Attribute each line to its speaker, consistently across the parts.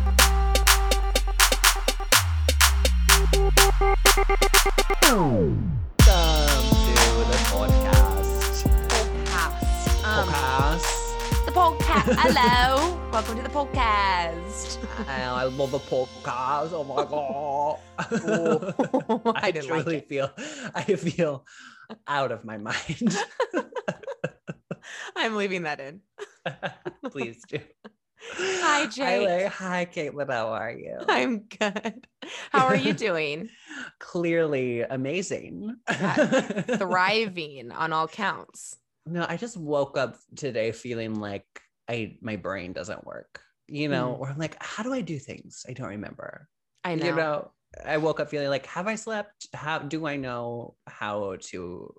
Speaker 1: Welcome to the podcast.
Speaker 2: podcast. Um,
Speaker 1: podcast.
Speaker 2: The podcast. Hello. Welcome to the podcast.
Speaker 1: I love the podcast. Oh my god.
Speaker 2: Ooh.
Speaker 1: I,
Speaker 2: didn't
Speaker 1: truly
Speaker 2: like it.
Speaker 1: feel I feel out of my mind.
Speaker 2: I'm leaving that in.
Speaker 1: Please do.
Speaker 2: Hi, Jake.
Speaker 1: Hi, Lou. Hi, Caitlin. How are you?
Speaker 2: I'm good. How are you doing?
Speaker 1: Clearly amazing.
Speaker 2: Thriving on all counts.
Speaker 1: No, I just woke up today feeling like I my brain doesn't work. You
Speaker 2: Mm.
Speaker 1: know, or I'm like, how do I do things? I don't remember.
Speaker 2: I know.
Speaker 1: You know, I woke up feeling like, have I slept? How do I know how to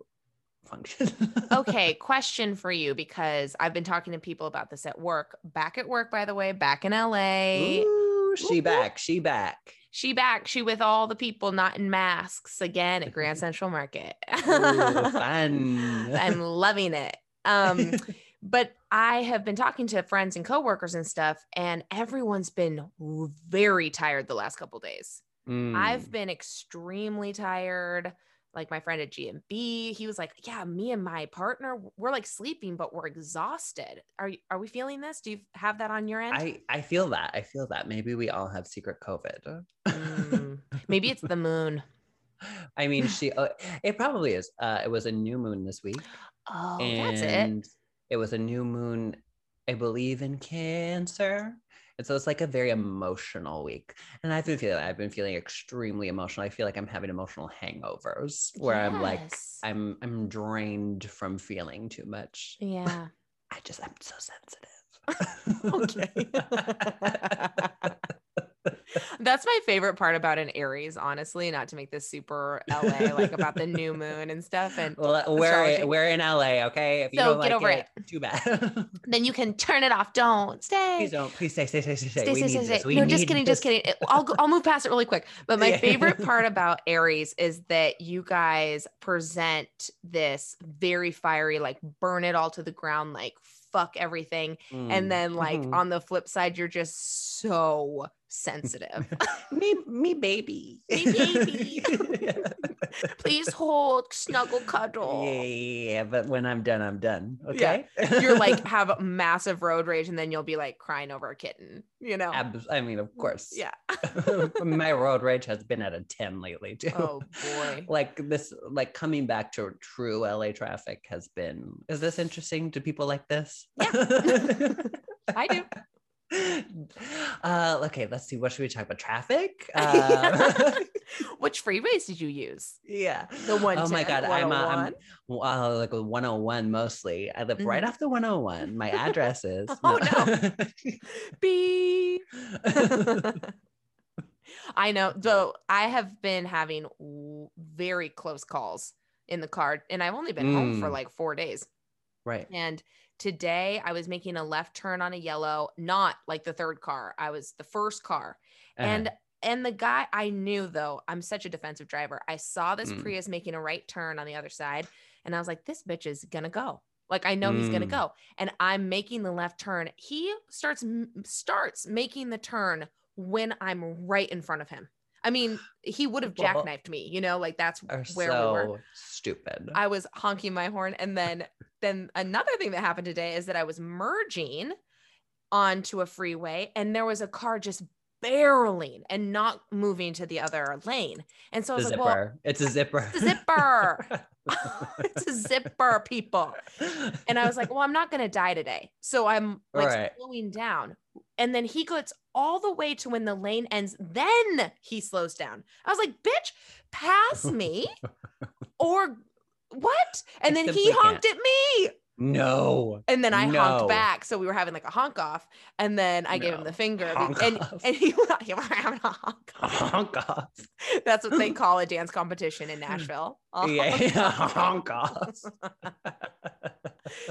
Speaker 1: function?
Speaker 2: okay, question for you because I've been talking to people about this at work. Back at work, by the way, back in LA.
Speaker 1: Ooh,
Speaker 2: Whoop,
Speaker 1: she
Speaker 2: whoop.
Speaker 1: back. She back.
Speaker 2: She back, she with all the people not in masks again at Grand Central Market.
Speaker 1: Ooh, fun.
Speaker 2: I'm loving it. Um, but I have been talking to friends and coworkers and stuff, and everyone's been very tired the last couple days.
Speaker 1: Mm.
Speaker 2: I've been extremely tired. Like my friend at GMB, he was like, "Yeah, me and my partner, we're like sleeping, but we're exhausted. Are you- are we feeling this? Do you have that on your end?
Speaker 1: I I feel that. I feel that. Maybe we all have secret COVID.
Speaker 2: Mm, maybe it's the moon.
Speaker 1: I mean, she. Uh, it probably is. Uh, it was a new moon this week.
Speaker 2: Oh,
Speaker 1: and
Speaker 2: that's it.
Speaker 1: it was a new moon, I believe, in Cancer. And so it's like a very emotional week. And I've been feeling I've been feeling extremely emotional. I feel like I'm having emotional hangovers where I'm like,
Speaker 2: Yes.
Speaker 1: I'm I'm drained from feeling too much.
Speaker 2: yeah,
Speaker 1: I just I'm so sensitive. okay.
Speaker 2: That's my favorite part about an Aries, honestly, not to make this super LA, like about the new moon and stuff. And
Speaker 1: well, we're,
Speaker 2: Astrology.
Speaker 1: we're in LA, okay? If you
Speaker 2: So
Speaker 1: don't like
Speaker 2: get over
Speaker 1: it, too bad.
Speaker 2: then you can turn it off. Don't stay.
Speaker 1: please don't. Please stay, stay, stay, stay, stay.
Speaker 2: Stay,
Speaker 1: we
Speaker 2: stay,
Speaker 1: need
Speaker 2: stay,
Speaker 1: this.
Speaker 2: stay.
Speaker 1: We
Speaker 2: No, just
Speaker 1: need
Speaker 2: kidding,
Speaker 1: this.
Speaker 2: just kidding. It- I'll go, I'll move past it really quick. But my
Speaker 1: Yeah.
Speaker 2: favorite part about Aries is that you guys present this very fiery, like burn it all to the ground, like fuck everything.
Speaker 1: Mm.
Speaker 2: And then like
Speaker 1: Mhm.
Speaker 2: on the flip side, you're just so sensitive.
Speaker 1: me me baby
Speaker 2: Me baby.
Speaker 1: yeah.
Speaker 2: Please hold, snuggle, cuddle.
Speaker 1: yeah, yeah, yeah, but when i'm done i'm done
Speaker 2: Yeah.
Speaker 1: okay
Speaker 2: you're like have massive road rage and then you'll be like crying over a kitten, you know?
Speaker 1: Ab- i mean of course
Speaker 2: Yeah.
Speaker 1: my road rage has been at a 10 lately too
Speaker 2: Oh boy.
Speaker 1: like this like coming back to true la traffic has been is this interesting to people like this yeah
Speaker 2: I do.
Speaker 1: uh okay let's see what should we talk about traffic uh,
Speaker 2: Which freeways did you use?
Speaker 1: yeah
Speaker 2: The one. oh
Speaker 1: Oh my god, I'm, uh, I'm well, like a 101 mostly. I live right off the 101. My address is.
Speaker 2: Mm-hmm. Oh, B. I know. Though I have been having w- very close calls in the car, and I've only been home for
Speaker 1: Mm.
Speaker 2: like four days.
Speaker 1: right.
Speaker 2: And today I was making a left turn on a yellow, not like the third car. I was the first car.
Speaker 1: And
Speaker 2: and and the guy i knew though i'm such a defensive driver i saw this
Speaker 1: Mm.
Speaker 2: prius making a right turn on the other side and i was like this bitch is gonna go like i know he's gonna
Speaker 1: Mm.
Speaker 2: go and i'm making the left turn he starts m- starts making the turn when i'm right in front of him i mean he would have
Speaker 1: Well-
Speaker 2: jackknifed me you know like that's
Speaker 1: are
Speaker 2: where
Speaker 1: so
Speaker 2: we were
Speaker 1: stupid.
Speaker 2: i was honking my horn and then then another thing that happened today is that i was merging onto a freeway and there was a car just barreling and not moving to the other lane. And so I
Speaker 1: the
Speaker 2: was like,
Speaker 1: zipper.
Speaker 2: well,
Speaker 1: it's a zipper.
Speaker 2: it's a zipper. it's a zipper, people. And I was like, well, I'm not going to die today. So I'm like
Speaker 1: Right.
Speaker 2: slowing down. And then he gets all the way to when the lane ends. Then he slows down. I was like, bitch, pass me or what? And
Speaker 1: I
Speaker 2: then
Speaker 1: simply
Speaker 2: he
Speaker 1: can't.
Speaker 2: honked at me.
Speaker 1: no.
Speaker 2: And then I
Speaker 1: No.
Speaker 2: honked back. So we were having like a honk off. And then I gave
Speaker 1: No.
Speaker 2: him the finger. be-
Speaker 1: Honk
Speaker 2: and,
Speaker 1: off.
Speaker 2: and he was having a honk.
Speaker 1: Honk off.
Speaker 2: That's what they call a dance competition in Nashville. A
Speaker 1: Yeah,
Speaker 2: honk
Speaker 1: yeah,
Speaker 2: off.
Speaker 1: honk off.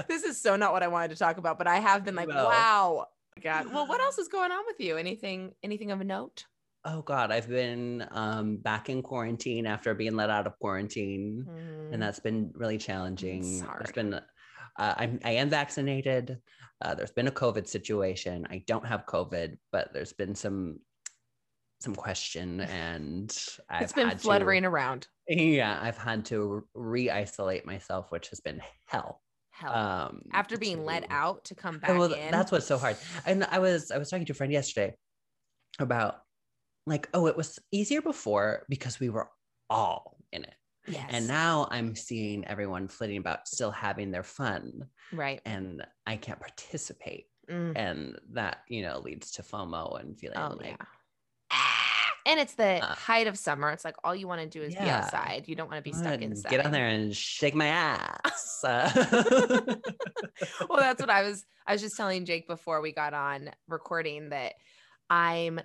Speaker 2: This is so not what I wanted to talk about, but I have been like,
Speaker 1: No.
Speaker 2: wow. God. Well, what else is going on with you? Anything anything of note?
Speaker 1: oh God, I've been um, back in quarantine after being let out of quarantine.
Speaker 2: Mm-hmm.
Speaker 1: and that's been really challenging.
Speaker 2: sorry.
Speaker 1: There's been, uh, I'm, I am vaccinated. Uh, there's been a COVID situation. I don't have COVID, but there's been some some question and I've
Speaker 2: it's been
Speaker 1: had to-
Speaker 2: fluttering around.
Speaker 1: yeah, I've had to re-isolate myself, which has been hell.
Speaker 2: Hell.
Speaker 1: Um,
Speaker 2: After being let
Speaker 1: to-
Speaker 2: out to come back
Speaker 1: And well,
Speaker 2: in.
Speaker 1: that's what's so hard. And I was I was talking to a friend yesterday about like, oh, it was easier before because we were all in it.
Speaker 2: yes.
Speaker 1: And now I'm seeing everyone flitting about still having their fun
Speaker 2: right.
Speaker 1: and I can't participate.
Speaker 2: Mm.
Speaker 1: And that, you know, leads to FOMO and feeling
Speaker 2: Oh
Speaker 1: like
Speaker 2: yeah. And it's the
Speaker 1: Uh,
Speaker 2: height of summer. It's like all you want to do is be
Speaker 1: yeah.
Speaker 2: outside. You don't want to be
Speaker 1: "Come
Speaker 2: stuck
Speaker 1: on,
Speaker 2: inside.
Speaker 1: get on there and shake my ass. Uh,
Speaker 2: well, that's what I was I was just telling Jake before we got on recording that I'm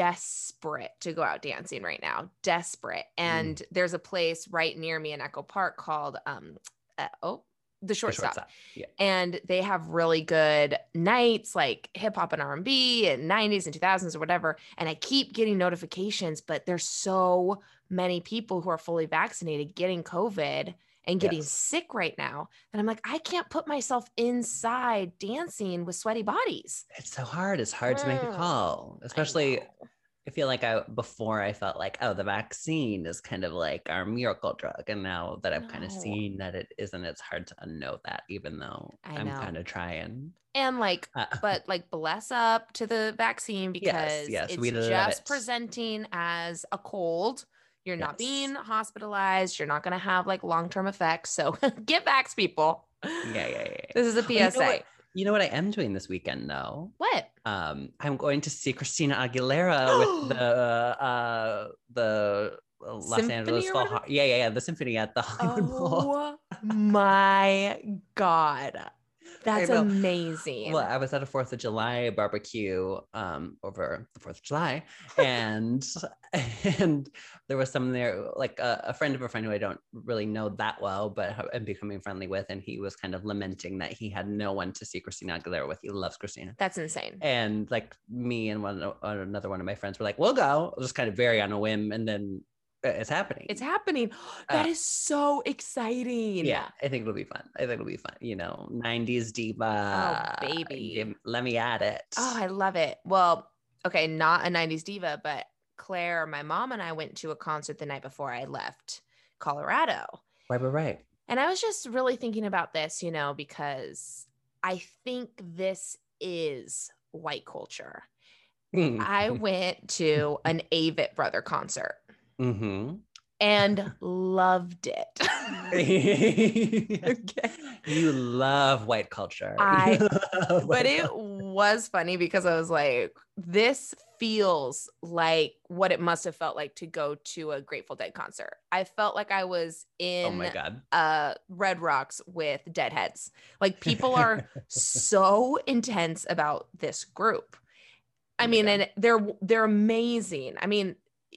Speaker 2: desperate to go out dancing right now. Desperate. And there's a place right near me in Echo Park called um uh, oh, the shortstop.
Speaker 1: Shortstop.
Speaker 2: and they have really good nights like hip hop and R&B and 90s and 2000s or whatever and I keep getting notifications but there's so many people who are fully vaccinated getting covid and getting
Speaker 1: Yes.
Speaker 2: sick right now and I'm like I can't put myself inside dancing with sweaty bodies
Speaker 1: It's so hard. It's hard to make a
Speaker 2: Mm.
Speaker 1: call,
Speaker 2: I
Speaker 1: especially
Speaker 2: know.
Speaker 1: I feel like I before I felt like, oh, the vaccine is kind of like our miracle drug. And now that I've kind of
Speaker 2: No.
Speaker 1: seen that it isn't, it's hard to unknow that, even though
Speaker 2: I
Speaker 1: I'm
Speaker 2: know.
Speaker 1: kind of trying.
Speaker 2: and like
Speaker 1: Uh,
Speaker 2: but like bless up to the vaccine because
Speaker 1: yes,
Speaker 2: it's
Speaker 1: we love
Speaker 2: just
Speaker 1: it.
Speaker 2: presenting as a cold. You're not
Speaker 1: Yes.
Speaker 2: being hospitalized. You're not going to have like long term effects. So get vax, people.
Speaker 1: yeah, yeah, yeah, yeah.
Speaker 2: This is a
Speaker 1: you know
Speaker 2: PSA.
Speaker 1: what? You know what I am doing this weekend though?
Speaker 2: what?
Speaker 1: Um, I'm going to see Christina Aguilera with the uh, the uh, Los
Speaker 2: Symphony
Speaker 1: Angeles
Speaker 2: or
Speaker 1: Fall.
Speaker 2: whatever?
Speaker 1: Har- yeah, yeah, yeah. The symphony at the Hollywood Bowl.
Speaker 2: Oh my God. That's
Speaker 1: know.
Speaker 2: amazing.
Speaker 1: Well, I was at a Fourth of July barbecue um, over the Fourth of July, and and there was someone there, like uh, a, a friend of a friend who I don't really know that well, but ho- am becoming friendly with, and he was kind of lamenting that he had no one to see Christina Aguilera with. He loves Christina,
Speaker 2: That's insane.
Speaker 1: and like me and one o- another one of my friends were like, "We'll go," just kind of very on a whim, and then uh, it's happening.
Speaker 2: It's happening. That is so exciting.
Speaker 1: Uh. yeah, I think it'll be fun. I think it'll be fun. You know, '90s diva.
Speaker 2: Oh, baby.
Speaker 1: give- let me at it.
Speaker 2: Oh, I love it. Well, okay, not a 90s diva, but Claire, my mom and I went to a concert the night before I left Colorado.
Speaker 1: Right, right, right.
Speaker 2: And I was just really thinking about this, you know, because I think this is white culture. I went to an Avett Brother concert
Speaker 1: mm-hmm.
Speaker 2: and loved it. Okay.
Speaker 1: You love white culture. You
Speaker 2: I-
Speaker 1: love white
Speaker 2: but it
Speaker 1: culture.
Speaker 2: was funny because I was like, this feels like what it must have felt like to go to a Grateful Dead concert. I felt like I was
Speaker 1: Oh
Speaker 2: in
Speaker 1: my god.
Speaker 2: uh, Red Rocks with Deadheads. Like people are so intense about this group. I
Speaker 1: Oh my
Speaker 2: mean,
Speaker 1: God.
Speaker 2: and they're they're amazing. I mean,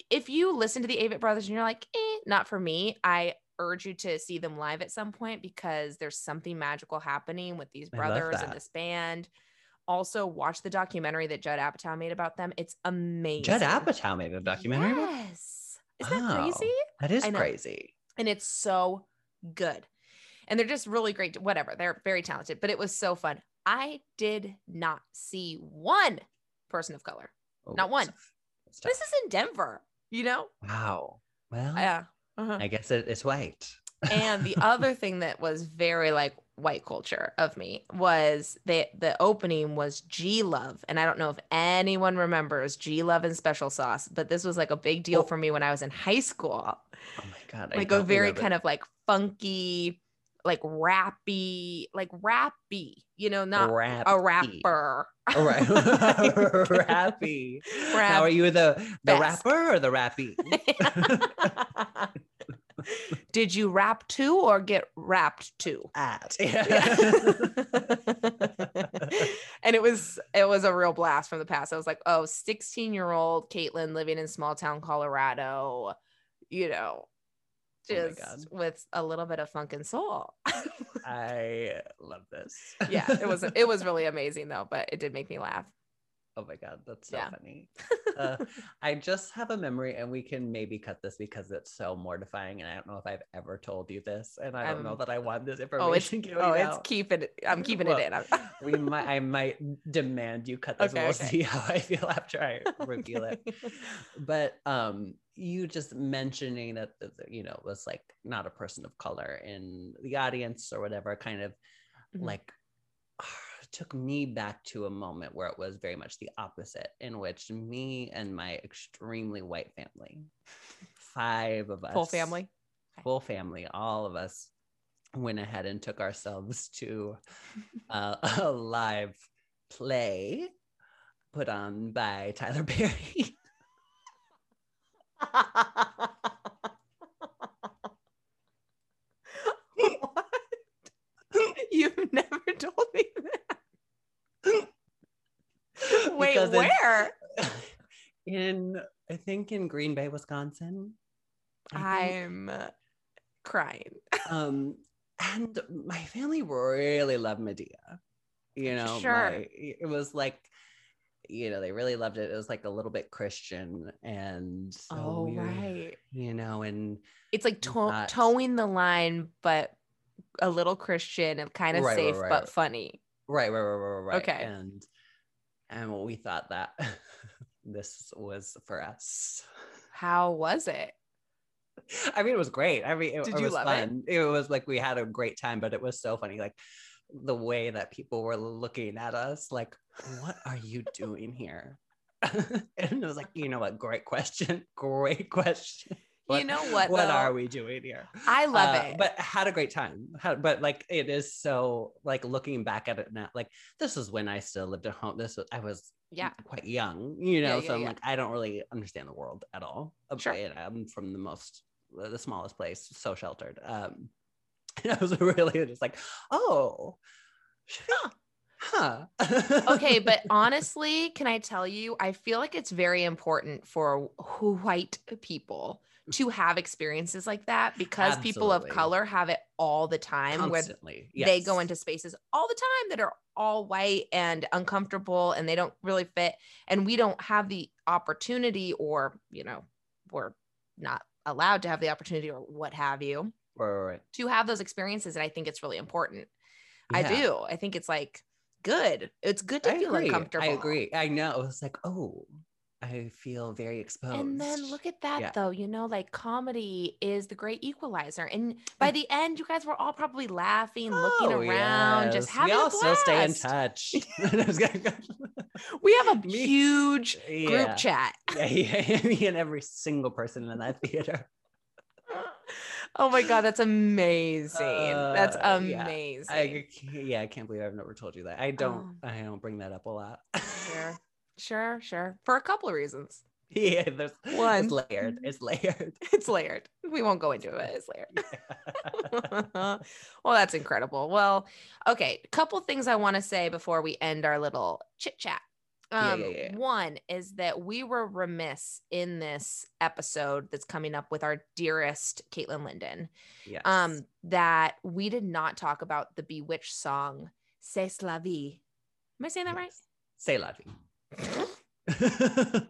Speaker 2: if you listen to the Avett Brothers and you're like, eh, not for me, I urge you to see them live at some point because there's something magical happening with these
Speaker 1: I love
Speaker 2: brothers and
Speaker 1: that.
Speaker 2: this band. Also, watch the documentary that Judd Apatow made about them. It's amazing.
Speaker 1: Judd Apatow made a documentary. about-
Speaker 2: Yes. Isn't that
Speaker 1: Wow.
Speaker 2: crazy?
Speaker 1: That is
Speaker 2: I know.
Speaker 1: crazy.
Speaker 2: and it's so good. And they're just really great. to- Whatever, they're very talented, but it was so fun. I did not see one person of color.
Speaker 1: Oh,
Speaker 2: Not one.
Speaker 1: stuff. Stuff.
Speaker 2: This is in Denver, you know?
Speaker 1: wow. Well,
Speaker 2: Yeah. Uh-huh.
Speaker 1: I guess it, it's white.
Speaker 2: and the other thing that was very like white culture of me was that the opening was G Love. And I don't know if anyone remembers G Love and Special Sauce, but this was like a big deal
Speaker 1: Oh.
Speaker 2: for me when I was in high school.
Speaker 1: Oh my god.
Speaker 2: like a very kind of like funky, like rappy, like rappy, you know, not
Speaker 1: rap.
Speaker 2: a rapper.
Speaker 1: All right. rappy. Now are you the the
Speaker 2: Best.
Speaker 1: rapper or the rappy?
Speaker 2: Did you rap to or get rapped to?
Speaker 1: At. Oh
Speaker 2: and it was it was a real blast from the past. I was like, oh, 16 year old Caitlin living in small town Colorado, you know,
Speaker 1: Oh my
Speaker 2: just
Speaker 1: God.
Speaker 2: with a little bit of funk and soul.
Speaker 1: I love this.
Speaker 2: yeah, it was it was really amazing though, but it did make me laugh.
Speaker 1: Oh my God, that's so
Speaker 2: Yeah.
Speaker 1: funny. Uh, I just have a memory, and we can maybe cut this because it's so mortifying. And I don't know if I've ever told you this, and I don't know
Speaker 2: Um,
Speaker 1: that I want this
Speaker 2: oh, it's
Speaker 1: information. going
Speaker 2: oh, it's
Speaker 1: out.
Speaker 2: keeping it. I'm keeping
Speaker 1: Well,
Speaker 2: it in. I'm-
Speaker 1: we might. I might demand you cut this.
Speaker 2: Okay,
Speaker 1: we'll
Speaker 2: okay.
Speaker 1: see how I feel after I reveal it.
Speaker 2: Okay.
Speaker 1: But um, you just mentioning that that, that, you know it was like not a person of color in the audience or whatever, kind of
Speaker 2: Mhm.
Speaker 1: like took me back to a moment where it was very much the opposite, in which me and my extremely white family, five of us,
Speaker 2: Full family.
Speaker 1: full family, all of us went ahead and took ourselves to uh, a live play put on by Tyler Perry.
Speaker 2: what? You've never told me that. Wait,
Speaker 1: Because it's-
Speaker 2: where?
Speaker 1: in I think in Green Bay, Wisconsin. think.
Speaker 2: I'm uh, crying.
Speaker 1: um and my family really loved Medea. You know,
Speaker 2: Sure.
Speaker 1: my- it was like you know, they really loved it. It was like a little bit Christian and so
Speaker 2: oh,
Speaker 1: we were,
Speaker 2: right.
Speaker 1: you know, and
Speaker 2: It's like
Speaker 1: It's
Speaker 2: to-
Speaker 1: not-
Speaker 2: towing the line, but a little Christian and kind of
Speaker 1: Right, right,
Speaker 2: safe,
Speaker 1: right.
Speaker 2: but funny.
Speaker 1: Right, right, right, right, right. right.
Speaker 2: Okay.
Speaker 1: And and we thought that this was for us.
Speaker 2: How was it?
Speaker 1: I mean, it was great. I mean, it,
Speaker 2: Did
Speaker 1: it
Speaker 2: you
Speaker 1: was
Speaker 2: love it?
Speaker 1: fun. It? was like we had a great time, but it was so funny. Like the way that people were looking at us, like, what are you doing here? and it was like, you know what? Great question. Great question.
Speaker 2: you know what?
Speaker 1: What are
Speaker 2: though?
Speaker 1: we doing here?
Speaker 2: I love
Speaker 1: Uh,
Speaker 2: it.
Speaker 1: But had a great time. Had, but like it is so like looking back at it now, like this is when I still lived at home. This was I was
Speaker 2: yeah.
Speaker 1: quite young, you
Speaker 2: Yeah,
Speaker 1: know.
Speaker 2: yeah,
Speaker 1: so I'm
Speaker 2: yeah.
Speaker 1: like I don't really understand the world at all. Uh,
Speaker 2: Sure.
Speaker 1: and I'm from the most the smallest place, so sheltered. Um and I was really just like, oh huh.
Speaker 2: okay, but honestly, can I tell you, I feel like it's very important for wh- white people to have experiences like that because people of
Speaker 1: Absolutely.
Speaker 2: color have it all the time where
Speaker 1: constantly.
Speaker 2: they go
Speaker 1: yes.
Speaker 2: into spaces all the time that are all white and uncomfortable and they don't really fit and we don't have the opportunity or, you know, we're not allowed to have the opportunity or what have you
Speaker 1: Right, right, right.
Speaker 2: to have those experiences and I think it's really important. I
Speaker 1: Yeah.
Speaker 2: do. I think it's like good. It's good to
Speaker 1: I
Speaker 2: feel
Speaker 1: agree.
Speaker 2: uncomfortable.
Speaker 1: I agree. I know. It's like, oh, I feel very exposed.
Speaker 2: And then look at that
Speaker 1: Yeah.
Speaker 2: though, you know, like comedy is the great equalizer. And by the end, you guys were all probably laughing, looking
Speaker 1: Oh,
Speaker 2: around, just
Speaker 1: yes.
Speaker 2: having
Speaker 1: we
Speaker 2: a
Speaker 1: all still stay in
Speaker 2: blast.
Speaker 1: touch.
Speaker 2: We have a
Speaker 1: Me-
Speaker 2: huge group
Speaker 1: yeah.
Speaker 2: chat.
Speaker 1: yeah, yeah, me and every single person in that theater.
Speaker 2: Oh my god, that's amazing. that's
Speaker 1: Uh, yeah.
Speaker 2: amazing.
Speaker 1: I can't, yeah, I can't believe I've never told you that. I don't.
Speaker 2: Um.
Speaker 1: I don't bring that up a lot.
Speaker 2: Sure, sure, sure. For a couple of reasons.
Speaker 1: yeah, there's
Speaker 2: One.
Speaker 1: It's layered. It's layered.
Speaker 2: It's layered. We won't go into it, but it's layered. well, that's incredible. Well, okay, couple things I want to say before we end our little chit chat.
Speaker 1: Yeah,
Speaker 2: Um,
Speaker 1: yeah, yeah.
Speaker 2: One is that we were remiss in this episode that's coming up with our dearest Caitlin Linden.
Speaker 1: Yes.
Speaker 2: Um, that we did not talk about the Bewitched song "C'est la vie." Am I saying that
Speaker 1: Yes. Say
Speaker 2: right?
Speaker 1: Lavi.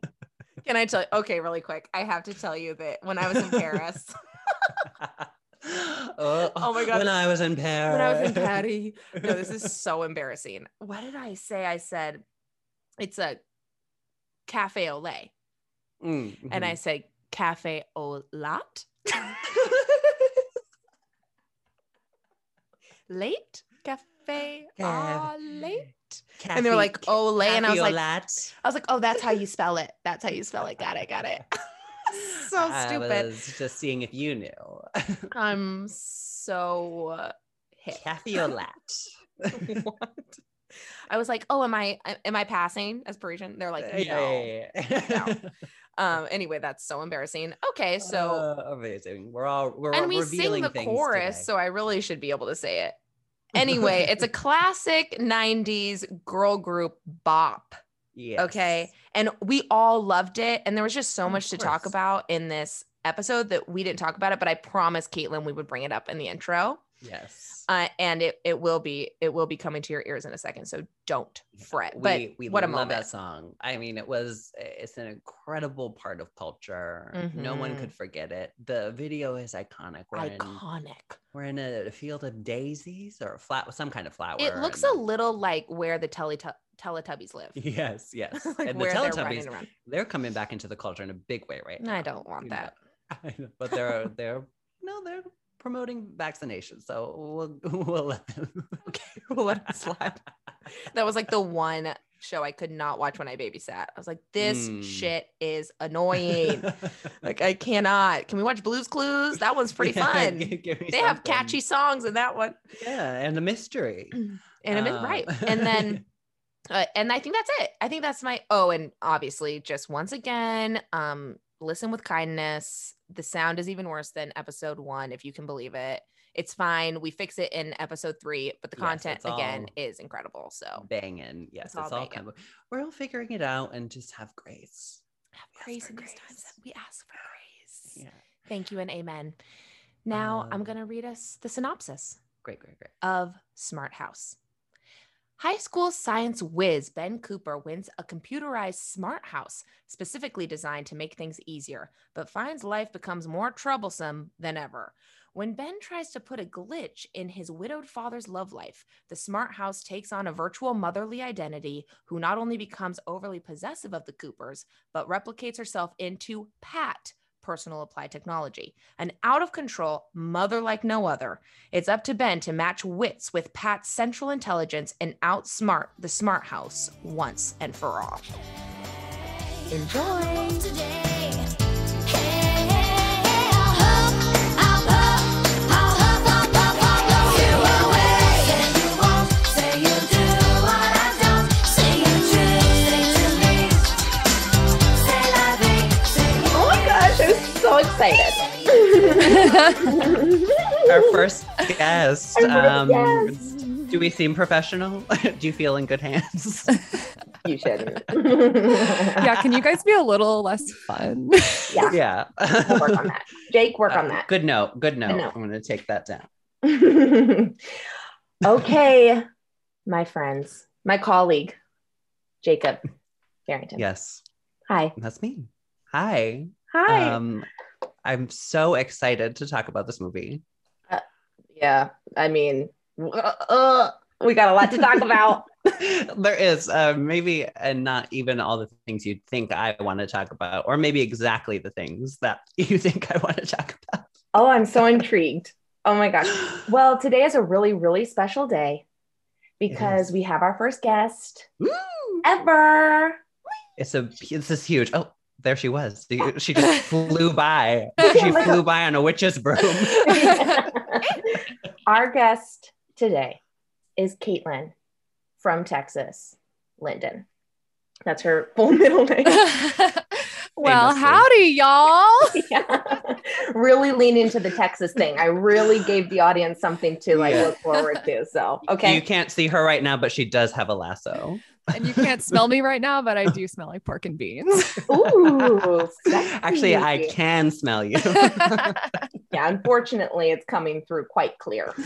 Speaker 2: Can I tell? Okay, really quick, I have to tell you that when I was in Paris,
Speaker 1: oh,
Speaker 2: Oh my God.
Speaker 1: When I was in Paris.
Speaker 2: when I was in Paris. No, this is so embarrassing. What did I say? I said it's a cafe au lait.
Speaker 1: Mm,
Speaker 2: And
Speaker 1: mhm.
Speaker 2: I said cafe au lot. late? Cafe au
Speaker 1: Ca-
Speaker 2: late. And they
Speaker 1: Cafe-
Speaker 2: were like,
Speaker 1: ca-
Speaker 2: oh, lay. And I was like,
Speaker 1: Caveolat.
Speaker 2: I was like, oh, that's how you spell it. That's how you spell it. Got it. Got it. so
Speaker 1: I
Speaker 2: stupid.
Speaker 1: was just seeing if you knew.
Speaker 2: I'm so uh, hip.
Speaker 1: Caffeolat.
Speaker 2: what? I was like, oh, am I am I passing as Parisian?
Speaker 1: Uh,
Speaker 2: They're like, no. Um, anyway, that's so embarrassing. Okay, so
Speaker 1: Uh, amazing. We're all we're all
Speaker 2: and we sing
Speaker 1: revealing
Speaker 2: the
Speaker 1: things
Speaker 2: chorus,
Speaker 1: today.
Speaker 2: so I really should be able to say it. Anyway, it's a classic 90s girl group bop.
Speaker 1: Yes.
Speaker 2: Okay. And we all loved it. And there was just so
Speaker 1: Of
Speaker 2: much to talk
Speaker 1: course.
Speaker 2: about in this episode that we didn't talk about it, but I promised Caitlin we would bring it up in the intro.
Speaker 1: Yes.
Speaker 3: uh, and it it will be it will be coming to your ears in a second. So don't fret.
Speaker 1: we,
Speaker 3: but
Speaker 1: we
Speaker 3: what a
Speaker 1: love
Speaker 3: moment!
Speaker 1: that song. I mean, it was it's an incredible part of culture. No one
Speaker 2: Mm-hmm.
Speaker 3: Mhm.
Speaker 1: could forget it. The video is iconic. We're, in,
Speaker 3: Iconic.
Speaker 1: we're in a field of daisies or a flat some kind of flower.
Speaker 3: It looks a
Speaker 1: and-
Speaker 3: little like where the Teletu- Teletubbies live.
Speaker 1: Yes, yes.
Speaker 3: like
Speaker 1: and the
Speaker 3: where they're
Speaker 1: Teletubbies,
Speaker 3: running around.
Speaker 1: they're coming back into the culture in a big way right now.
Speaker 3: I don't want
Speaker 1: you know.
Speaker 3: that.
Speaker 1: I know, but they're they're no, they're promoting vaccination. So we'll we'll let them.
Speaker 3: Okay, we'll let it slide. That was like the one show I could not watch when I babysat. I was like, this
Speaker 1: Mm.
Speaker 3: shit is annoying. like I cannot. Can we watch Blues Clues? That one's pretty
Speaker 1: Yeah,
Speaker 3: fun.
Speaker 1: gi-
Speaker 3: They
Speaker 1: give me
Speaker 3: have
Speaker 1: something.
Speaker 3: catchy songs in that one.
Speaker 1: Yeah, and the mystery.
Speaker 3: And I'm in-
Speaker 1: Um,
Speaker 3: right. And then uh, and I think that's it. I think that's my oh, and obviously just once again, um, listen with kindness. The sound is even worse than episode one, if you can believe it. It's fine. We fix it in episode three, but the
Speaker 1: Yes,
Speaker 3: content
Speaker 1: it's all-
Speaker 3: again is incredible. So
Speaker 1: banging.
Speaker 3: It's
Speaker 1: Yes, it's,
Speaker 3: all
Speaker 1: all
Speaker 3: banging.
Speaker 1: kind of we're all figuring it out and just have grace.
Speaker 3: have
Speaker 1: ask
Speaker 3: grace
Speaker 1: for
Speaker 3: in these
Speaker 1: grace.
Speaker 3: times. We ask for grace.
Speaker 1: Yeah.
Speaker 3: Thank you and amen. Now I'm
Speaker 1: Um,
Speaker 3: going to read us the synopsis.
Speaker 1: Great, great, great.
Speaker 3: of Smart House. High school science whiz Ben Cooper wins a computerized smart house specifically designed to make things easier, but finds life becomes more troublesome than ever. When Ben tries to put a glitch in his widowed father's love life, the smart house takes on a virtual motherly identity who not only becomes overly possessive of the Coopers, but replicates herself into Pat, personal applied technology, an out of control mother like no other it's up to Ben to match wits with Pat's central intelligence and outsmart the smart house once and for all. Enjoy.
Speaker 2: Oh my gosh, I'm so excited.
Speaker 1: Our first guest.
Speaker 2: Our
Speaker 1: Um,
Speaker 2: first
Speaker 1: Do we seem professional? do you feel in good hands?
Speaker 2: you shouldn't.
Speaker 4: yeah, can you guys be a little less fun?
Speaker 2: yeah,
Speaker 1: yeah.
Speaker 2: we'll work on that. Jake, work on that.
Speaker 1: Uh, Good note. Good note.
Speaker 2: note.
Speaker 1: I'm going to take that down.
Speaker 2: okay, my friends, my colleague, Jacob Farrington.
Speaker 1: Yes,
Speaker 2: Hi.
Speaker 1: that's me. Hi.
Speaker 2: Hi.
Speaker 1: Um, I'm so excited to talk about this movie.
Speaker 2: yeah, I mean, uh, uh, we got a lot to talk about.
Speaker 1: there is uh, maybe and not even all the things you'd think I want to talk about, or maybe exactly the things that you think I want to talk about.
Speaker 2: oh, I'm so intrigued. Oh my gosh. Well, today is a really, really special day because we have our first guest
Speaker 1: Woo!
Speaker 2: ever.
Speaker 1: Mm, it's a this is huge. Oh, there she was. The- She just flew by. She
Speaker 2: my God.
Speaker 1: flew by on a witch's broom.
Speaker 2: Our guest today is Caitlin from Texas, Linden. That's her full middle name.
Speaker 4: well,
Speaker 1: Famously.
Speaker 4: howdy, y'all.
Speaker 2: Yeah. Really lean into the Texas thing. I really gave the audience something to like
Speaker 1: Yeah.
Speaker 2: look forward to. So
Speaker 1: You
Speaker 2: okay.
Speaker 1: can't see her right now, but she does have a lasso.
Speaker 4: And you can't smell me right now, but I do smell like pork and beans.
Speaker 2: Ooh, sexy.
Speaker 1: Actually, I can smell you.
Speaker 2: Yeah, unfortunately, it's coming through quite clear.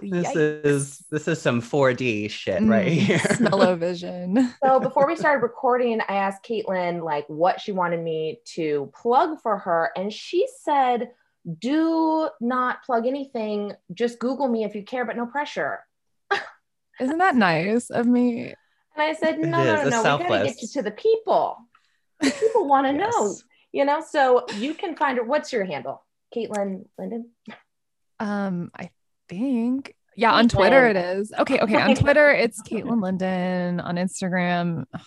Speaker 1: this is this is some 4D shit right
Speaker 4: Mm,
Speaker 1: here.
Speaker 4: Smell-o-vision.
Speaker 2: So before we started recording, I asked Caitlin like what she wanted me to plug for her, and she said, "Do not plug anything. Just Google me if you care, but no pressure."
Speaker 4: Isn't that nice of me?
Speaker 2: And I said, "No,
Speaker 1: is,
Speaker 2: no, no,
Speaker 1: it's
Speaker 2: no. We gotta
Speaker 1: selfless.
Speaker 2: get you to the people. The people want to know,
Speaker 1: Yes.
Speaker 2: you know." So you can find her. What's your handle, Caitlin Linden?
Speaker 4: Um, I think. Yeah, on Twitter it is. Okay, okay. On Twitter, it's Caitlin Linden. On Instagram, oh,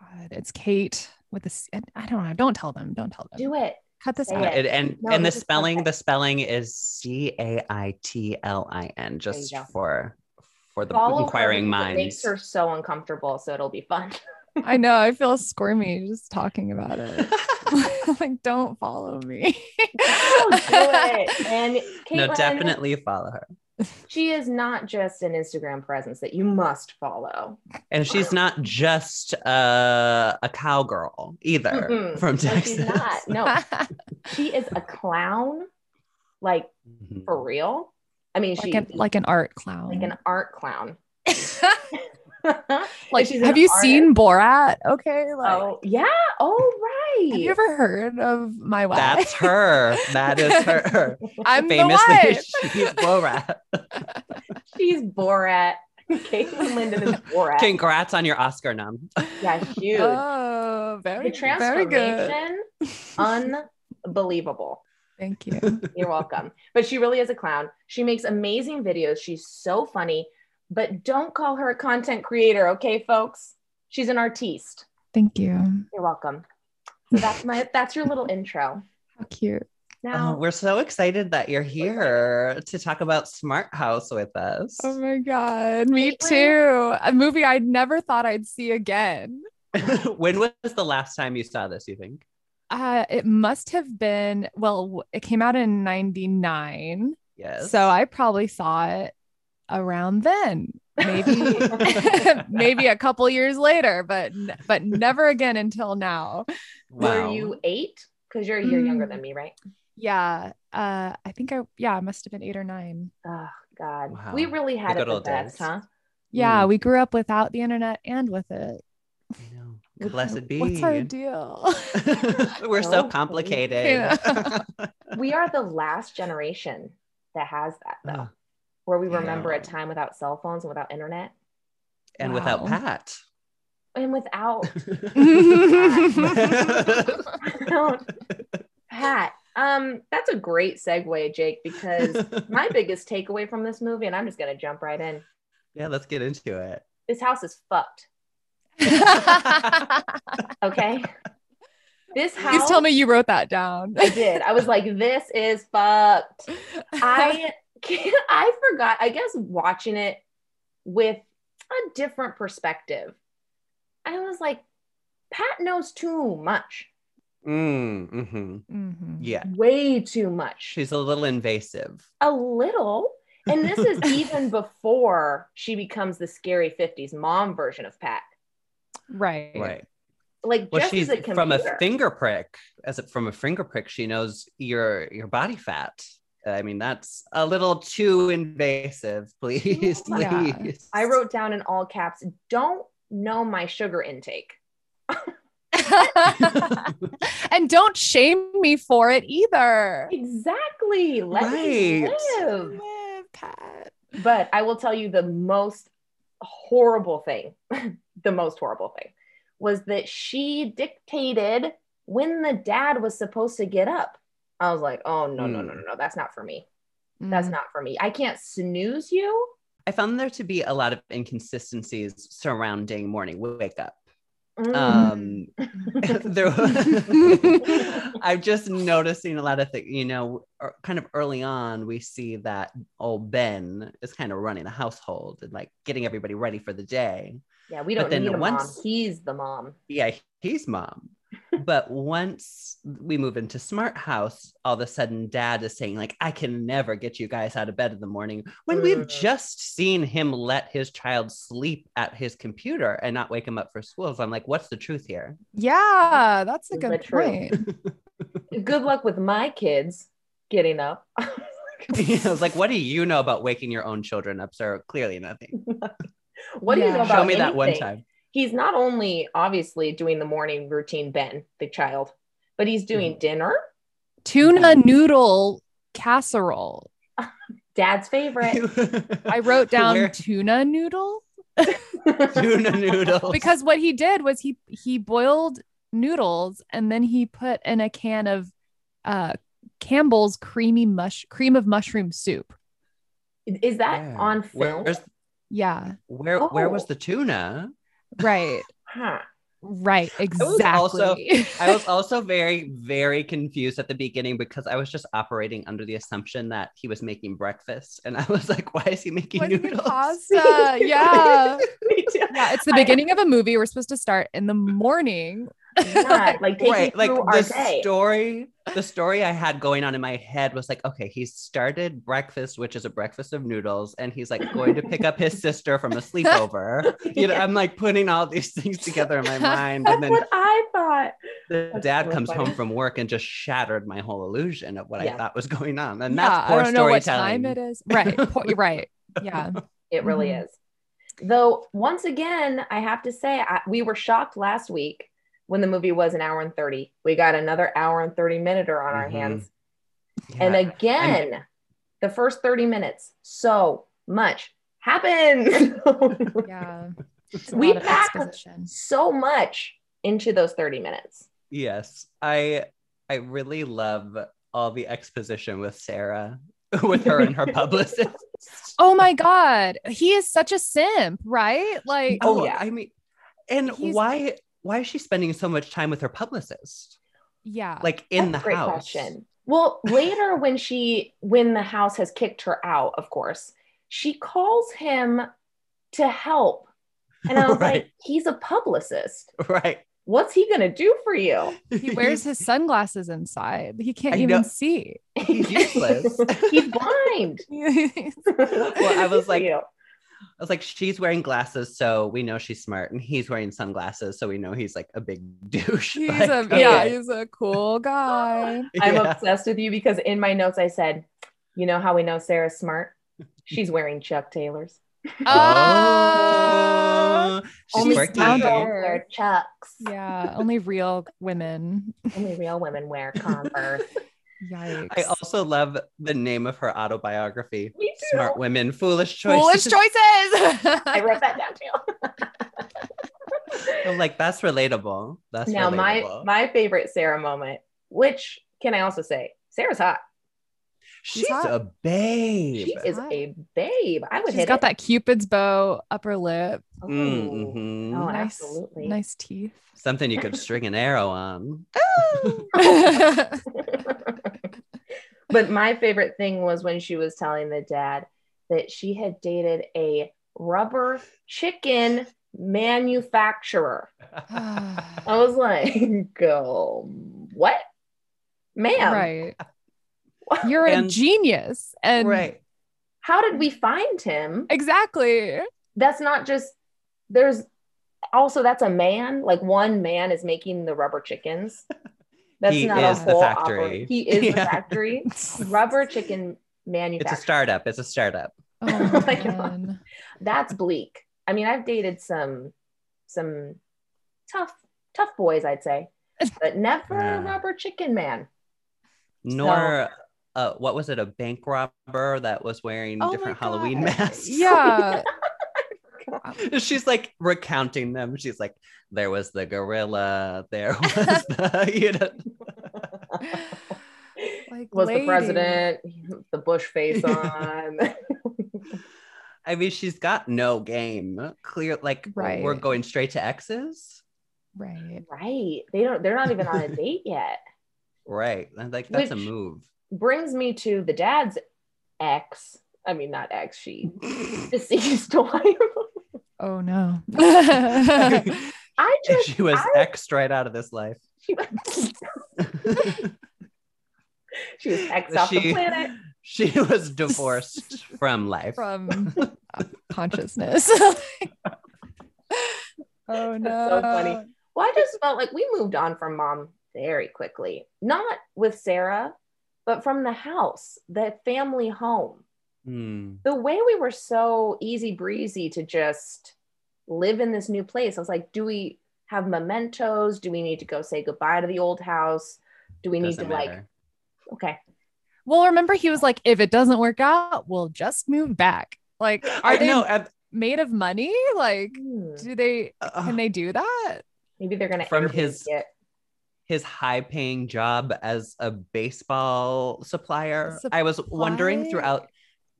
Speaker 4: God, it's Kate with a C. I, I don't know. Don't tell them. Don't tell
Speaker 1: Uh,
Speaker 4: them.
Speaker 2: Do it.
Speaker 4: Cut this
Speaker 2: Say
Speaker 4: out.
Speaker 2: it.
Speaker 1: And and,
Speaker 2: No,
Speaker 1: and the
Speaker 2: this is
Speaker 1: spelling
Speaker 2: perfect.
Speaker 1: the spelling is C A I T L I N
Speaker 2: you
Speaker 1: just
Speaker 2: go.
Speaker 1: for for the
Speaker 2: Follow her
Speaker 1: inquiring
Speaker 2: because It
Speaker 1: minds.
Speaker 2: makes her so uncomfortable, so it'll be fun.
Speaker 4: I know. I feel squirmy just talking about it. like, don't follow me.
Speaker 2: Oh, do it. And Caitlin,
Speaker 1: no, definitely follow her.
Speaker 2: she is not just an Instagram presence that you must follow.
Speaker 1: And she's not just uh, a cowgirl either
Speaker 2: Mm-mm.
Speaker 1: from
Speaker 2: No,
Speaker 1: Texas.
Speaker 2: she's not. No, she is a clown, like
Speaker 1: Mhm.
Speaker 2: Mm-hmm. for real. I mean,
Speaker 4: like
Speaker 2: she
Speaker 4: an, like an art clown.
Speaker 2: like an art clown. Oh,
Speaker 4: Like,
Speaker 2: she's an
Speaker 4: have you
Speaker 2: artist.
Speaker 4: seen Borat? Okay, like,
Speaker 2: Oh yeah. Oh right.
Speaker 4: have you ever heard of my wife?
Speaker 1: That's her. That is her.
Speaker 4: I'm the
Speaker 1: Famously,
Speaker 4: wife.
Speaker 1: she's Borat.
Speaker 2: She's Borat. Caitlin Linden is Borat.
Speaker 1: Congrats on your Oscar nom.
Speaker 2: Yeah, huge.
Speaker 4: Oh, very,
Speaker 2: the
Speaker 4: very good.
Speaker 2: transformation, unbelievable.
Speaker 4: Thank you.
Speaker 2: You're welcome. But she really is a clown. She makes amazing videos. She's so funny. But don't call her a content creator, okay, folks? She's an artiste.
Speaker 4: Thank you.
Speaker 2: You're welcome. So that's my that's your little intro.
Speaker 4: How cute.
Speaker 1: Oh,
Speaker 2: Now
Speaker 1: we're so excited that you're here to talk about Smart House with us.
Speaker 4: Oh my God. Me
Speaker 2: Caitlin.
Speaker 4: too. A movie I never thought I'd see again.
Speaker 1: when was the last time you saw this, you think?
Speaker 4: Uh, it must have been, well, w- it came out in 99.
Speaker 1: Yes.
Speaker 4: So I probably saw it around then. Maybe maybe a couple years later, but n- but never again until now.
Speaker 1: Wow.
Speaker 2: were you eight? Because you're a year younger
Speaker 4: Mm.
Speaker 2: than me, right?
Speaker 4: Yeah. Uh I think I yeah, I must have been 8 or 9.
Speaker 2: Oh God.
Speaker 1: Wow.
Speaker 2: We really had
Speaker 1: The
Speaker 2: it
Speaker 1: good
Speaker 2: the
Speaker 1: old
Speaker 2: best,
Speaker 1: days.
Speaker 2: huh?
Speaker 4: Yeah,
Speaker 1: Mm.
Speaker 4: we grew up without the internet and with it.
Speaker 1: I know.
Speaker 4: What-
Speaker 1: Blessed be.
Speaker 4: What's our deal?
Speaker 1: We're
Speaker 2: So
Speaker 1: so
Speaker 2: funny.
Speaker 1: complicated.
Speaker 4: Yeah.
Speaker 2: We are the last generation that has that though,
Speaker 1: Ugh.
Speaker 2: where we remember a
Speaker 1: Yeah.
Speaker 2: time without cell phones and without internet
Speaker 1: and without
Speaker 4: Wow.
Speaker 1: Pat.
Speaker 2: and without
Speaker 1: Because
Speaker 2: Pat. Um, that's a great segue, Jake, because my biggest takeaway from this movie, and I'm just gonna jump right in.
Speaker 1: yeah, let's get into it.
Speaker 2: This house is fucked. Okay. this house
Speaker 4: Please tell me you wrote that down.
Speaker 2: I did. I was like, this is fucked. I can't, I forgot, I guess watching it with a different perspective. I was like, Pat knows too much.
Speaker 1: Mm, mhm.
Speaker 4: Mhm.
Speaker 1: Yeah,
Speaker 2: Way too much.
Speaker 1: she's a little invasive.
Speaker 2: a little. And this is even before she becomes the scary 50s mom version of Pat.
Speaker 4: Right.
Speaker 1: Right.
Speaker 2: Like
Speaker 1: Well,
Speaker 2: just
Speaker 1: she's
Speaker 2: as a computer.
Speaker 1: from a finger prick. As a, from a finger prick, she knows your your body fat. I mean, that's a little too invasive. Please,
Speaker 2: Oh
Speaker 4: Yeah.
Speaker 1: please.
Speaker 2: I wrote down in all caps, don't know my sugar intake.
Speaker 4: and don't shame me for it either.
Speaker 2: Exactly. Let me
Speaker 1: Right.
Speaker 2: live.
Speaker 4: Live, Pat.
Speaker 2: But I will tell you the most horrible thing, the most horrible thing was that she dictated when the dad was supposed to get up. I was like, oh, no,
Speaker 1: Hmm.
Speaker 2: no, no, no, no. That's not for me. That's
Speaker 4: Mm.
Speaker 2: not for me. I can't snooze you.
Speaker 1: I found there to be a lot of inconsistencies surrounding morning wake up.
Speaker 2: Mm.
Speaker 1: Um, there, wa- I'm just noticing a lot of things. You know, er- kind of early on, we see that old Ben is kind of running the household and like getting everybody ready for the day.
Speaker 2: yeah, we
Speaker 1: but
Speaker 2: don't
Speaker 1: then
Speaker 2: need a
Speaker 1: once-
Speaker 2: mom. He's the mom.
Speaker 1: Yeah, he's mom. but once we move into smart house, all of a sudden dad is saying, like, I can never get you guys out of bed in the morning when we've
Speaker 2: Mm.
Speaker 1: just seen him let his child sleep at his computer and not wake him up for school. So I'm like, what's the truth here?
Speaker 4: Yeah, that's a
Speaker 2: Is
Speaker 4: good
Speaker 2: that true?
Speaker 4: point.
Speaker 2: Good luck with my kids getting up.
Speaker 1: I was like, what do you know about waking your own children up, sir? Clearly nothing.
Speaker 2: what do you
Speaker 4: Yeah.
Speaker 2: know about
Speaker 1: Show me that one
Speaker 2: anything?
Speaker 1: time.
Speaker 2: he's not only obviously doing the morning routine, Ben, the child, but he's doing
Speaker 1: Mm-hmm.
Speaker 2: dinner,
Speaker 4: Tuna noodle casserole.
Speaker 2: dad's favorite.
Speaker 4: I wrote down
Speaker 1: Where-
Speaker 4: tuna noodle
Speaker 1: tuna noodles.
Speaker 4: because what he did was he he boiled noodles and then he put in a can of uh Campbell's creamy mush cream of mushroom soup.
Speaker 2: Is that
Speaker 1: Yeah.
Speaker 2: on film?
Speaker 1: Where's-
Speaker 4: Yeah,
Speaker 1: where where was
Speaker 2: Oh.
Speaker 1: the tuna?
Speaker 4: right.
Speaker 2: Huh.
Speaker 4: Right,
Speaker 1: was
Speaker 4: exactly.
Speaker 1: also- I was also very, very confused at the beginning because I was just operating under the assumption that he was making breakfast. And I was like, why is he making
Speaker 4: Wasn't it
Speaker 1: noodles?
Speaker 4: pasta. Yeah.
Speaker 2: Me too.
Speaker 4: Yeah, it's the
Speaker 2: I-
Speaker 4: beginning of a movie. We're supposed to start in the morning
Speaker 2: Yeah, like taking
Speaker 1: right like
Speaker 2: through our
Speaker 1: the
Speaker 2: day.
Speaker 1: story the story i had going on in my head was like okay he started breakfast which is a breakfast of noodles and he's like going to pick up his sister from a sleepover you know
Speaker 2: Yeah.
Speaker 1: i'm like putting all these things together in my mind and
Speaker 2: That's
Speaker 1: then
Speaker 2: what I thought.
Speaker 1: the
Speaker 2: That's
Speaker 1: dad
Speaker 2: so
Speaker 1: comes
Speaker 2: funny.
Speaker 1: home from work and just shattered my whole illusion of what i
Speaker 2: Yeah.
Speaker 1: thought was going on and
Speaker 4: yeah,
Speaker 1: that's poor
Speaker 4: I don't know what
Speaker 1: storytelling
Speaker 4: time it is. Right. Poor, right. Yeah.
Speaker 2: It really
Speaker 4: Mhm.
Speaker 2: is. Though, once again, I have to say, I, we were shocked last week when the movie was an hour and 30. We got another hour and 30 minute on our
Speaker 1: Mhm.
Speaker 2: hands.
Speaker 1: Yeah.
Speaker 2: And again, the first 30 minutes, so much happened.
Speaker 4: Yeah. It's
Speaker 2: We
Speaker 4: lot of
Speaker 2: packed-
Speaker 4: exposition.
Speaker 2: so much into those 30 minutes.
Speaker 1: Yes, I I really love all the exposition with Sarah, with her and her publicist.
Speaker 4: Oh my God. He is such a simp, right? Like,
Speaker 2: Oh, yeah.
Speaker 1: I mean, and
Speaker 4: He's-
Speaker 1: why why is she spending so much time with her publicist?
Speaker 4: yeah.
Speaker 1: Like in
Speaker 2: That's a
Speaker 1: the
Speaker 2: great
Speaker 1: house.
Speaker 2: question. Well, later when she when the house has kicked her out, of course, she calls him to help. And I was
Speaker 1: Right.
Speaker 2: like, he's a publicist.
Speaker 1: Right.
Speaker 2: What's he gonna do for you?
Speaker 4: he wears his sunglasses inside. He can't
Speaker 1: I
Speaker 4: even
Speaker 1: know.
Speaker 4: see.
Speaker 1: He's useless.
Speaker 2: he's blind.
Speaker 1: Well, I was like-
Speaker 2: You.
Speaker 1: I was like, she's wearing glasses, so we know she's smart, and he's wearing sunglasses, so we know he's like a big douche.
Speaker 4: He's
Speaker 1: Like,
Speaker 4: a
Speaker 1: okay.
Speaker 4: yeah, he's a cool guy.
Speaker 2: I'm
Speaker 1: Yeah.
Speaker 2: obsessed with you because in my notes I said, you know how we know Sarah's smart? She's wearing Chuck Taylors.
Speaker 4: Ah.
Speaker 1: Oh, she's
Speaker 4: Only
Speaker 1: quirky.
Speaker 4: down there.
Speaker 2: girls wear Chucks.
Speaker 4: yeah, only real women.
Speaker 2: Only real women wear Converse.
Speaker 4: Yikes.
Speaker 1: I also love the name of her autobiography.
Speaker 2: Me too.
Speaker 1: Smart women, foolish choices.
Speaker 4: Foolish choices.
Speaker 2: I wrote that down too.
Speaker 1: I'm like that's relatable. That's
Speaker 2: now my
Speaker 1: relatable.
Speaker 2: my favorite Sarah moment, which can I also say, Sarah's hot.
Speaker 1: she's
Speaker 4: hot.
Speaker 1: a babe.
Speaker 2: She is
Speaker 4: hot.
Speaker 2: a babe. I would
Speaker 4: She's
Speaker 2: hit
Speaker 4: got
Speaker 2: it.
Speaker 4: that Cupid's bow upper lip.
Speaker 2: Oh,
Speaker 1: Mm, mhm.
Speaker 2: Oh,
Speaker 4: nice,
Speaker 2: absolutely.
Speaker 4: nice teeth.
Speaker 1: Something you could string an arrow on.
Speaker 2: but my favorite thing was when she was telling the dad that she had dated a rubber chicken manufacturer.
Speaker 4: Ah.
Speaker 2: I was like, go what? Ma'am,
Speaker 4: right. You're a
Speaker 1: And-
Speaker 4: genius. And
Speaker 1: right.
Speaker 2: how did we find him?
Speaker 4: exactly.
Speaker 2: that's not just there's also that's a man like one man is making the rubber chickens that's
Speaker 1: He
Speaker 2: not
Speaker 4: is
Speaker 2: a
Speaker 4: the
Speaker 2: whole
Speaker 1: factory.
Speaker 2: operation. he is the
Speaker 1: Yeah.
Speaker 2: factory rubber chicken
Speaker 1: It's a
Speaker 2: manufacturer
Speaker 1: startup. It's a startup.
Speaker 4: Oh,
Speaker 2: my God.
Speaker 4: man.
Speaker 2: that's bleak i mean i've dated some some tough tough boys i'd say but never a
Speaker 1: Yeah.
Speaker 2: rubber chicken man
Speaker 1: Nor uh, what was it? A bank robber that was wearing
Speaker 4: Oh my
Speaker 1: different Halloween
Speaker 4: God.
Speaker 1: masks.
Speaker 4: Yeah.
Speaker 1: She's like recounting them. She's like, there was the gorilla. There was the you know.
Speaker 4: Like
Speaker 2: was
Speaker 4: lady.
Speaker 2: the president the bush face on
Speaker 1: I mean, she's got no game. Clear, like we're
Speaker 4: Right.
Speaker 1: going straight to exes.
Speaker 4: Right.
Speaker 2: right they don't they're not even on a date yet
Speaker 1: Right. And, Like that's
Speaker 2: Which-
Speaker 1: a move.
Speaker 2: brings me to the dad's ex. I mean, not ex, she deceased wife.
Speaker 4: Oh no.
Speaker 2: I
Speaker 1: If
Speaker 2: just
Speaker 1: she was
Speaker 2: I-
Speaker 1: X right out of this life.
Speaker 2: she, she was ex off the
Speaker 1: She-
Speaker 2: planet.
Speaker 1: She was divorced from life.
Speaker 4: From uh, consciousness. oh no.
Speaker 2: so funny. Well, I just felt like we moved on from mom very quickly. Not with Sarah, but from the house, the family home.
Speaker 1: Hmm.
Speaker 2: The way we were so easy breezy to just live in this new place. I was like, do we have mementos? Do we need to go say goodbye to the old house? Do we need
Speaker 1: Doesn't
Speaker 2: to like
Speaker 1: matter.
Speaker 2: okay
Speaker 4: Well, remember he was like, if it doesn't work out, we'll just move back. Like, are
Speaker 1: I
Speaker 4: they
Speaker 1: know. and-
Speaker 4: made of money? Like,
Speaker 2: Hmm.
Speaker 4: do they
Speaker 1: uh,
Speaker 4: can they do that?
Speaker 2: maybe they're gonna
Speaker 1: From
Speaker 2: edit
Speaker 1: his-
Speaker 2: it.
Speaker 1: his high paying job as a baseball supplier. I was wondering
Speaker 4: Supply?
Speaker 1: throughout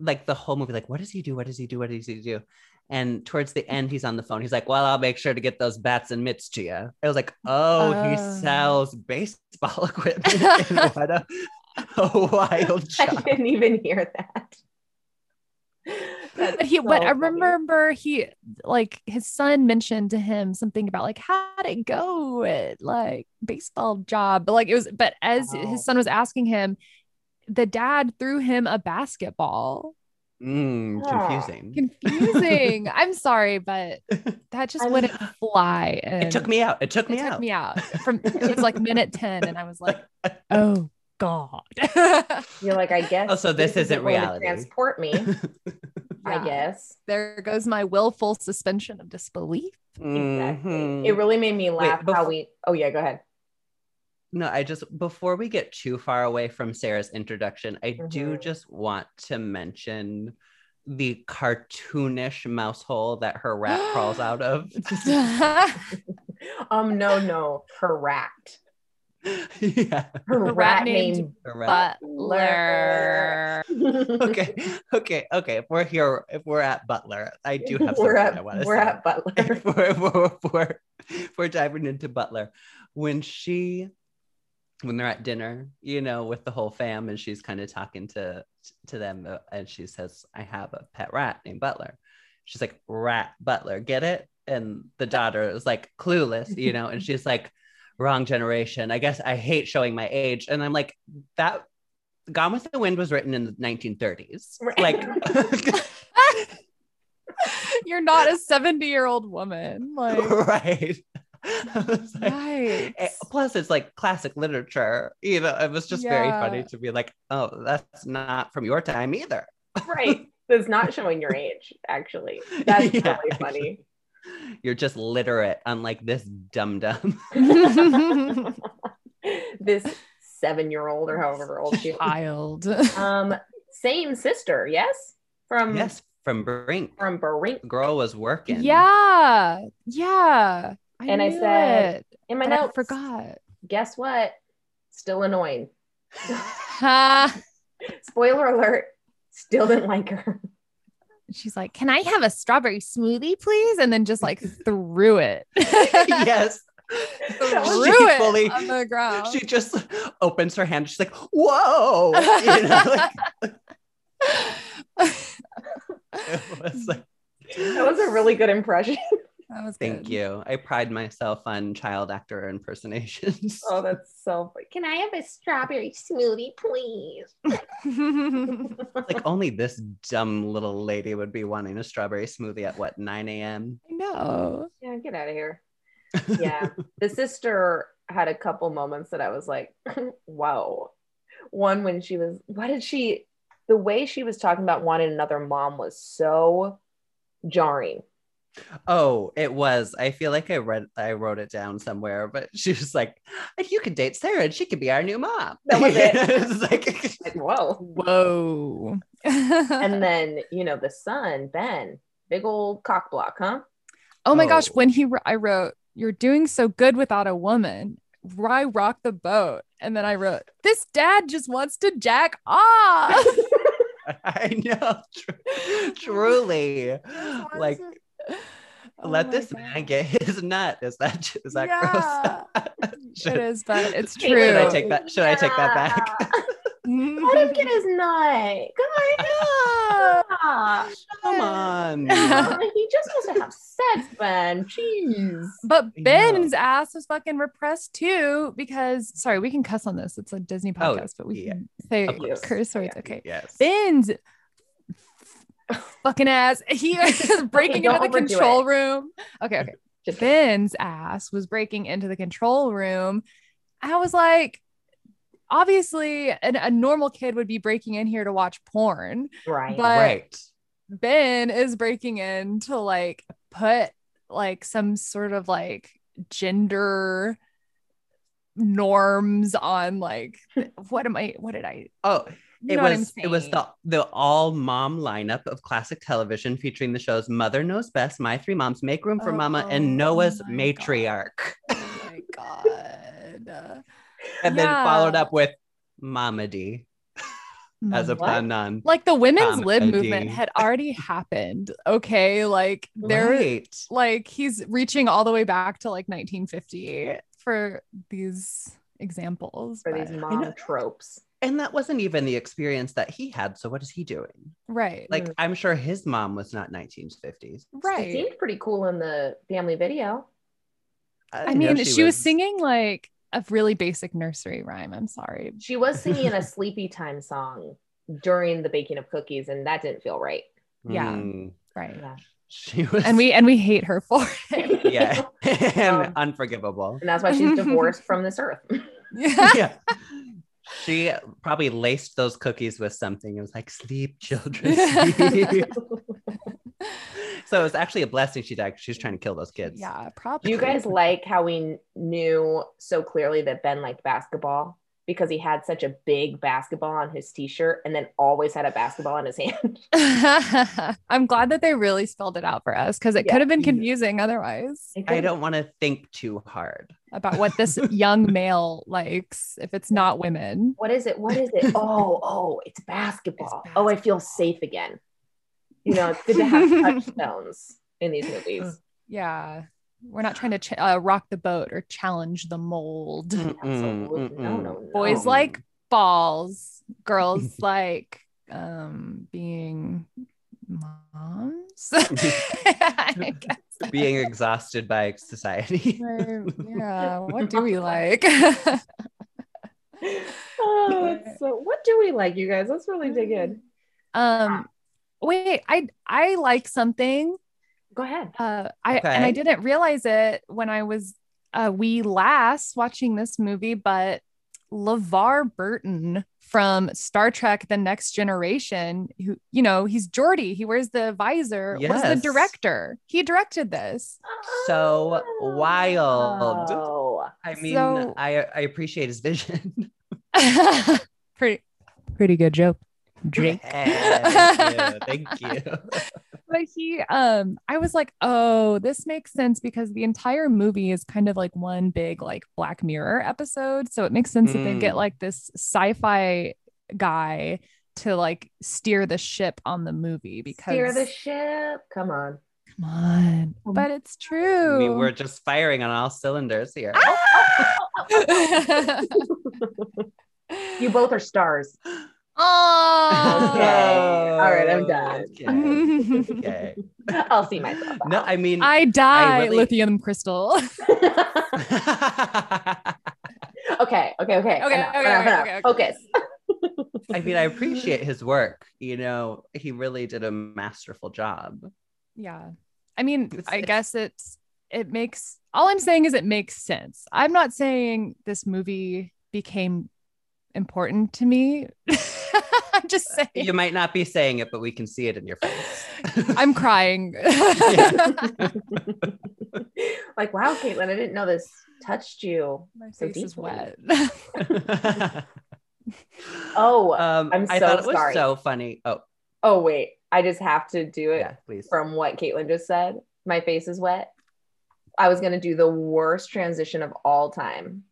Speaker 1: like the whole movie, like, what does he do? What does he do? What does he do? And towards the end, he's on the phone. He's like, Well, I'll make sure to get those bats and mitts to you. I was like, Oh, he
Speaker 4: Oh.
Speaker 1: sells baseball equipment. And what a, a wild
Speaker 2: I
Speaker 1: job.
Speaker 2: didn't even hear that.
Speaker 4: but he
Speaker 2: so
Speaker 4: but i
Speaker 2: funny.
Speaker 4: remember he like his son mentioned to him something about like how'd it go at like baseball job but like it was but as
Speaker 2: Wow.
Speaker 4: his son was asking him the dad threw him a basketball
Speaker 1: Mm,
Speaker 2: Aw.
Speaker 1: confusing.
Speaker 4: confusing i'm sorry but that just
Speaker 2: I'm-
Speaker 4: wouldn't fly and
Speaker 1: It took me out. It took
Speaker 4: it
Speaker 1: me
Speaker 4: took
Speaker 1: out.
Speaker 4: me out from it was like minute 10 and i was like oh god Yeah.
Speaker 2: You're like, I guess.
Speaker 1: Oh, so this isn't
Speaker 2: going to
Speaker 1: reality.
Speaker 2: Transport me, I guess.
Speaker 4: there goes my willful suspension of disbelief
Speaker 2: Exactly.
Speaker 1: Mhm.
Speaker 2: It really made me laugh
Speaker 1: bef-
Speaker 2: how we. Oh yeah, go ahead.
Speaker 1: No, I just before we get too far away from Sarah's introduction, I do
Speaker 2: Mhm.
Speaker 1: just want to mention the cartoonish mouse hole that her rat crawls out of.
Speaker 4: her
Speaker 2: Um, no, no, her rat.
Speaker 1: yeah,
Speaker 2: Her
Speaker 4: rat
Speaker 2: rat,
Speaker 4: named
Speaker 2: named.
Speaker 1: her rat.
Speaker 4: butler
Speaker 1: okay, okay, okay. If we're here, if we're at Butler, I do have something
Speaker 2: we're
Speaker 1: I
Speaker 2: at,
Speaker 1: want to
Speaker 2: we're
Speaker 1: say.
Speaker 2: at Butler.
Speaker 1: if we're, if we're, if we're- if we're diving into Butler, when she, when they're at dinner, you know, with the whole fam, and she's kind of talking to to them, uh, and she says, "I have a pet rat named Butler." She's like, "Rat Butler, get it?" And the daughter is like, clueless, you know, and she's like, "Wrong generation. I guess I hate showing my age." And I'm like, that. Gone with the Wind was written in the 1930s.
Speaker 2: Right.
Speaker 1: Like,
Speaker 4: you're not a 70 year old woman like
Speaker 1: right. I was like,
Speaker 4: Yikes.
Speaker 1: eh, plus, it's like classic literature. You know, it was just very funny
Speaker 4: Yeah.
Speaker 1: to be like, oh, that's not from your time either.
Speaker 2: right. That's not showing your age, actually. That's
Speaker 1: Yeah,
Speaker 2: really funny.
Speaker 1: You're just literate, unlike this dum dum.
Speaker 2: this seven year old or however old she is.
Speaker 4: child
Speaker 2: Um, same sister, yes? From
Speaker 1: yes, from Brink.
Speaker 2: from Brink.
Speaker 1: Girl was working.
Speaker 4: yeah yeah
Speaker 2: And I
Speaker 4: knew
Speaker 2: said,
Speaker 4: it,
Speaker 2: In my
Speaker 4: but I
Speaker 2: notes,
Speaker 4: forgot
Speaker 2: guess what? Still annoying.
Speaker 4: Ha.
Speaker 2: Spoiler alert, still didn't like her.
Speaker 4: she's like can i have a strawberry smoothie please and then just like threw it
Speaker 1: yes.
Speaker 4: threw
Speaker 1: She
Speaker 4: it
Speaker 1: fully-
Speaker 4: on the
Speaker 2: Oh.
Speaker 4: ground
Speaker 1: She just opens her hand. She's like, whoa. You know, like, it was like,
Speaker 2: That was a really good impression.
Speaker 4: that was
Speaker 1: Thank
Speaker 4: good.
Speaker 1: you. I pride myself on child actor impersonations.
Speaker 2: Oh, that's so funny. Can I have a strawberry smoothie, please?
Speaker 1: like only this dumb little lady would be wanting a strawberry smoothie at what 9 a.m
Speaker 4: I know.
Speaker 2: Yeah, get out of here. Yeah. the sister had a couple moments that I was like, whoa. One when she was, why did she, the way she was talking about wanting another mom was so jarring.
Speaker 1: oh it was i feel like i read i wrote it down somewhere but she was like you could date sarah and she could be our new mom
Speaker 2: That was it.
Speaker 1: It's like
Speaker 2: Like, whoa.
Speaker 4: Whoa.
Speaker 2: And then, you know, the son, Ben, big old cock block, huh?
Speaker 4: oh my gosh,
Speaker 1: Oh.
Speaker 4: when he wr- I wrote, "You're doing so good without a woman." Why rock the boat? And then I wrote, "This dad just wants to jack off."
Speaker 1: i know tru- truly like
Speaker 4: Oh
Speaker 1: let
Speaker 4: my
Speaker 1: this
Speaker 4: gosh.
Speaker 1: man get his nut is that is that
Speaker 4: yeah,
Speaker 1: gross
Speaker 4: it
Speaker 1: should,
Speaker 4: is, but it's
Speaker 2: Caitlin,
Speaker 4: true. Mhm.
Speaker 1: should i
Speaker 2: I
Speaker 1: take that should i take that back
Speaker 2: Let him get his nut. Come
Speaker 4: Yeah.
Speaker 2: on.
Speaker 1: come on
Speaker 2: he just wants to have sex, Ben. Jeez.
Speaker 4: But
Speaker 1: I
Speaker 4: Ben's ass was fucking repressed too because sorry, we can cuss on this. It's a Disney
Speaker 1: Oh,
Speaker 4: podcast, but we
Speaker 1: yeah.
Speaker 4: can say
Speaker 1: Of course.
Speaker 4: curse words.
Speaker 2: Yeah.
Speaker 4: Okay.
Speaker 1: yes
Speaker 4: Ben's fucking ass. He is breaking
Speaker 2: don't
Speaker 4: into the
Speaker 2: overdo
Speaker 4: control room. Okay, okay.
Speaker 2: Just-
Speaker 4: Ben's ass was breaking into the control room. I was like, obviously, an, a normal kid would be breaking in here to watch porn.
Speaker 2: Right.
Speaker 4: But-
Speaker 1: right
Speaker 4: Ben is breaking in to like put like some sort of like gender norms on like what am I what did I
Speaker 1: oh
Speaker 4: you
Speaker 1: It
Speaker 4: know what I'm
Speaker 1: was it was
Speaker 4: saying.
Speaker 1: the the all mom lineup of classic television featuring the shows Mother Knows Best, My Three Moms, Make Room for Mama,
Speaker 4: Oh
Speaker 1: and Noah's
Speaker 4: my
Speaker 1: Matriarch,
Speaker 4: Oh my god. Uh,
Speaker 1: and then followed
Speaker 4: Yeah.
Speaker 1: up with Mamadi as a
Speaker 4: my-
Speaker 1: plan nun.
Speaker 4: like the women's lib
Speaker 1: comedy.
Speaker 4: movement had already happened. Okay. Like there
Speaker 1: right.
Speaker 4: like he's reaching all the way back to like 1950 for these examples.
Speaker 2: for these
Speaker 4: but-
Speaker 1: I know.
Speaker 2: mom tropes.
Speaker 1: And that wasn't even the experience that he had. So what is he doing?
Speaker 4: Right.
Speaker 1: Like,
Speaker 2: Mm.
Speaker 1: I'm sure his mom was not 1950s.
Speaker 2: She
Speaker 4: right.
Speaker 2: seemed pretty cool in the family video.
Speaker 4: I
Speaker 1: didn't know
Speaker 4: mean, she, was, singing like a really basic nursery rhyme. I'm sorry.
Speaker 2: She was singing a sleepy time song during the baking of cookies, and that didn't feel right.
Speaker 4: yeah.
Speaker 1: Mm,
Speaker 4: Right.
Speaker 2: Yeah.
Speaker 1: she was.
Speaker 4: And we and we hate her for it.
Speaker 1: yeah, and
Speaker 2: Um,
Speaker 1: unforgivable.
Speaker 2: And that's why she's divorced from this earth.
Speaker 4: yeah.
Speaker 1: yeah. She probably laced those cookies with something. It was like, sleep, children, sleep. so it was actually a blessing she died. 'cause She was trying to kill those kids.
Speaker 4: Yeah, probably.
Speaker 2: Do you guys like how we knew so clearly that Ben liked basketball? Because he had such a big basketball on his t shirt and then always had a basketball in his hand.
Speaker 4: I'm glad that they really spelled it out for us because it
Speaker 2: Yeah.
Speaker 4: could have been
Speaker 1: Yeah.
Speaker 4: confusing otherwise
Speaker 1: I don't want to think too hard.
Speaker 4: about what this young male likes if it's not women.
Speaker 2: What is it? What is it? Oh, oh, it's basketball. Oh, I feel safe again. You know, it's good to have touchstones in these
Speaker 1: Mm,
Speaker 2: movies.
Speaker 4: Yeah. We're not trying to ch- uh, rock the boat or challenge the mold.
Speaker 1: mm,
Speaker 2: Absolutely. Mm, No, no, no.
Speaker 4: Boys like balls, girls like um, being moms. I guess.
Speaker 1: being exhausted by society.
Speaker 4: Or, yeah. What do we like?
Speaker 2: oh, it's so, what do we like, you guys? Let's really dig in.
Speaker 4: um, wait, I I like something
Speaker 2: Go ahead.
Speaker 4: Uh, I and I
Speaker 1: Okay.
Speaker 4: didn't realize it when I was uh, we last watching this movie, but LeVar Burton from Star Trek: The Next Generation, who you know he's Geordi, he wears the visor, was
Speaker 1: Yes.
Speaker 4: the director. He directed this.
Speaker 1: So wild.
Speaker 2: Oh.
Speaker 1: I mean,
Speaker 4: So-
Speaker 1: I, I appreciate his vision.
Speaker 4: pretty, pretty good joke, Jake.
Speaker 1: Hey, Thank you. Thank you.
Speaker 4: but he um i was like oh this makes sense because the entire movie is kind of like one big like black mirror episode so it makes sense that they
Speaker 1: Mm.
Speaker 4: get like this sci-fi guy to like steer the ship on the movie because
Speaker 2: Steer the Oh ship. Come on.
Speaker 4: come on but it's true
Speaker 1: We were just firing on all cylinders here.
Speaker 2: You both are stars.
Speaker 4: oh
Speaker 2: Okay. All right, I'm done.
Speaker 1: Okay. okay.
Speaker 2: I'll see myself.
Speaker 1: No, I mean,
Speaker 4: i die
Speaker 1: I really-
Speaker 4: lithium crystal okay
Speaker 1: I
Speaker 2: okay, okay, okay. Okay,
Speaker 4: okay,
Speaker 2: enough,
Speaker 4: okay,
Speaker 2: enough, enough.
Speaker 4: okay, okay.
Speaker 2: Uh-huh. Focus.
Speaker 1: mean, I appreciate his work. You know, he really did a masterful job.
Speaker 4: Yeah. I mean,
Speaker 1: It's-
Speaker 4: I
Speaker 1: it's-
Speaker 4: guess it's it makes all I'm saying is it makes sense. I'm not saying this movie became important to me. I'm just saying
Speaker 1: You might not be saying it, but we can see it in your face.
Speaker 4: I'm crying.
Speaker 2: Like, wow, Caitlin, I didn't know this touched you.
Speaker 4: My
Speaker 2: So
Speaker 4: face is
Speaker 2: deeply.
Speaker 4: wet.
Speaker 2: Oh,
Speaker 1: um,
Speaker 2: I'm
Speaker 1: I
Speaker 2: so
Speaker 1: thought it was
Speaker 2: sorry.
Speaker 1: so funny. Oh,
Speaker 2: oh, wait. I just have to do it
Speaker 1: yeah, please.
Speaker 2: from what Caitlin just said. My face is wet. I was going to do the worst transition of all time.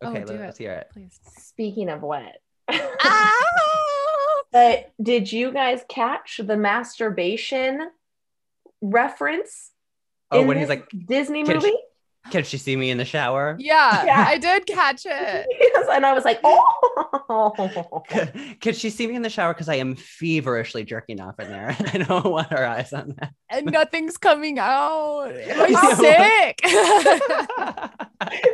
Speaker 4: Oh,
Speaker 1: Okay,
Speaker 4: do
Speaker 1: let's hear it.
Speaker 4: Please.
Speaker 2: Speaking of wet.
Speaker 4: Ah!
Speaker 2: But did you guys catch the masturbation reference?
Speaker 1: Oh,
Speaker 2: in
Speaker 1: when he's
Speaker 2: this
Speaker 1: like,
Speaker 2: Disney
Speaker 1: "Can she-
Speaker 2: movie?
Speaker 1: can she see me in the shower?
Speaker 4: Yeah,
Speaker 2: Yeah.
Speaker 4: I did catch it.
Speaker 2: Yes, and I was like, oh.
Speaker 1: Could she see me in the shower? Because I am feverishly jerking off in there. I don't want her eyes on
Speaker 4: And nothing's coming out. Am
Speaker 1: Oh.
Speaker 4: I
Speaker 1: that.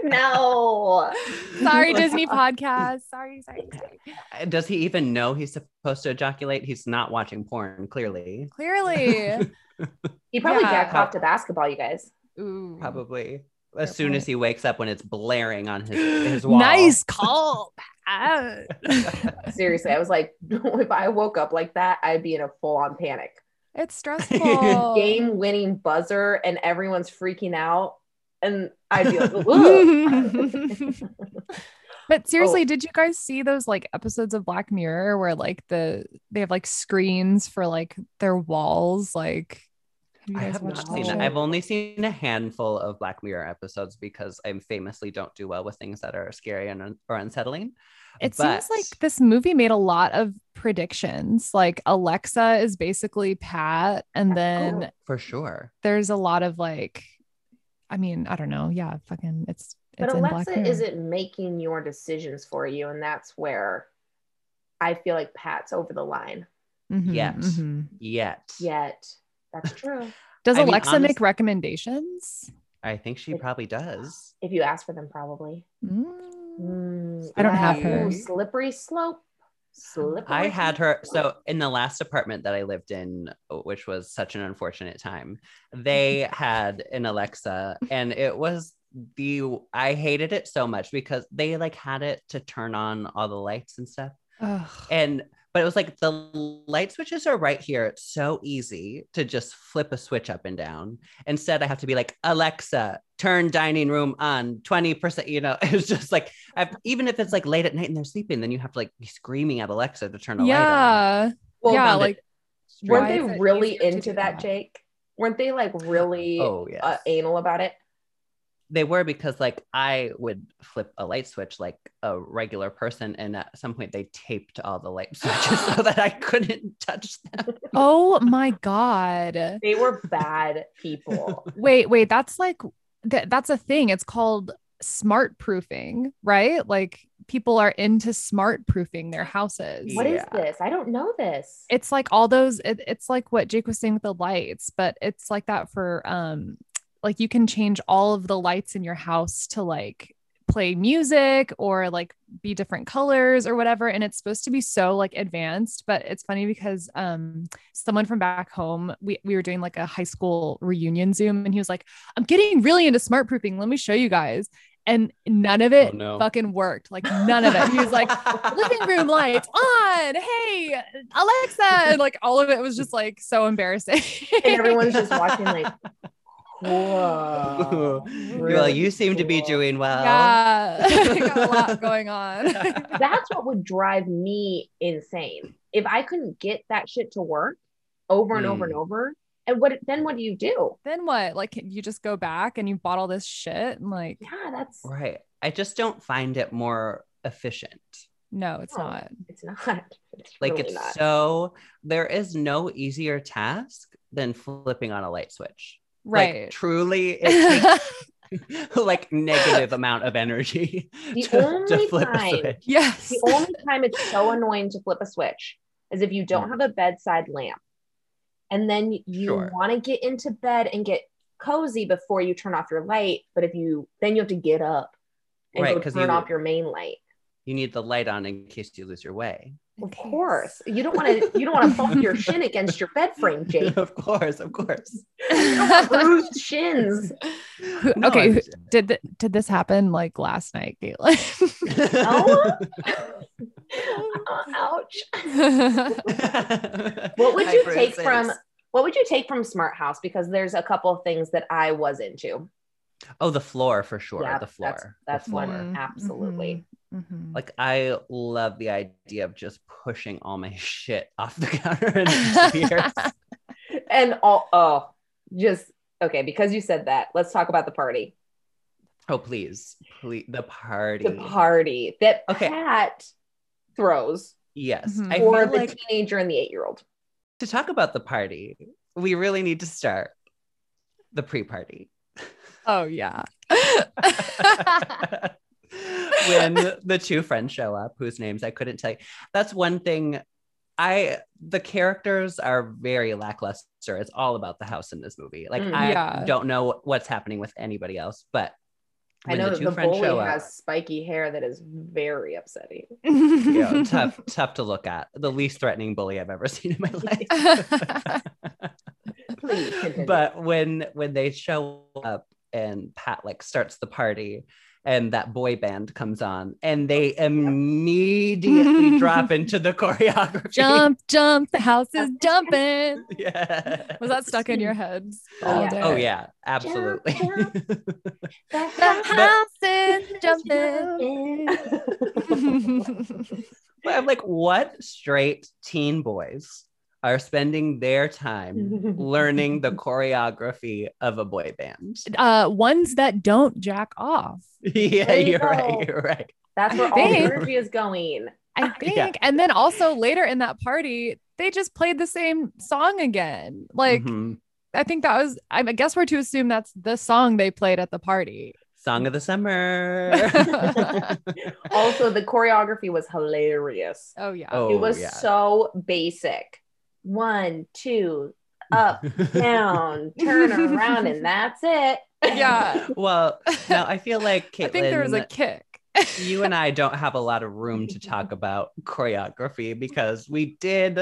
Speaker 2: no.
Speaker 4: sick? sorry, Disney podcast. Sorry, sorry, sorry.
Speaker 1: Does he even know he's supposed to ejaculate? He's not watching porn, clearly.
Speaker 4: Clearly.
Speaker 2: He probably
Speaker 4: Yeah.
Speaker 2: jacked off to basketball, you guys.
Speaker 4: Ooh.
Speaker 1: Mm. Probably. As
Speaker 4: Fair
Speaker 1: soon
Speaker 4: point.
Speaker 1: as he wakes up when it's blaring on his, his wall.
Speaker 4: Nice call. Pat.
Speaker 2: Seriously, I was like, if I woke up like that, I'd be in a full on panic.
Speaker 4: it's stressful.
Speaker 2: Game winning buzzer, and everyone's freaking out. And I'd be like, "Ugh." Oh.
Speaker 4: but seriously, did you guys see those like episodes of Black Mirror where like the they have like screens for like their walls? Like, have you
Speaker 1: I
Speaker 4: guys
Speaker 1: have not
Speaker 4: watched
Speaker 1: seen
Speaker 4: that?
Speaker 1: that. I've only seen a handful of Black Mirror episodes because I famously don't do well with things that are scary and un- or unsettling.
Speaker 4: It seems
Speaker 1: but-
Speaker 4: like this movie made a lot of predictions. Like Alexa is basically Pat, and then
Speaker 2: Oh.
Speaker 1: For sure.
Speaker 4: there's a lot of like, I mean, I don't know. Yeah, fucking, it's
Speaker 2: but
Speaker 4: it's in Black
Speaker 2: Alexa
Speaker 4: Mirror.
Speaker 2: isn't making your decisions for you. And that's where I feel like Pat's over the line
Speaker 4: Mhm,
Speaker 1: Yes.
Speaker 4: mhm.
Speaker 1: Yet.
Speaker 2: yet. That's true.
Speaker 4: Does
Speaker 1: I mean,
Speaker 4: Alexa make
Speaker 1: honest-
Speaker 4: recommendations?
Speaker 1: I think she probably does.
Speaker 2: if you ask for them, probably.
Speaker 4: Mm.
Speaker 2: Mm,
Speaker 4: I don't have
Speaker 2: yeah.
Speaker 4: her.
Speaker 2: Ooh, slippery slope. Slippery.
Speaker 1: I had her. So
Speaker 2: slope.
Speaker 1: in the last apartment that I lived in, oh, which was such an unfortunate time, they had an Alexa, and it was the I hated it so much because they like had it to turn on all the lights and stuff,
Speaker 4: Ugh.
Speaker 1: and but it was like the light switches are right here. It's so easy to just flip a switch up and down. Instead, I have to be like Alexa, turn dining room on twenty percent. You know, it's just like I've, even if it's like late at night and they're sleeping, then you have to like be screaming at Alexa to turn a light on.
Speaker 4: yeah.
Speaker 2: Well,
Speaker 4: yeah.
Speaker 1: found it
Speaker 4: Like,
Speaker 2: weren't
Speaker 4: Why
Speaker 2: they
Speaker 4: is it
Speaker 2: really
Speaker 4: easier to
Speaker 2: into
Speaker 4: do
Speaker 2: that,
Speaker 4: that?
Speaker 2: Jake? Weren't they like really
Speaker 1: oh yes
Speaker 2: uh, anal about it?
Speaker 1: they were because like i would flip a light switch like a regular person and at some point they taped all the light switches so that i couldn't touch them
Speaker 4: oh my God.
Speaker 2: They were bad people.
Speaker 4: Wait, wait. That's like, that, that's a thing. It's called smart proofing, right? Like, people are into smart proofing their houses.
Speaker 2: What is
Speaker 1: Yeah.
Speaker 2: this? I don't know this.
Speaker 4: it's like all those it, it's like what jake was saying with the lights but it's like that for um like you can change all of the lights in your house to like play music or like be different colors or whatever and it's supposed to be so like advanced but it's funny because um someone from back home we, we were doing like a high school reunion zoom and he was like i'm getting really into smart proofing let me show you guys and none of it
Speaker 1: no.
Speaker 4: fucking worked like none of it he was like living room lights on. Hey, Alexa. And like all of it was just like so embarrassing.
Speaker 2: and everyone's just watching like, whoa.
Speaker 1: well you seem to be
Speaker 2: cool.
Speaker 1: doing well
Speaker 4: yeah. Got a lot going on.
Speaker 2: That's what would drive me insane. If I couldn't get that shit to work over and over and
Speaker 1: Mm.
Speaker 2: over, and what then what do you do?
Speaker 4: then what? Like you just go back and you bottle this shit and like,
Speaker 2: Yeah, that's
Speaker 1: right i just don't find it more efficient
Speaker 4: no, it's
Speaker 2: No.
Speaker 4: not.
Speaker 2: it's not. It's
Speaker 1: like
Speaker 2: really
Speaker 1: it's
Speaker 2: not.
Speaker 1: so there is no easier task than flipping on a light switch Like,
Speaker 4: Right.
Speaker 1: truly it takes like negative amount of energy
Speaker 2: The
Speaker 1: to, to
Speaker 2: only
Speaker 1: flip a
Speaker 2: time-
Speaker 1: switch.
Speaker 4: yes.
Speaker 2: The only time it's so annoying to flip a switch is if you don't have a bedside lamp. And then you
Speaker 1: Mm. Sure.
Speaker 2: want to get into bed and get cozy before you turn off your light. But if you then you have to get up and
Speaker 1: Right,
Speaker 2: go
Speaker 1: 'cause
Speaker 2: turn
Speaker 1: you-
Speaker 2: off your main light.
Speaker 1: You need the light on in case you lose your way.
Speaker 2: Of course. You don't want to you don't want to bump your shin against your bed frame, Jake.
Speaker 1: of course, of course.
Speaker 2: Bruised shins.
Speaker 4: Who-
Speaker 1: No,
Speaker 4: okay,
Speaker 1: I'm
Speaker 4: who-
Speaker 1: just-
Speaker 4: did th- did this happen like last night, Caitlin?
Speaker 2: Oh. Uh, Ouch. What would
Speaker 1: My
Speaker 2: you take
Speaker 1: bruises.
Speaker 2: from what would you take from Smart House? Because there's a couple of things that I was into.
Speaker 1: Oh, the floor for sure.
Speaker 2: Yeah,
Speaker 1: the
Speaker 2: that's-
Speaker 1: floor. The
Speaker 2: that's one.
Speaker 4: Mm-hmm.
Speaker 1: floor.
Speaker 2: absolutely.
Speaker 4: Mhm, mhm.
Speaker 1: Like I love the idea of just pushing all my shit off the counter and disappears.
Speaker 2: And all oh just okay, because you said that, let's talk about the party.
Speaker 1: oh, please, please, the party.
Speaker 2: The party that
Speaker 1: Okay.
Speaker 2: Pat throws
Speaker 1: yes,
Speaker 4: Mhm.
Speaker 1: I
Speaker 2: for
Speaker 1: feel
Speaker 2: the
Speaker 1: mm-hmm. like
Speaker 2: teenager and the eight-year-old.
Speaker 1: to talk about the party, we really need to start the pre-party.
Speaker 4: Oh yeah.
Speaker 1: when the two friends show up whose names I couldn't tell you. That's one thing I the characters are very lackluster. It's all about the house in this movie. Like
Speaker 2: Mm.
Speaker 1: I
Speaker 4: Yeah.
Speaker 1: don't know what's happening with anybody else, but
Speaker 2: I
Speaker 1: when
Speaker 2: know
Speaker 1: the
Speaker 2: that
Speaker 1: two
Speaker 2: the
Speaker 1: friends
Speaker 2: bully
Speaker 1: show
Speaker 2: has
Speaker 1: up,
Speaker 2: spiky hair that is very upsetting.
Speaker 1: you know, tough, tough to look at. The least threatening bully I've ever seen in my life.
Speaker 2: Please continue.
Speaker 1: but when when they show up and pat like starts the party and that boy band comes on and they
Speaker 2: Oh,
Speaker 1: immediately drop into the choreography
Speaker 4: jump, jump, the house is jumping.
Speaker 1: yeah
Speaker 4: Was that stuck in your heads?
Speaker 2: Oh,
Speaker 4: all
Speaker 2: yeah.
Speaker 4: day?
Speaker 1: oh yeah absolutely
Speaker 2: Jump, The
Speaker 4: The
Speaker 2: house
Speaker 4: house is
Speaker 2: is
Speaker 4: jumping.
Speaker 1: but i'm like what straight teen boys are spending their time learning the choreography of a boy band
Speaker 4: uh, ones that don't jack off,
Speaker 1: yeah
Speaker 2: There you
Speaker 1: you're
Speaker 2: go.
Speaker 1: right you're right
Speaker 2: That's where all the
Speaker 4: Thanks.
Speaker 2: energy is going.
Speaker 4: I think.
Speaker 1: Yeah.
Speaker 4: And then also later in that party, they just played the same song again. Like
Speaker 1: Mhm.
Speaker 4: I think that was. I guess we're to assume that's the song they played at the party. Oh,
Speaker 1: Song of the summer.
Speaker 2: also, the choreography was hilarious.
Speaker 4: oh yeah.
Speaker 1: oh,
Speaker 2: it was
Speaker 1: yeah.
Speaker 2: so basic. One, two, up, down, turn around, and that's it.
Speaker 4: Yeah.
Speaker 1: well, now I feel like Caitlin,
Speaker 4: I think there was a kick.
Speaker 1: you and I don't have a lot of room to talk about choreography because we did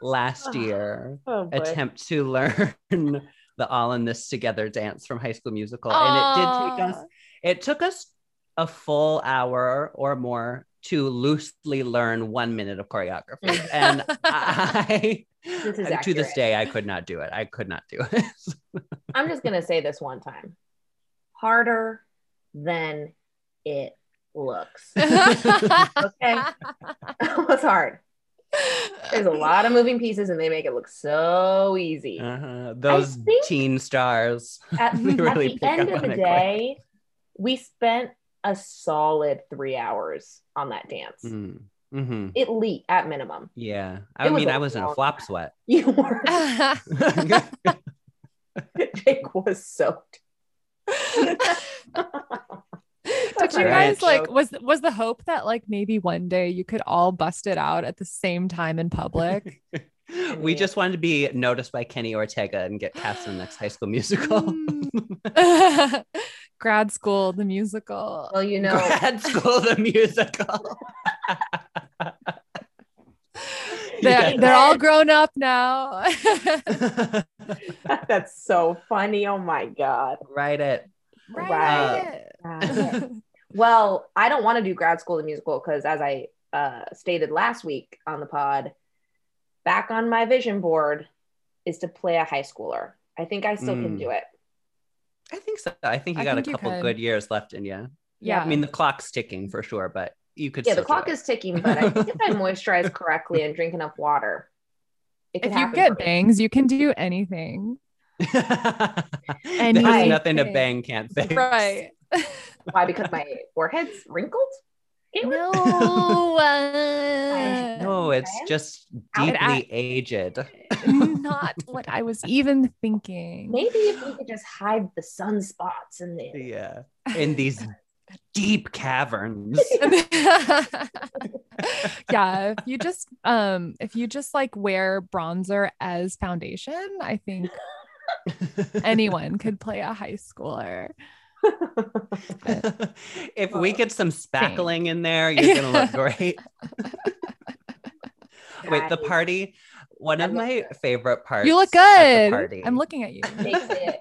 Speaker 1: last year
Speaker 2: Oh, boy.
Speaker 1: attempt to learn the All in This Together dance from High School Musical, and it did take us.
Speaker 4: Aw.
Speaker 1: It took us a full hour or more to loosely learn one minute of choreography,
Speaker 2: Mm.
Speaker 1: and I.
Speaker 2: This is
Speaker 1: to this
Speaker 2: accurate.
Speaker 1: day, I could not do it. I could not do it.
Speaker 2: I'm just gonna say this one time. Harder than it looks. Okay. it was hard. There's a lot of moving pieces and they make it look so easy.
Speaker 1: Uh-huh. Those
Speaker 2: think-
Speaker 1: teen stars.
Speaker 2: At,
Speaker 1: They
Speaker 2: at
Speaker 1: really
Speaker 2: the
Speaker 1: pick up
Speaker 2: end
Speaker 1: on
Speaker 2: of the
Speaker 1: it quick.
Speaker 2: day, we spent a solid three hours on that dance.
Speaker 1: Mm. hmm
Speaker 2: At least at minimum.
Speaker 1: Yeah.
Speaker 2: It
Speaker 1: I
Speaker 2: was
Speaker 1: mean,
Speaker 2: a
Speaker 1: I was in a
Speaker 2: long
Speaker 1: flop
Speaker 2: time.
Speaker 1: sweat.
Speaker 2: You were
Speaker 4: oh
Speaker 2: Jake was soaked.
Speaker 4: Did you
Speaker 1: Right.
Speaker 4: guys like
Speaker 2: Joke.
Speaker 4: was was the hope that like maybe one day you could all bust it out at the same time in public?
Speaker 1: we
Speaker 2: Yeah.
Speaker 1: just wanted to be noticed by Kenny Ortega and get cast in the next high school musical.
Speaker 4: Mm. Grad school, the musical.
Speaker 2: Well, you know,
Speaker 1: Grad school, the musical.
Speaker 4: They're, they're all grown up now.
Speaker 1: Yeah.
Speaker 2: that's so funny. Oh my God.
Speaker 1: Write it.
Speaker 4: right.
Speaker 2: Wow. Well, I don't want to do grad school the musical because, as I uh, stated last week on the pod, back on my vision board is to play a high schooler. I think I still can
Speaker 1: Mm.
Speaker 2: do it.
Speaker 1: I think so. I think you
Speaker 4: I
Speaker 1: got
Speaker 4: think
Speaker 1: a
Speaker 4: you
Speaker 1: couple
Speaker 4: could.
Speaker 1: good years left in you.
Speaker 4: yeah.
Speaker 1: I mean, the clock's ticking for sure, but you could.
Speaker 2: Yeah,
Speaker 1: still
Speaker 2: the
Speaker 1: do
Speaker 2: clock
Speaker 1: it.
Speaker 2: is ticking, but I think if I moisturize correctly and drink enough water, it could
Speaker 4: if you
Speaker 2: happen for
Speaker 4: get
Speaker 2: me.
Speaker 4: bangs, you can do anything.
Speaker 1: There's
Speaker 2: Anything.
Speaker 1: nothing a bang can't fix.
Speaker 4: Right.
Speaker 2: Why? Because my forehead's wrinkled. Caitlin?
Speaker 4: No.
Speaker 2: I
Speaker 1: No, it's
Speaker 2: Okay.
Speaker 1: just
Speaker 2: Out.
Speaker 1: deeply
Speaker 4: I-
Speaker 1: aged.
Speaker 4: Not what I was even thinking.
Speaker 2: Maybe if we could just hide the sunspots in there.
Speaker 1: Yeah. In these deep caverns.
Speaker 4: yeah, if you just um if you just like wear bronzer as foundation, I think anyone could ply a high schooler.
Speaker 1: if we get some spackling in there, you're gonna look great. Wait, the
Speaker 2: Guys,
Speaker 1: party. One
Speaker 2: I
Speaker 1: of
Speaker 2: look
Speaker 1: my favorite parts.
Speaker 4: You look
Speaker 1: at
Speaker 4: good.
Speaker 1: the party-
Speaker 4: I'm looking at you.
Speaker 2: Jake did it.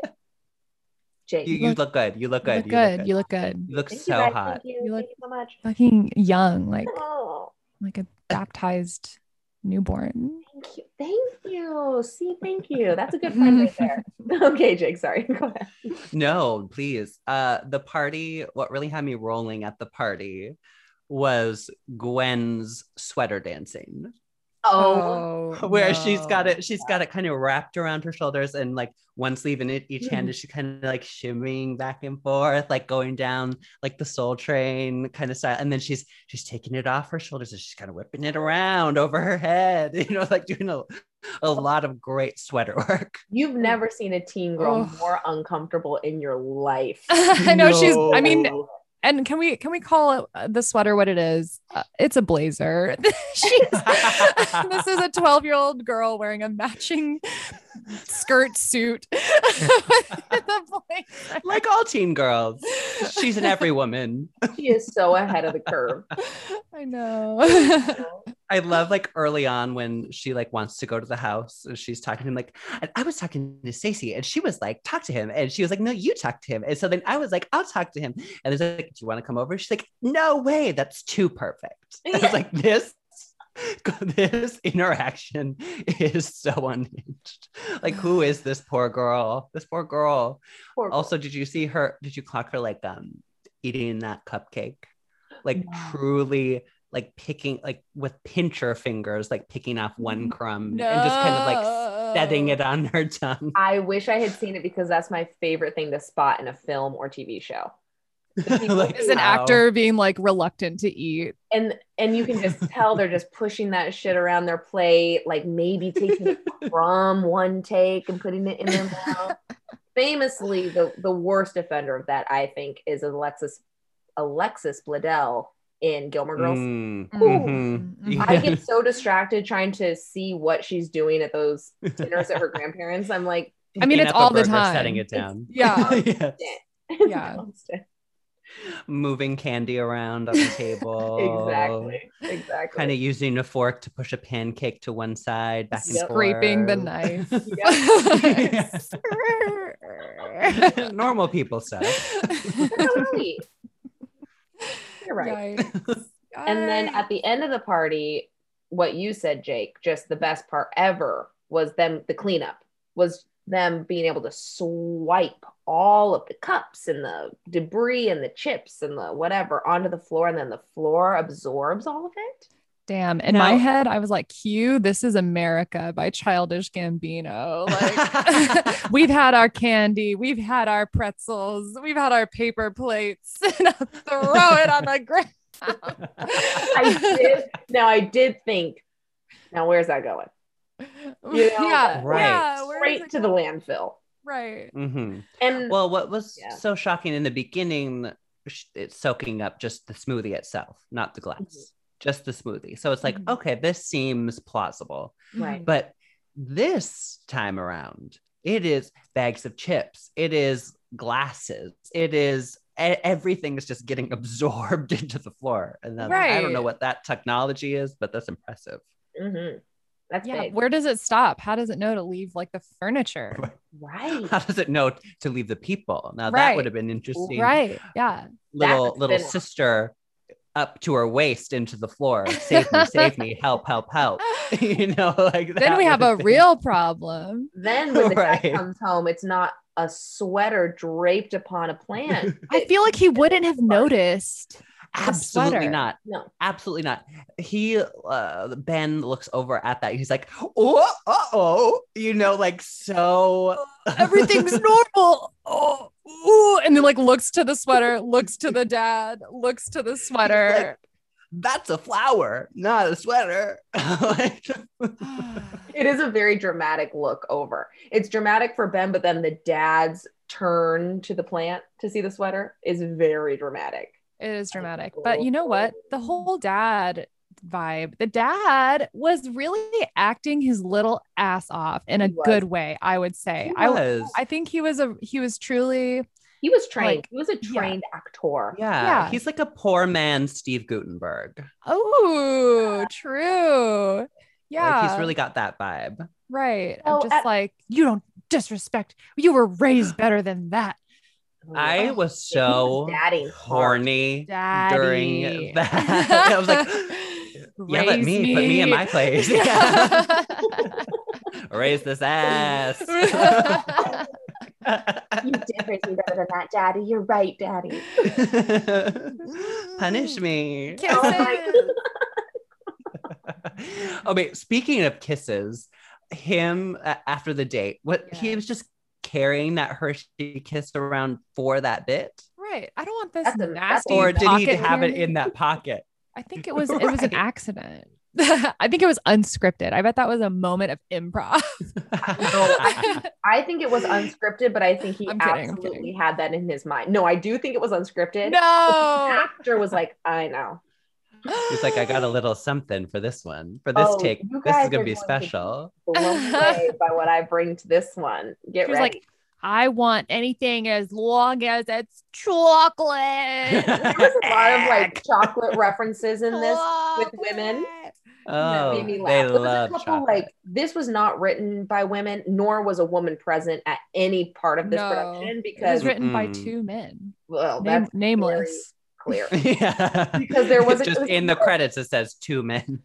Speaker 2: Jake.
Speaker 1: You, you
Speaker 4: Look-
Speaker 1: look, good. You look
Speaker 4: You
Speaker 1: good.
Speaker 4: look good. You look good.
Speaker 1: You look
Speaker 2: Thank you,
Speaker 1: so
Speaker 2: guys.
Speaker 1: hot.
Speaker 2: Thank you.
Speaker 4: You
Speaker 2: Thank
Speaker 4: look-
Speaker 2: you so much.
Speaker 4: Fucking young, like
Speaker 2: Oh,
Speaker 4: like a baptized newborn.
Speaker 2: thank you. Thank you. See, thank you. That's a good friend right there. okay, Jake, sorry. Go ahead.
Speaker 1: No, please. Uh, the party. What really had me rolling at the party was Gwen's sweater dancing.
Speaker 4: Oh.
Speaker 2: Oh,
Speaker 1: where she's got
Speaker 4: no.
Speaker 1: it she's got it kind of wrapped around her shoulders and like one sleeve in it, each hand
Speaker 4: Mm-hmm.
Speaker 1: is she kind of like shimmying back and forth like going down like the soul train kind of style and then she's she's taking it off her shoulders and she's kind of whipping it around over her head you know like doing a,
Speaker 4: Oh.
Speaker 1: a lot of great sweater work
Speaker 2: You've never seen a teen girl
Speaker 4: Oh.
Speaker 2: more uncomfortable in your life.
Speaker 4: I know she's I mean
Speaker 2: No.
Speaker 4: and can we can we call it, uh, the sweater what it is? Uh, it's a blazer. She's, this is a 12 year old girl wearing a matching skirt suit. the blazer.
Speaker 1: like all teen girls she's an every woman
Speaker 2: she is so ahead of the curve.
Speaker 4: I know.
Speaker 1: I love like early on when she like wants to go to the house and she's talking to him like and I was talking to Stacey and she was like talk to him and she was like no you talk to him and so then I was like I'll talk to him and it's like do you want to come over she's like no way that's too perfect I was like this this interaction is so unhinged like who is this poor girl this poor girl
Speaker 2: Poor girl.
Speaker 1: also did you see her did you clock her like um eating that cupcake like
Speaker 2: No.
Speaker 1: truly like picking like with pincher fingers like picking off
Speaker 4: Mm,
Speaker 1: one crumb
Speaker 4: no.
Speaker 1: and just kind of like setting it on her tongue
Speaker 2: I wish I had seen it because that's my favorite thing to spot in a film or TV show.
Speaker 1: Like,
Speaker 4: Is an
Speaker 1: how?
Speaker 4: actor being like reluctant to eat.
Speaker 2: And and you can just tell they're just pushing that shit around their plate, like maybe taking a crumb one take and putting it in their mouth. famously the the worst offender of that I think is Alexis Alexis Bledel in Gilmore Girls.
Speaker 1: Mm,
Speaker 4: Ooh.
Speaker 1: mhm.
Speaker 4: Mhm.
Speaker 2: I get so distracted trying to see what she's doing at those dinners at her grandparents. I'm like,
Speaker 4: I mean,
Speaker 1: Picking
Speaker 4: it's
Speaker 1: up a
Speaker 4: all the
Speaker 1: burger,
Speaker 4: time.
Speaker 1: Setting it down.
Speaker 4: Yeah.
Speaker 1: Yes.
Speaker 4: Yeah.
Speaker 2: constant.
Speaker 1: Moving candy around on the table.
Speaker 2: exactly, exactly.
Speaker 1: Kind of using a fork to push a pancake to one side, back and
Speaker 2: Yep.
Speaker 4: Scraping the
Speaker 1: forth.
Speaker 4: knife.
Speaker 2: Yeah.
Speaker 1: Normal people stuff.
Speaker 2: Totally. You're right.
Speaker 4: Yikes.
Speaker 2: And then
Speaker 4: Uh.
Speaker 2: at the end of the party, what you said, Jake, just the best part ever was them, the cleanup was them being able to swipe all of the cups and the debris and the chips and the whatever onto the floor. And then the floor absorbs all of it.
Speaker 4: Damn. In my
Speaker 1: Now-
Speaker 4: head, I was like, Q, this is America by Childish Gambino. Like, we've had our candy, we've had our pretzels, we've had our paper plates, and I'll throw it on the ground.
Speaker 2: I did, now, I did think, now where's that going? You know,
Speaker 4: yeah.
Speaker 1: Right.
Speaker 4: Yeah, where is
Speaker 2: Straight
Speaker 4: it
Speaker 2: to the landfill.
Speaker 4: Right.
Speaker 1: Mhm.
Speaker 2: And
Speaker 1: Well, what was
Speaker 2: Yeah.
Speaker 1: so shocking in the beginning, sh- it's soaking up just the smoothie itself, not the glass,
Speaker 2: Mhm.
Speaker 4: Mm-hmm.
Speaker 1: just the smoothie. So it's like,
Speaker 4: Mhm.
Speaker 1: okay, this seems plausible.
Speaker 4: Mm-hmm.
Speaker 2: Right.
Speaker 1: But this time around, it is bags of chips, it is glasses, it is e- everything is just getting absorbed into the floor. And then I don't know
Speaker 4: Right.
Speaker 1: what that technology is, but that's impressive.
Speaker 2: mhm. that's
Speaker 4: Yeah.
Speaker 2: big.
Speaker 4: Where does it stop? How does it know to leave like the furniture?
Speaker 2: Right.
Speaker 1: How does it know to leave the people? Now
Speaker 4: Right.
Speaker 1: that would have been interesting.
Speaker 4: Right. Yeah.
Speaker 1: Little
Speaker 2: That's
Speaker 1: little
Speaker 2: been-
Speaker 1: sister up to her waist into the floor. Save me, save me, help, help, help. you know, like
Speaker 4: Then
Speaker 1: that
Speaker 4: we have
Speaker 1: would
Speaker 4: a
Speaker 1: been-
Speaker 4: real problem.
Speaker 2: Then when the guy
Speaker 1: Right.
Speaker 2: comes home, it's not a sweater draped upon a plant.
Speaker 4: I feel like he wouldn't have noticed.
Speaker 1: absolutely
Speaker 4: sweater.
Speaker 1: not.
Speaker 2: No.
Speaker 1: Absolutely not. He uh, Ben looks over at that. He's like, oh, uh oh, you know, like so.
Speaker 4: Everything's normal. Oh, ooh. And then like looks to the sweater, looks to the dad, looks to the sweater.
Speaker 1: That's a flower, not a sweater. Like,
Speaker 2: It is a very dramatic look over. It's dramatic for Ben, but then the dad's turn to the plant to see the sweater is very dramatic.
Speaker 4: It is dramatic.
Speaker 1: oh.
Speaker 4: But you know what? The whole dad vibe, the dad was really acting his little ass off in a
Speaker 2: He was.
Speaker 4: good way, I would say.
Speaker 1: he
Speaker 4: I
Speaker 1: was.
Speaker 4: I think he was a he was truly
Speaker 2: He was trained.
Speaker 4: Like,
Speaker 2: he was a trained actor.
Speaker 1: yeah,
Speaker 4: yeah.
Speaker 1: he's like a poor man Steve Gutenberg.
Speaker 4: oh true. Yeah.
Speaker 1: Like he's really got that vibe.
Speaker 4: right.
Speaker 2: Oh,
Speaker 4: I'm just
Speaker 2: at-
Speaker 4: like, you don't disrespect. You were raised better than that.
Speaker 1: I
Speaker 2: Oh,
Speaker 1: was
Speaker 2: he was
Speaker 1: so
Speaker 2: dadding hard.
Speaker 1: horny
Speaker 4: Daddy.
Speaker 1: during that. I was like, yell at
Speaker 4: Raise
Speaker 1: me, put me in my place. Yeah. Raise this ass.
Speaker 2: Oh, You did raise me better than that, Daddy. You're right, Daddy.
Speaker 1: Punish me.
Speaker 4: Oh Kisses.
Speaker 1: okay, speaking of kisses, him uh, after the date, what
Speaker 4: Yeah.
Speaker 1: he was just carrying that Hershey kiss around for that bit,
Speaker 4: Right. I don't want this
Speaker 2: That's a- that's
Speaker 4: nasty.
Speaker 2: Do you
Speaker 1: or did he
Speaker 4: pocket
Speaker 1: have it
Speaker 4: candy.
Speaker 1: in that pocket?
Speaker 4: I think it was it was an
Speaker 1: Right.
Speaker 4: accident. I think it was unscripted. I bet that was a moment of improv.
Speaker 2: I think it was unscripted, but I think he
Speaker 4: I'm kidding, I'm
Speaker 2: absolutely had that in his mind. No, I do think it was unscripted.
Speaker 4: no.
Speaker 2: Actor was like, I know.
Speaker 1: He's like, I got a little something for this one, for this
Speaker 2: Oh,
Speaker 1: take.
Speaker 2: you
Speaker 1: This
Speaker 2: guys
Speaker 1: is
Speaker 2: are
Speaker 1: gonna be
Speaker 2: going to-
Speaker 1: special.
Speaker 2: blown away by what I bring to this one. Get
Speaker 4: She was like,
Speaker 2: ready.
Speaker 4: I want anything as long as it's chocolate.
Speaker 2: there was a lot of like chocolate references in this. with women.
Speaker 4: Chocolate.
Speaker 1: Oh,
Speaker 2: that made me
Speaker 1: they
Speaker 2: laugh. There was a
Speaker 1: love
Speaker 2: couple,
Speaker 1: chocolate.
Speaker 2: like this was not written by women, nor was a woman present at any part of this
Speaker 4: No.
Speaker 2: production
Speaker 4: It was
Speaker 2: because
Speaker 4: written by
Speaker 1: Mm-mm.
Speaker 4: two men,
Speaker 2: well,
Speaker 4: Name-
Speaker 2: Oh, that's
Speaker 4: nameless.
Speaker 2: clear.
Speaker 1: yeah,
Speaker 2: Because there was a-
Speaker 1: just in the credits it says two men.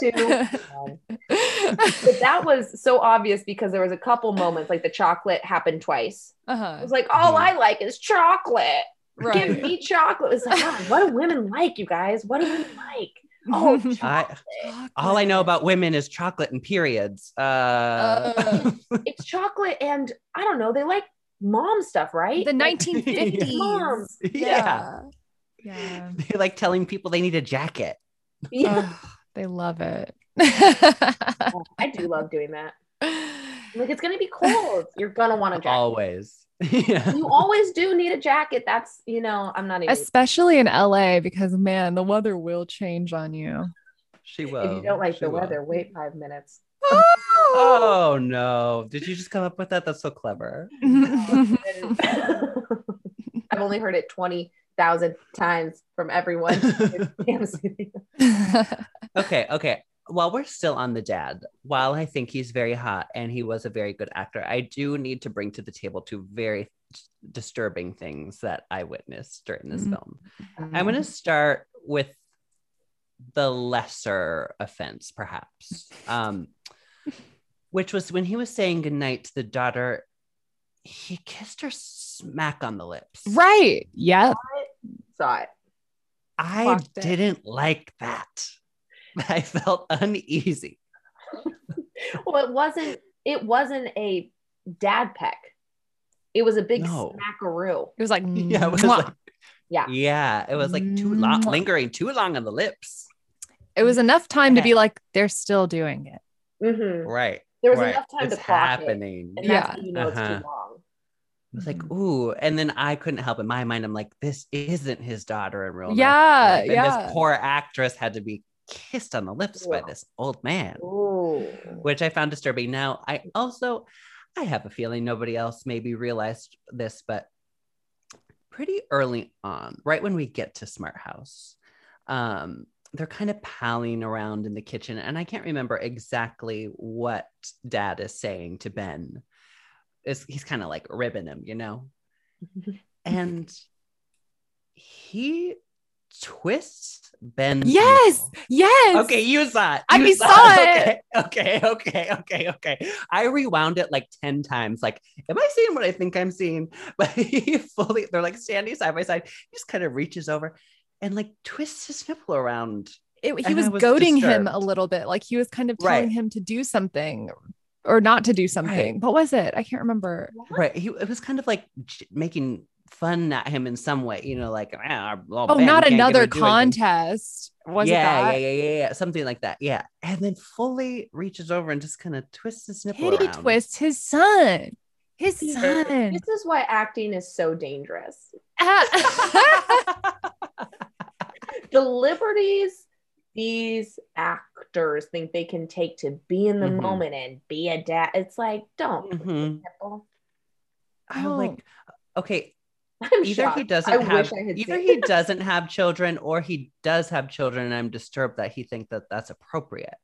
Speaker 2: Two. Um,
Speaker 4: Uh-huh.
Speaker 2: But that was so obvious because there was a couple moments like the chocolate happened twice. It
Speaker 4: uh-huh.
Speaker 2: was like
Speaker 1: Mm-hmm.
Speaker 2: all I like is chocolate. Give
Speaker 4: Right.
Speaker 2: me chocolate. It's like, wow, what do women like, you guys? What do women like? Oh,
Speaker 1: I
Speaker 2: chocolate.
Speaker 1: all I know about women is chocolate and periods. Uh,
Speaker 4: Oh.
Speaker 2: it's chocolate and I don't know, they like mom stuff, right?
Speaker 4: the
Speaker 2: Like,
Speaker 4: 1950s.
Speaker 2: Mom.
Speaker 1: yeah.
Speaker 4: Yeah.
Speaker 1: They like telling people they need a jacket. Uh,
Speaker 2: yeah,
Speaker 4: Ugh, they love it.
Speaker 2: I do love doing that. Like it's gonna be cold. You're gonna want a jacket.
Speaker 1: Always. yeah.
Speaker 2: You always do need a jacket. That's you know, I'm not even
Speaker 4: especially in LA, because man, the weather will change on you.
Speaker 1: She will.
Speaker 2: if you don't like
Speaker 1: She
Speaker 2: the
Speaker 1: will.
Speaker 2: weather, wait five minutes.
Speaker 1: Oh no. Did you just come up with that? That's so clever.
Speaker 2: I've only heard it twenty thousand times from everyone. It's damn-
Speaker 1: okay, okay. While we're still on the dad, while I think he's very hot and he was a very good actor, I do need to bring to the table two very disturbing things that I witnessed during this
Speaker 4: Mhm.
Speaker 1: film. I'm
Speaker 4: Mm-hmm.
Speaker 1: going to start with the lesser offense, perhaps, um, which was when he was saying goodnight to the daughter, he kissed her smack on the lips.
Speaker 4: right. Yep.
Speaker 2: saw it.
Speaker 1: I
Speaker 4: Clocked it.
Speaker 1: didn't like that. I felt uneasy.
Speaker 2: Well, it wasn't. It wasn't a dad peck. It was a big
Speaker 1: No.
Speaker 2: smackaroo.
Speaker 4: It was like,
Speaker 1: Yeah, it was
Speaker 4: mwah.
Speaker 1: like,
Speaker 2: Yeah.
Speaker 1: yeah, it was like too long,
Speaker 4: Mwah.
Speaker 1: lingering too long on the lips.
Speaker 4: it was enough time to
Speaker 1: Okay.
Speaker 4: be like, they're still doing it.
Speaker 2: Mhm.
Speaker 1: Right.
Speaker 2: There was
Speaker 1: right.
Speaker 2: enough time
Speaker 1: It's
Speaker 2: to clock it,
Speaker 1: happening.
Speaker 2: and that's
Speaker 4: Yeah.
Speaker 2: when you know it's
Speaker 1: Uh-huh.
Speaker 2: too long.
Speaker 1: It was like, ooh. And then I couldn't help in my mind. I'm like, this isn't his daughter in real life.
Speaker 4: Yeah,
Speaker 1: And
Speaker 4: yeah.
Speaker 1: this poor actress had to be kissed on the lips by
Speaker 2: Yeah.
Speaker 1: this old man,
Speaker 2: Ooh.
Speaker 1: which I found disturbing. Now, I also, I have a feeling nobody else maybe realized this, but pretty early on, right when we get to Smart House, um, they're kind of palling around in the kitchen. And I can't remember exactly what dad is saying to Ben. It's, he's kind of like ribbing him, you know? and he twists Ben's.
Speaker 4: Yes.
Speaker 1: ankle.
Speaker 4: Yes.
Speaker 1: Okay, you saw it.
Speaker 4: I
Speaker 1: You
Speaker 4: saw it.
Speaker 1: Okay, okay, okay, okay, okay. I rewound it like 10 times. Like, am I seeing what I think I'm seeing? But he fully, they're like standing side by side. He just kind of reaches over and like twists his nipple around.
Speaker 4: It, he
Speaker 1: And
Speaker 4: was,
Speaker 1: I was
Speaker 4: goading him a
Speaker 1: disturbed.
Speaker 4: little bit. Like he was kind of telling
Speaker 1: Right.
Speaker 4: him to do something or not to do something. What was it? I can't remember.
Speaker 1: Right. He it was kind of like j- making fun at him in some way, you know, like, ah, well,
Speaker 4: Oh,
Speaker 1: Ben
Speaker 4: not
Speaker 1: can't get
Speaker 4: another
Speaker 1: her to do anything."
Speaker 4: contest. Was
Speaker 1: yeah,
Speaker 4: it that?
Speaker 1: Yeah, yeah, yeah, yeah, something like that. Yeah, and then fully reaches over and just kind of twists his nipple
Speaker 4: Kitty
Speaker 1: around.
Speaker 4: twists his son. His son.
Speaker 2: This is why acting is so dangerous. the liberties these actors think they can take to be in the
Speaker 1: Mhm.
Speaker 2: moment and be a dad. It's like, don't.
Speaker 1: Mhm.
Speaker 2: Nicole.
Speaker 1: I'm like, okay,
Speaker 2: I'm
Speaker 1: either
Speaker 2: shocked.
Speaker 1: he doesn't
Speaker 2: I
Speaker 1: have
Speaker 2: wish I had
Speaker 1: either
Speaker 2: seen-
Speaker 1: he doesn't have children or he does have children, and I'm disturbed that he think that that's appropriate.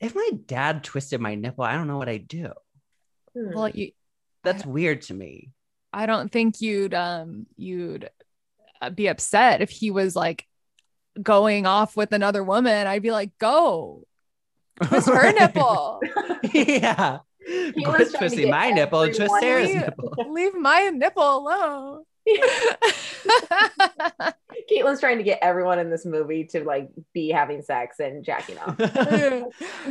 Speaker 1: If my dad twisted my nipple, I don't know what I'd do.
Speaker 2: Hmm.
Speaker 4: well, you,
Speaker 1: That's weird to me.
Speaker 4: I don't think you'd um you'd uh, be upset if he was like going off with another woman. I'd be like, go twist her nipple,
Speaker 1: yeah. Quit
Speaker 2: was trying to
Speaker 1: twisting
Speaker 2: get
Speaker 1: my nipple, twist
Speaker 2: everyone-
Speaker 1: Sarah's
Speaker 4: Yeah.
Speaker 1: nipple.
Speaker 4: leave my nipple alone.
Speaker 2: Caitlin's trying to get everyone in this movie to like be having sex and jacking off.
Speaker 1: They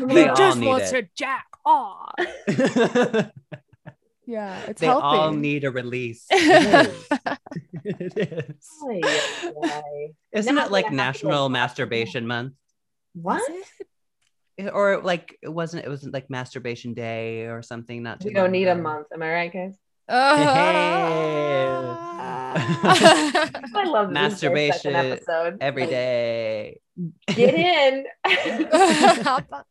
Speaker 4: he
Speaker 1: all
Speaker 4: just
Speaker 1: need
Speaker 4: wants
Speaker 1: it.
Speaker 4: to jack off. Yeah, it's
Speaker 1: they
Speaker 4: healthy.
Speaker 1: all need a release.
Speaker 4: It
Speaker 1: it is.
Speaker 2: Oy, oy.
Speaker 1: Isn't
Speaker 2: Now
Speaker 1: it like
Speaker 2: that I have to go
Speaker 1: National
Speaker 2: back-
Speaker 1: Masturbation Month?
Speaker 2: what?
Speaker 4: Is it?
Speaker 1: It- Eh, Or like it wasn't it wasn't like Masturbation Day or something? Not too
Speaker 2: We don't
Speaker 1: long
Speaker 2: need a
Speaker 1: ago.
Speaker 2: month. Am I right, guys?
Speaker 4: Ah.
Speaker 2: I love that this is our second
Speaker 1: Masturbation
Speaker 2: episode
Speaker 1: every
Speaker 2: Like,
Speaker 1: day.
Speaker 2: Get in.
Speaker 4: Hop on.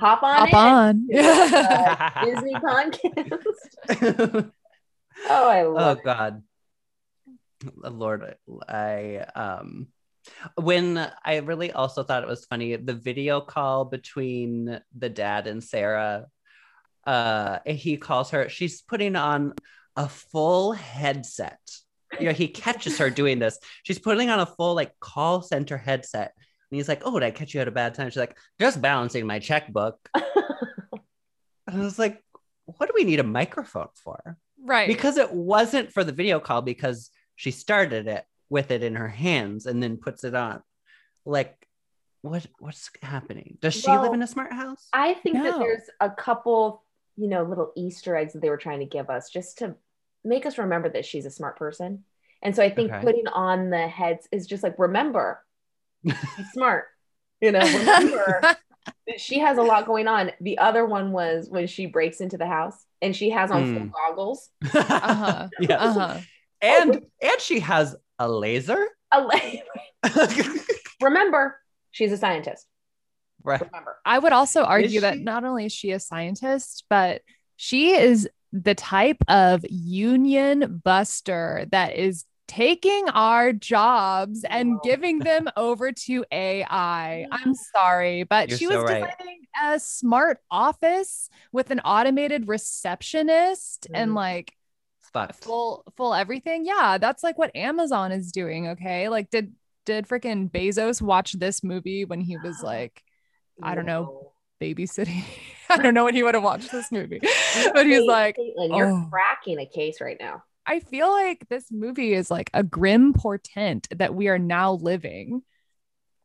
Speaker 2: Hop on.
Speaker 4: Hop
Speaker 2: in.
Speaker 4: on.
Speaker 2: Yeah. Disney podcast. Oh, I
Speaker 1: oh
Speaker 2: love
Speaker 1: god lord i um when i really also thought it was funny the video call between the dad and sarah uh he calls her she's putting on a full headset you know he catches her doing this she's putting on a full like call center headset and he's like oh did i catch you at a bad time she's like just balancing my checkbook and i was like what do we need a microphone for
Speaker 4: Right.
Speaker 1: because it wasn't for the video call because she started it with it in her hands and then puts it on like what what's happening does she live
Speaker 2: Well,
Speaker 1: in a smart house
Speaker 2: I think that
Speaker 4: No.
Speaker 2: there's a couple, you know, little Easter eggs that they were trying to give us just to make us remember that she's a smart person. And so I think
Speaker 1: Okay.
Speaker 2: putting on the heads is just like remember, she's smart. You know, remember she has a lot going on. The other one was when she breaks into the house and she has on
Speaker 4: Hmm.
Speaker 2: full
Speaker 1: Mm.
Speaker 2: goggles.
Speaker 4: Uh-huh.
Speaker 1: Yes.
Speaker 4: Uh-huh.
Speaker 1: And and she has a laser.
Speaker 2: A la- Remember, she's a scientist.
Speaker 1: right.
Speaker 2: Remember.
Speaker 4: I would also argue that
Speaker 1: she?
Speaker 4: not only is she a scientist, but she is the type of union buster that is taking our jobs and
Speaker 2: Wow.
Speaker 4: giving them over to AI. I'm sorry, but
Speaker 1: You're
Speaker 4: she
Speaker 1: so
Speaker 4: was
Speaker 1: right.
Speaker 4: designing a smart office with an automated receptionist and
Speaker 1: Mm-hmm.
Speaker 2: Mhm.
Speaker 4: like
Speaker 1: Fucked.
Speaker 4: full full everything yeah that's like what amazon is doing okay like did did freaking bezos watch this movie when he was like I don't know. babysitting i don't know when he would have watched this movie but he's
Speaker 2: Hey,
Speaker 4: like
Speaker 2: Caitlin, you're
Speaker 4: oh.
Speaker 2: cracking a case right now.
Speaker 4: i feel like this movie is like a grim portent that we are now living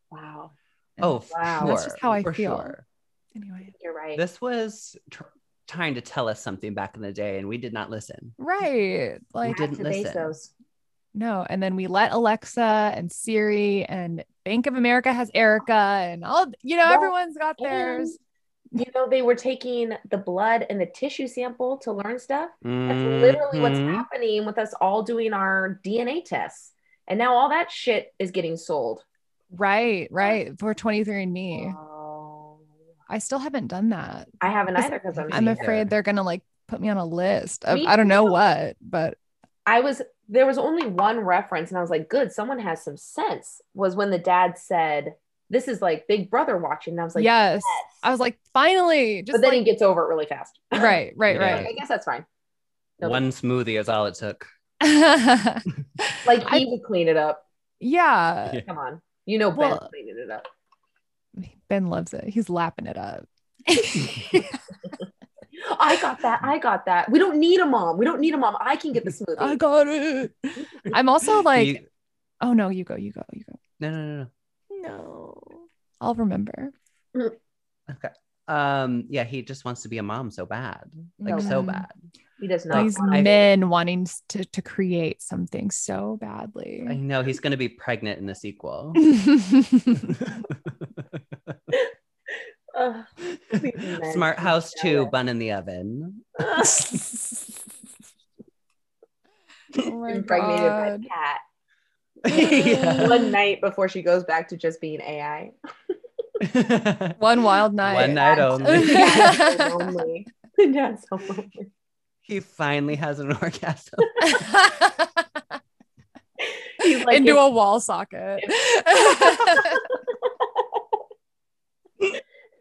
Speaker 2: Wow.
Speaker 1: Oh, for
Speaker 2: Wow.
Speaker 1: sure.
Speaker 4: That's just how I
Speaker 1: for
Speaker 4: feel.
Speaker 1: Sure.
Speaker 4: anyway
Speaker 2: You're right.
Speaker 1: This was tr- trying to tell us something back in the day, and we did not listen.
Speaker 4: right like
Speaker 1: didn't
Speaker 2: Back to
Speaker 1: listen.
Speaker 2: Bezos.
Speaker 4: no and then we let alexa and siri and bank of america has erica and all you know
Speaker 2: Well,
Speaker 4: everyone's got theirs
Speaker 2: And, you know, they were taking the blood and the tissue sample to learn stuff. That's literally what's
Speaker 1: Mhm.
Speaker 2: happening with us all doing our DNA tests. And now all that shit is getting sold.
Speaker 4: Right, right. For 23andMe.
Speaker 2: Oh.
Speaker 4: I still haven't done that.
Speaker 2: I haven't
Speaker 4: Is-
Speaker 2: either because I'm,
Speaker 4: I'm
Speaker 1: Me
Speaker 4: afraid
Speaker 1: either.
Speaker 4: they're going to like put me on a list of
Speaker 2: Me
Speaker 4: I don't know
Speaker 2: too.
Speaker 4: what, but
Speaker 2: I was there was only one reference and I was like, good, someone has some sense. Was when the dad said, This is like Big Brother watching. And I was like,
Speaker 4: yes.
Speaker 2: "Yes."
Speaker 4: I was like, finally, just
Speaker 2: but then
Speaker 4: like,
Speaker 2: he gets over it really fast.
Speaker 4: right, right,
Speaker 1: Yeah.
Speaker 2: I
Speaker 4: right.
Speaker 2: guess that's fine. No,
Speaker 1: One smoothie is all it took.
Speaker 2: Like he
Speaker 4: I-
Speaker 2: would clean it up.
Speaker 4: yeah.
Speaker 1: Yeah.
Speaker 2: Come on. You know Ben
Speaker 4: Well-
Speaker 2: cleaning it up.
Speaker 4: Ben loves it. He's lapping it up.
Speaker 2: I got that. I got that. We don't need a mom. We don't need a mom. I can get the smoothie.
Speaker 4: I got it. I'm also like,
Speaker 1: You-
Speaker 4: oh no, you go, you go, you go.
Speaker 1: no, no, no,
Speaker 3: No.
Speaker 4: I'll remember.
Speaker 1: no. Um, yeah, he just wants to be a mom so bad, like
Speaker 2: No.
Speaker 1: so
Speaker 4: Mhm.
Speaker 1: bad.
Speaker 2: he does not.
Speaker 4: These
Speaker 2: want a
Speaker 4: men wanting to, to create something so badly.
Speaker 1: I know he's going to be pregnant in the sequel.
Speaker 2: Ugh.
Speaker 1: Smart
Speaker 2: Nice.
Speaker 1: House
Speaker 2: Yeah.
Speaker 1: 2, bun in the oven.
Speaker 2: Ugh.
Speaker 4: Oh my
Speaker 2: impregnated by
Speaker 4: God.
Speaker 2: a cat
Speaker 1: Yeah.
Speaker 2: one night before she goes back to just being AI.
Speaker 4: One wild night.
Speaker 1: One night only.
Speaker 2: Dad's so lonely. Dad's so lonely.
Speaker 1: he finally has an orgasm.
Speaker 2: He's like,
Speaker 4: Into
Speaker 2: if,
Speaker 4: a wall socket.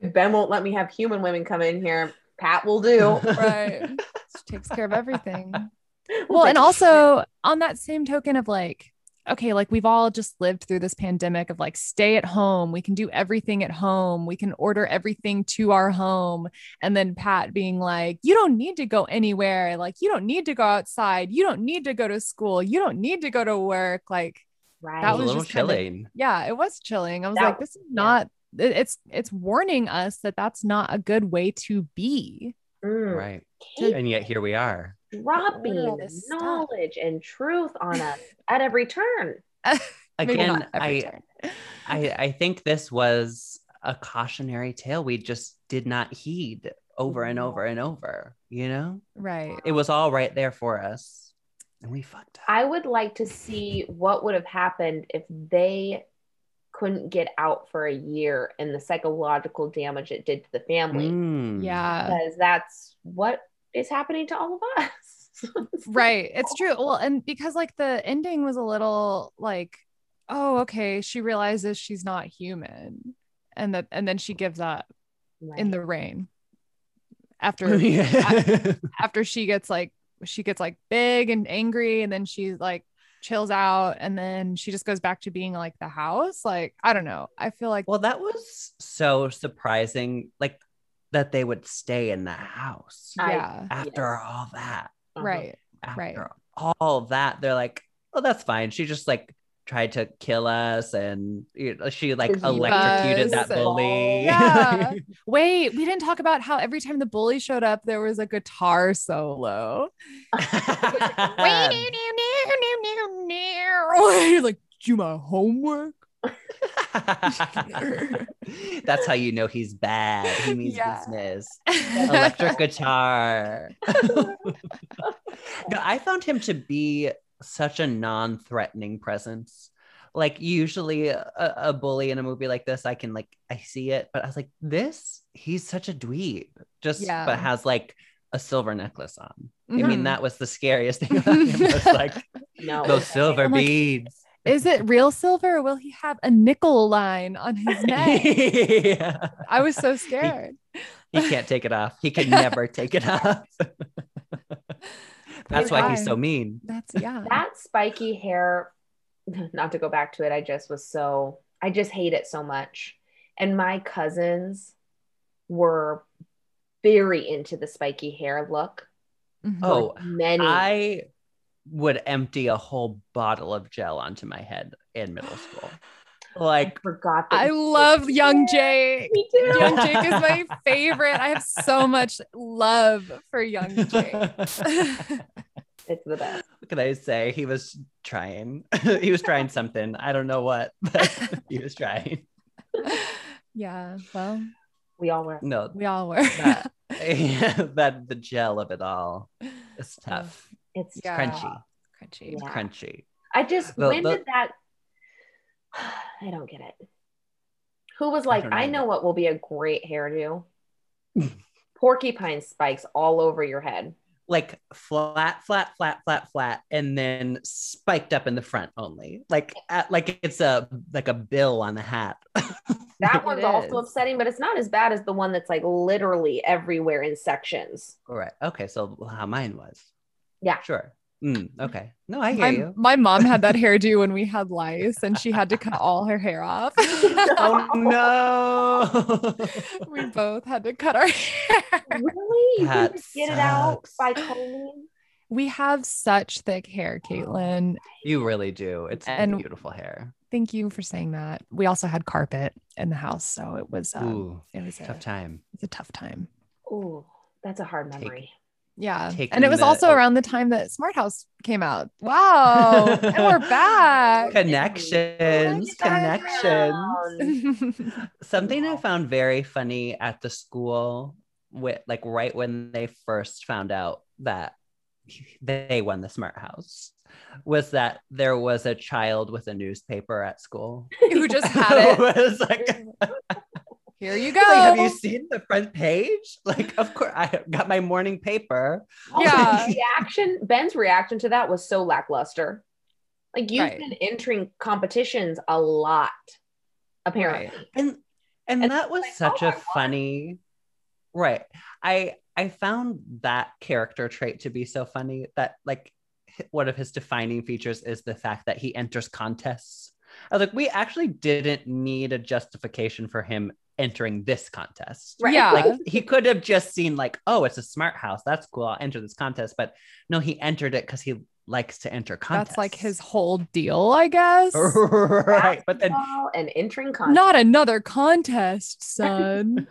Speaker 2: Ben won't let me have human women come in here. Pat will do.
Speaker 4: right. She takes care of everything.
Speaker 2: We'll
Speaker 4: Well, and
Speaker 2: take-
Speaker 4: also on that same token of like, okay, like we've all just lived through this pandemic of like, stay at home. We can do everything at home. We can order everything to our home. And then Pat being like, you don't need to go anywhere. Like, you don't need to go outside. You don't need to go to school. You don't need to go to work. Like,
Speaker 2: right.
Speaker 1: That
Speaker 4: That
Speaker 1: was a
Speaker 4: was
Speaker 1: little
Speaker 4: just kinda-
Speaker 1: chilling.
Speaker 4: yeah, it was chilling. I was
Speaker 2: That
Speaker 4: like, this is not. it- It's it's warning us that that's not a good way to be. Hmm.
Speaker 2: Mm.
Speaker 1: Right.
Speaker 2: Kate
Speaker 1: And yet here we are.
Speaker 2: dropping
Speaker 4: Order all this stuff.
Speaker 2: knowledge and truth on us at every turn.
Speaker 4: Maybe
Speaker 1: Again,
Speaker 4: not every
Speaker 1: I,
Speaker 4: turn.
Speaker 1: I I think this was a cautionary tale we just did not heed over and over and over, you know?
Speaker 4: right.
Speaker 1: It was all right there for us. And we fucked up.
Speaker 2: I would like to see what would have happened if they couldn't get out for a year and the psychological damage it did to the family.
Speaker 1: Mm.
Speaker 4: Yeah.
Speaker 2: Because that's what is happening to all of us. oh
Speaker 4: right it's true well and because like the ending was a little like oh okay she realizes she's not human and that and then she gives up in the rain after
Speaker 1: Yeah.
Speaker 4: after she gets like she gets like big and angry and then she like chills out and then she just goes back to being like the house like i don't know i feel like
Speaker 1: well, that was so surprising, like that they would stay in the house
Speaker 2: I-
Speaker 4: yeah
Speaker 1: after
Speaker 2: yes.
Speaker 1: all that.
Speaker 2: Uh-huh.
Speaker 4: right
Speaker 1: After
Speaker 4: Uh, Right.
Speaker 1: all that, they're like, oh, that's fine. She just like tried to kill us and you know, she like
Speaker 2: Because you
Speaker 1: electrocuted
Speaker 4: us
Speaker 1: that
Speaker 4: and-
Speaker 1: bully.
Speaker 4: Yeah. wait we didn't talk about how every time the bully showed up there was a guitar solo
Speaker 1: Um,
Speaker 4: Wait, no, no, no, no, no, no. You're like, do my homework.
Speaker 1: That's how you know he's bad. He means
Speaker 4: Yeah.
Speaker 1: business. Electric guitar. no, I found him to be such a non threatening presence. Like, usually a, a bully in a movie like this, I can, like, I see it, but I was like, this, he's such a dweeb, just,
Speaker 4: Yeah.
Speaker 1: but has like a silver necklace on. I
Speaker 4: Mhm.
Speaker 1: mean, that was the scariest thing about him was like
Speaker 2: No.
Speaker 1: those silver
Speaker 4: I'm like,
Speaker 1: beads.
Speaker 4: Is it real silver? Or will he have a nickel line on his neck?
Speaker 1: yeah.
Speaker 4: I was so scared.
Speaker 1: He can't take it off. He can never take it off. That's why he's so mean.
Speaker 4: That's yeah.
Speaker 2: that spiky hair not to go back to it i just was so i just hate it so much and my cousins were very into the spiky hair look
Speaker 4: Mhm.
Speaker 1: Oh,
Speaker 2: many
Speaker 1: I would empty a whole bottle of gel onto my head in middle school.
Speaker 2: I
Speaker 1: Like,
Speaker 2: forgot that
Speaker 4: I
Speaker 2: you-
Speaker 4: love young Jake.
Speaker 2: me too
Speaker 4: Young Jake is my favorite. I have so much love for young Jake.
Speaker 1: what
Speaker 2: it's the best
Speaker 1: can I say? He was trying. he was trying something. I don't know what, but he was trying.
Speaker 4: yeah. Well,
Speaker 2: we all were
Speaker 1: No,
Speaker 4: we all were.
Speaker 1: that, that the gel of it all is tough.
Speaker 2: it's
Speaker 4: Yeah.
Speaker 1: Crunchy,
Speaker 4: Crunchy.
Speaker 2: Yeah.
Speaker 1: crunchy.
Speaker 2: i just
Speaker 1: The-
Speaker 2: when
Speaker 1: the-
Speaker 2: did that i don't get it who was
Speaker 1: I
Speaker 2: like
Speaker 1: don't
Speaker 2: i,
Speaker 1: know.
Speaker 2: know what will be a great hairdo porcupine spikes all over your head
Speaker 1: like flat, flat, flat, flat, flat, and then spiked up in the front only, like at, like it's a like a bill on the hat.
Speaker 2: That
Speaker 4: It
Speaker 2: one's also
Speaker 4: is.
Speaker 2: upsetting, but it's not as bad as the one that's like literally everywhere in sections.
Speaker 1: All right. Okay. So how mine was.
Speaker 2: Yeah.
Speaker 1: Sure. Mm, okay. No, I hear
Speaker 4: My,
Speaker 1: you.
Speaker 4: my mom had that hairdo when we had lice and she had to cut all her hair off.
Speaker 1: Oh no.
Speaker 4: we both had to cut our hair.
Speaker 2: really? You
Speaker 1: That
Speaker 2: can just get it out
Speaker 1: sucks.
Speaker 2: by combing?
Speaker 4: We have such thick hair, Caitlin.
Speaker 1: you really do. It's
Speaker 4: And-
Speaker 1: beautiful hair.
Speaker 4: Thank you for saying that. We also had carpet in the house, so it was um,
Speaker 1: Ooh,
Speaker 4: it was a,
Speaker 1: tough
Speaker 4: it
Speaker 1: time.
Speaker 4: was a tough time.
Speaker 2: Ooh, that's a hard
Speaker 1: Take-
Speaker 2: memory.
Speaker 4: Yeah. And
Speaker 1: Taking
Speaker 4: it was
Speaker 1: the-
Speaker 4: also around the time that Smart House came out. Wow. and we're back.
Speaker 1: Connections,
Speaker 4: Oh my God.
Speaker 1: connections.
Speaker 4: Mhm.
Speaker 1: Something I
Speaker 2: Wow.
Speaker 1: found very funny at the school, with like right when they first found out that they won the Smart House, was that there was a child with a newspaper at school.
Speaker 4: Who just had it?
Speaker 1: It was like,
Speaker 4: Here you
Speaker 1: like, have you
Speaker 4: go.
Speaker 1: seen the front page? Like, of course, I got my morning paper.
Speaker 2: Also,
Speaker 4: Yeah.
Speaker 2: the reaction, Ben's reaction to that was so lackluster. Like you've
Speaker 4: Right.
Speaker 2: been entering competitions a lot, apparently.
Speaker 4: Right.
Speaker 1: and and,
Speaker 2: And
Speaker 1: that was
Speaker 2: like,
Speaker 1: such
Speaker 2: oh, I
Speaker 1: a
Speaker 2: won.
Speaker 1: funny right i i found that character trait to be so funny that like h- one of his defining features is the fact that he enters contests i was like we actually didn't need a justification for him entering this contest
Speaker 2: Right.
Speaker 4: Yeah.
Speaker 1: like he could have just seen like oh it's a smart house that's cool i'll enter this contest but no he entered it because he likes to enter contests
Speaker 4: That's like his whole deal, I guess.
Speaker 1: right but then
Speaker 2: Basketball and entering contests.
Speaker 4: Not another contest, son.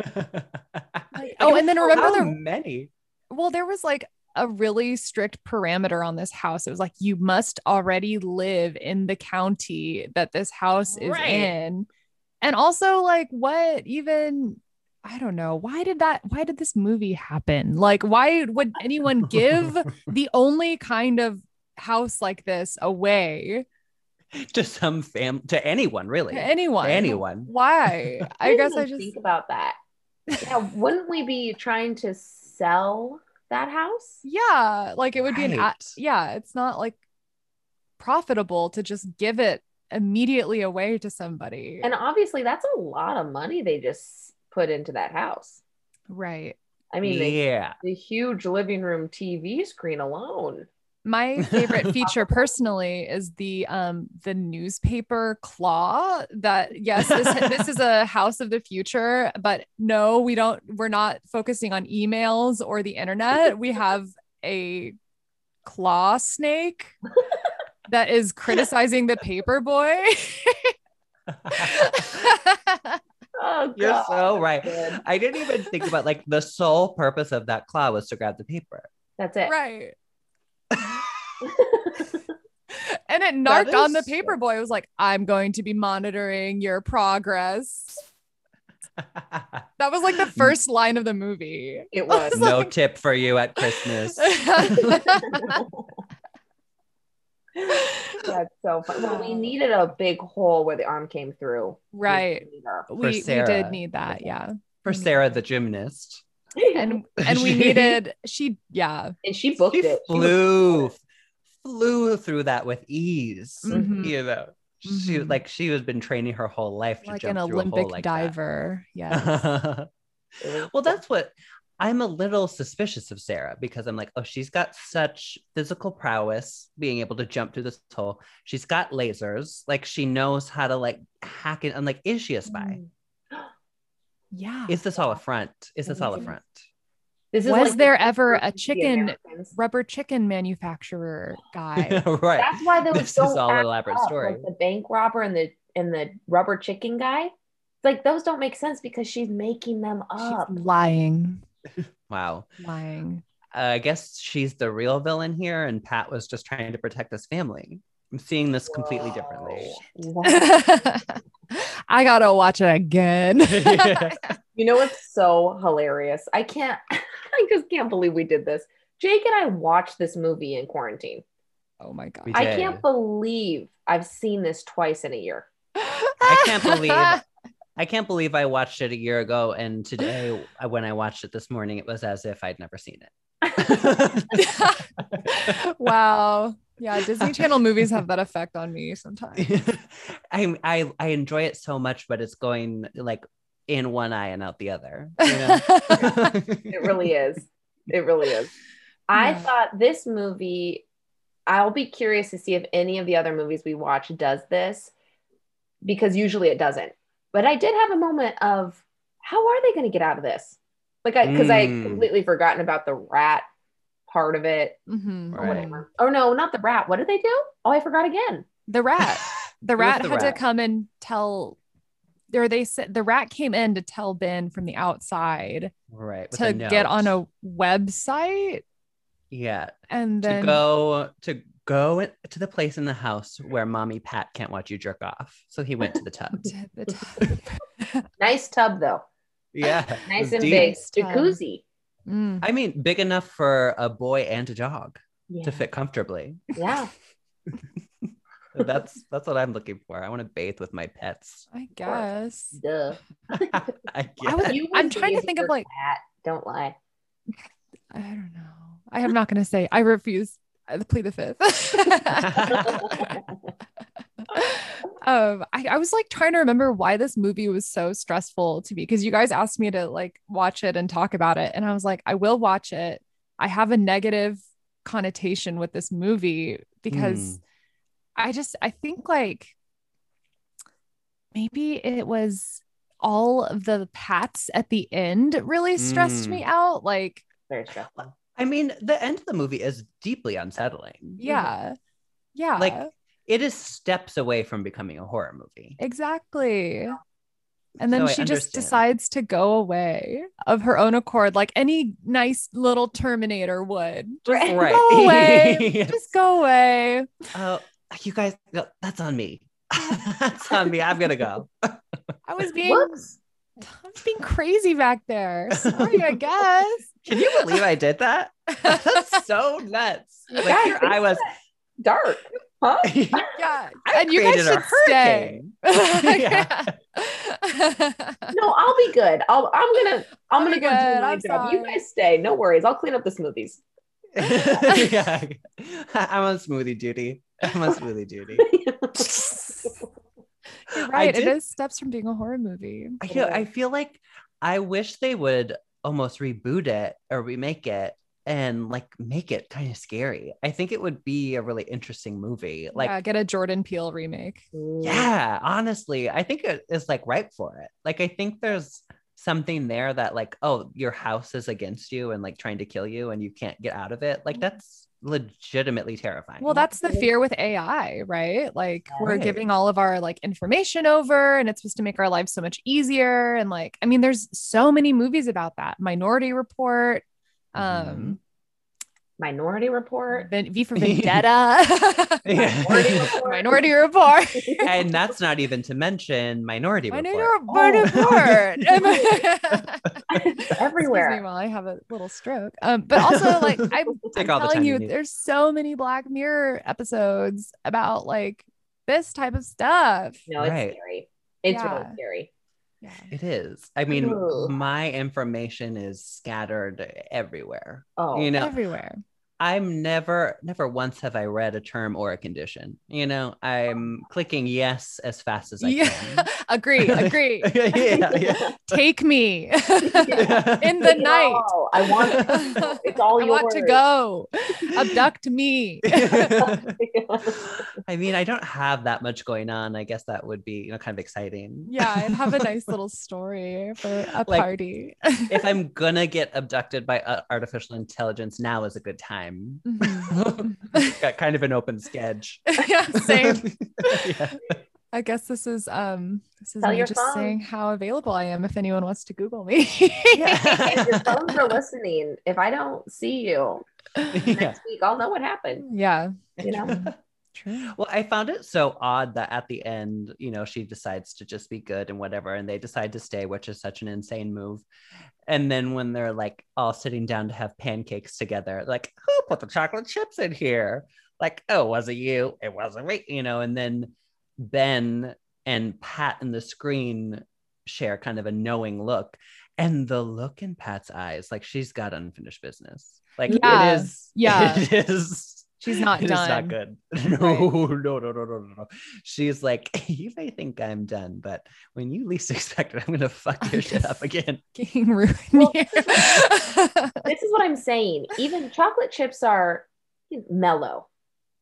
Speaker 4: Like, oh, and then remember
Speaker 1: how
Speaker 4: the
Speaker 1: many
Speaker 4: well there was like a really strict parameter on this house it was like you must already live in the county that this house is
Speaker 3: Right.
Speaker 4: in and also like what even i don't know why did that why did this movie happen like why would anyone give the only kind of house like this away
Speaker 1: to some fam to anyone really
Speaker 4: to
Speaker 1: to
Speaker 4: anyone
Speaker 1: anyone
Speaker 4: why
Speaker 2: I
Speaker 4: i
Speaker 2: didn't
Speaker 4: guess i
Speaker 2: even
Speaker 4: just
Speaker 2: think about that. Yeah, wouldn't we be trying to sell that house?
Speaker 4: yeah like it would be an a-
Speaker 1: Right.
Speaker 4: yeah, it's not like profitable to just give it immediately away to somebody.
Speaker 2: And obviously, that's a lot of money they just put into that house.
Speaker 4: right.
Speaker 2: I mean, the,
Speaker 1: yeah
Speaker 2: the huge living room TV screen alone.
Speaker 4: My favorite feature personally is the um the newspaper claw that yes this this is a house of the future but no we don't we're not focusing on emails or the internet we have a claw snake that is criticizing the paper boy
Speaker 2: Oh,
Speaker 1: you're
Speaker 2: God.
Speaker 1: so right
Speaker 2: Good.
Speaker 1: i didn't even think about like the sole purpose of that claw was to grab the paper
Speaker 2: That's it.
Speaker 4: right and it
Speaker 1: That
Speaker 4: narked on the
Speaker 1: is-
Speaker 4: paper boy. It was like, I'm going to be monitoring your progress. That was like the
Speaker 1: Mm.
Speaker 4: first line of the movie.
Speaker 2: It was.
Speaker 1: no tip for you at Christmas.
Speaker 2: That's so fun. Well, we needed a big hole where the arm came through.
Speaker 4: right. We, we did
Speaker 1: Sarah.
Speaker 4: need that. Yeah.
Speaker 1: For Sarah the gymnast.
Speaker 2: And,
Speaker 4: And and we
Speaker 1: She-
Speaker 4: needed she yeah.
Speaker 2: and she booked
Speaker 1: She
Speaker 2: it. She was-
Speaker 1: flew flew through that with ease.
Speaker 2: Mm-hmm.
Speaker 4: Mhm.
Speaker 1: You know. She
Speaker 4: Mhm.
Speaker 1: like she has been training her whole life to
Speaker 4: Like an
Speaker 1: jump through a
Speaker 4: Olympic
Speaker 1: hole like that.
Speaker 4: diver. Yeah.
Speaker 1: well,
Speaker 2: it was-
Speaker 1: that's what I'm a little suspicious of Sarah because I'm like, oh, she's got such physical prowess being able to jump through this hole. She's got lasers. Like she knows how to like hack it. I'm like, is she a
Speaker 2: Mm.
Speaker 1: spy?
Speaker 4: yeah.
Speaker 1: Is this all a front? Is this all a
Speaker 4: Mm-hmm.
Speaker 2: Mhm.
Speaker 1: front?
Speaker 2: This is
Speaker 4: Was
Speaker 2: like
Speaker 4: there
Speaker 2: the-
Speaker 4: ever a
Speaker 2: the
Speaker 4: chicken-
Speaker 2: Americans.
Speaker 4: Rubber chicken manufacturer guy.
Speaker 1: right.
Speaker 2: That's why there was
Speaker 1: This
Speaker 2: so
Speaker 1: is all
Speaker 2: act
Speaker 1: an elaborate
Speaker 2: up,
Speaker 1: story.
Speaker 2: Like the bank robber and the and the rubber chicken guy. It's like those don't make sense because she's making them up.
Speaker 4: She's lying.
Speaker 1: Wow.
Speaker 4: Lying.
Speaker 1: Uh, I guess she's the real villain here, and Pat was just trying to protect his family. I'm seeing this completely differently.
Speaker 2: Whoa. Wow.
Speaker 4: I gotta watch it again.
Speaker 2: you know what's so hilarious? I can't. I just can't believe we did this. Jake and I watched this movie in quarantine.
Speaker 4: oh my god.
Speaker 1: We
Speaker 2: I
Speaker 1: did.
Speaker 2: can't believe I've seen this twice in a year.
Speaker 1: I can't believe- I can't believe I watched it a year ago, and today, uh, when I watched it this morning, it was as if I'd never seen it.
Speaker 4: wow. Yeah, Disney Channel movies have that effect on me sometimes.
Speaker 1: I, I I enjoy it so much, but it's going like in one eye and out the other. you know?
Speaker 2: It really is. It really is. I
Speaker 4: Yeah.
Speaker 2: thought this movie, I'll be curious to see if any of the other movies we watch does this because usually it doesn't. But I did have a moment of how are they going to get out of this? Like, I, because I
Speaker 1: Mm.
Speaker 2: completely forgotten about the rat part of it.
Speaker 4: Mhm.
Speaker 1: Right.
Speaker 2: Whatever. Oh, no, not the rat. What did they do? Oh, I forgot again.
Speaker 4: The rat. The
Speaker 1: was
Speaker 4: rat
Speaker 1: the
Speaker 4: had
Speaker 1: rat.
Speaker 4: to come and tell or they said the rat came in to tell Ben from the outside
Speaker 1: right. with
Speaker 4: to
Speaker 1: a
Speaker 4: get on
Speaker 1: note.
Speaker 4: a website
Speaker 1: yeah
Speaker 4: and
Speaker 1: to
Speaker 4: then
Speaker 1: go to go in- to the place in the house where mommy Pat can't watch you jerk off. So he went to the tub.
Speaker 4: to the top.
Speaker 2: Nice tub, though.
Speaker 1: yeah, it
Speaker 2: Nice
Speaker 1: was
Speaker 2: and
Speaker 1: deep.
Speaker 2: big.
Speaker 4: Nice tub.
Speaker 2: Jacuzzi.
Speaker 4: Mm.
Speaker 1: I mean, big enough for a boy and a dog
Speaker 2: Yeah.
Speaker 1: to fit comfortably.
Speaker 2: yeah.
Speaker 1: That's that's what I'm looking for. I want to bathe with my pets.
Speaker 4: I guess.
Speaker 2: Duh.
Speaker 1: I
Speaker 4: I
Speaker 1: guess.
Speaker 4: was-
Speaker 2: You
Speaker 4: I'm
Speaker 2: was
Speaker 4: trying to
Speaker 2: using
Speaker 4: think of
Speaker 2: your
Speaker 4: like
Speaker 2: cat. Don't lie.
Speaker 4: I don't know. I am not going to say. I refuse. I plead the fifth. um, I, I was like trying to remember why this movie was so stressful to me because you guys asked me to like watch it and talk about it, and I was like, I will watch it. I have a negative connotation with this movie because I just I think like maybe it was all of the pats at the end really stressed
Speaker 1: Mm.
Speaker 4: me out like
Speaker 2: Very stressful.
Speaker 1: I mean, the end of the movie is deeply
Speaker 2: Hmm.
Speaker 1: unsettling.
Speaker 4: Yeah. Yeah.
Speaker 1: Like- It is steps away from becoming a horror movie.
Speaker 4: exactly. And then
Speaker 1: So Oh, I
Speaker 4: she just
Speaker 1: understand.
Speaker 4: decides to go away of her own accord, like any nice little Terminator would.
Speaker 2: Right.
Speaker 1: Right.
Speaker 4: Go away. Just go away.
Speaker 1: Oh, you guys, no, that's on me. that's on me. I'm gonna go.
Speaker 4: I was being
Speaker 2: Whoops.
Speaker 4: I was being crazy back there. Sorry, I guess.
Speaker 1: Can you believe I did that? That's so nuts. Like
Speaker 2: Guys,
Speaker 1: here I was.
Speaker 2: Dark. Huh?
Speaker 4: yeah.
Speaker 1: I
Speaker 4: and you guys
Speaker 1: created a
Speaker 4: should stay.
Speaker 1: hurricane.
Speaker 4: yeah.
Speaker 2: No, I'll be good. I'll, I'm gonna I'm
Speaker 4: I'll
Speaker 2: gonna
Speaker 4: be
Speaker 2: go do
Speaker 4: good.
Speaker 2: my
Speaker 4: I'm
Speaker 2: job. You
Speaker 4: sorry.
Speaker 2: guys stay. No worries. I'll clean up the smoothies.
Speaker 1: yeah. I'm on smoothie duty. I'm on smoothie duty.
Speaker 4: You're right. It
Speaker 1: did-
Speaker 4: is steps from being a horror movie.
Speaker 1: I feel, I feel like I wish they would almost reboot it or remake it and like make it kind of scary. I think it would be a really interesting movie. Like,
Speaker 4: yeah, get a Jordan Peele remake.
Speaker 2: Mm.
Speaker 1: yeah honestly i think it is like ripe for it like i think there's something there that like oh your house is against you and like trying to kill you and you can't get out of it like that's legitimately terrifying
Speaker 4: Well, that's the fear with AI, right? Like we're
Speaker 1: Right.
Speaker 4: giving all of our like information over and it's supposed to make our lives so much easier and like I mean
Speaker 1: Mm-hmm.
Speaker 4: there's so many movies about that. Minority Report. Um
Speaker 2: Minority Report.
Speaker 4: Ven- V for Vendetta,
Speaker 2: Minority
Speaker 1: Yeah.
Speaker 2: Report.
Speaker 4: Minority Report,
Speaker 1: and that's not even to mention Minority
Speaker 4: Minority
Speaker 1: Report. Oh.
Speaker 4: Report.
Speaker 2: everywhere.
Speaker 4: Excuse me while I have a little stroke. Um, but also, like I, I'm
Speaker 1: Take all the
Speaker 4: telling
Speaker 1: time you
Speaker 4: you,
Speaker 1: need.
Speaker 4: there's so many Black Mirror episodes about like this type of stuff.
Speaker 2: No, it's
Speaker 1: Right.
Speaker 2: scary. It's
Speaker 4: Yeah.
Speaker 2: really scary.
Speaker 4: Yeah.
Speaker 1: It is. I mean,
Speaker 2: Ooh.
Speaker 1: my information is scattered everywhere.
Speaker 2: Oh,
Speaker 1: You know,
Speaker 4: Everywhere.
Speaker 1: I'm never, never once have I read a term or a condition. You know, I'm clicking yes as fast as I
Speaker 4: Yeah. agree.
Speaker 1: Like-
Speaker 4: Agree.
Speaker 1: can. yeah, yeah.
Speaker 4: Take me in
Speaker 1: yeah.
Speaker 4: the
Speaker 2: Take it
Speaker 4: night.
Speaker 2: all. I want it. it's all
Speaker 4: I
Speaker 2: yours.
Speaker 4: want to go. Abduct me.
Speaker 1: I mean, I don't have that much going on. I guess that would be, you know, kind of exciting.
Speaker 4: Yeah, I'd have a nice little story for a
Speaker 1: Like-
Speaker 4: party.
Speaker 1: if I'm gonna get abducted by uh, artificial intelligence, now is a good time.
Speaker 4: Mhm.
Speaker 1: Got kind of an open sketch.
Speaker 4: yeah, same.
Speaker 1: Yeah.
Speaker 4: I guess this is um this is
Speaker 2: Tell
Speaker 4: me
Speaker 2: your
Speaker 4: just
Speaker 2: phone.
Speaker 4: saying how available I am if anyone wants to Google me.
Speaker 2: If your phones are listening, if I don't see you
Speaker 1: Yeah.
Speaker 2: next week, I'll know what happened.
Speaker 4: yeah.
Speaker 2: You know?
Speaker 4: True.
Speaker 1: Well, I found it so odd that at the end, you know, she decides to just be good and whatever, and they decide to stay, which is such an insane move. And then when they're like all sitting down to have pancakes together, like, who put the chocolate chips in here? Like, oh, was it you? It wasn't me, you know. And then Ben and Pat in the screen share kind of a knowing look. And the look in Pat's eyes, like she's got unfinished business. Like
Speaker 4: Yeah.
Speaker 1: it is,
Speaker 4: Yeah.
Speaker 1: it is
Speaker 4: She's not
Speaker 1: it's
Speaker 4: done.
Speaker 1: not good. No, no, no, no, no, no, no. She's like, you may think I'm done, but when you least expect it, I'm gonna fuck your shit up again.
Speaker 4: Fucking ruin
Speaker 2: Well-
Speaker 4: you.
Speaker 2: This is what I'm saying. Even chocolate chips are mellow.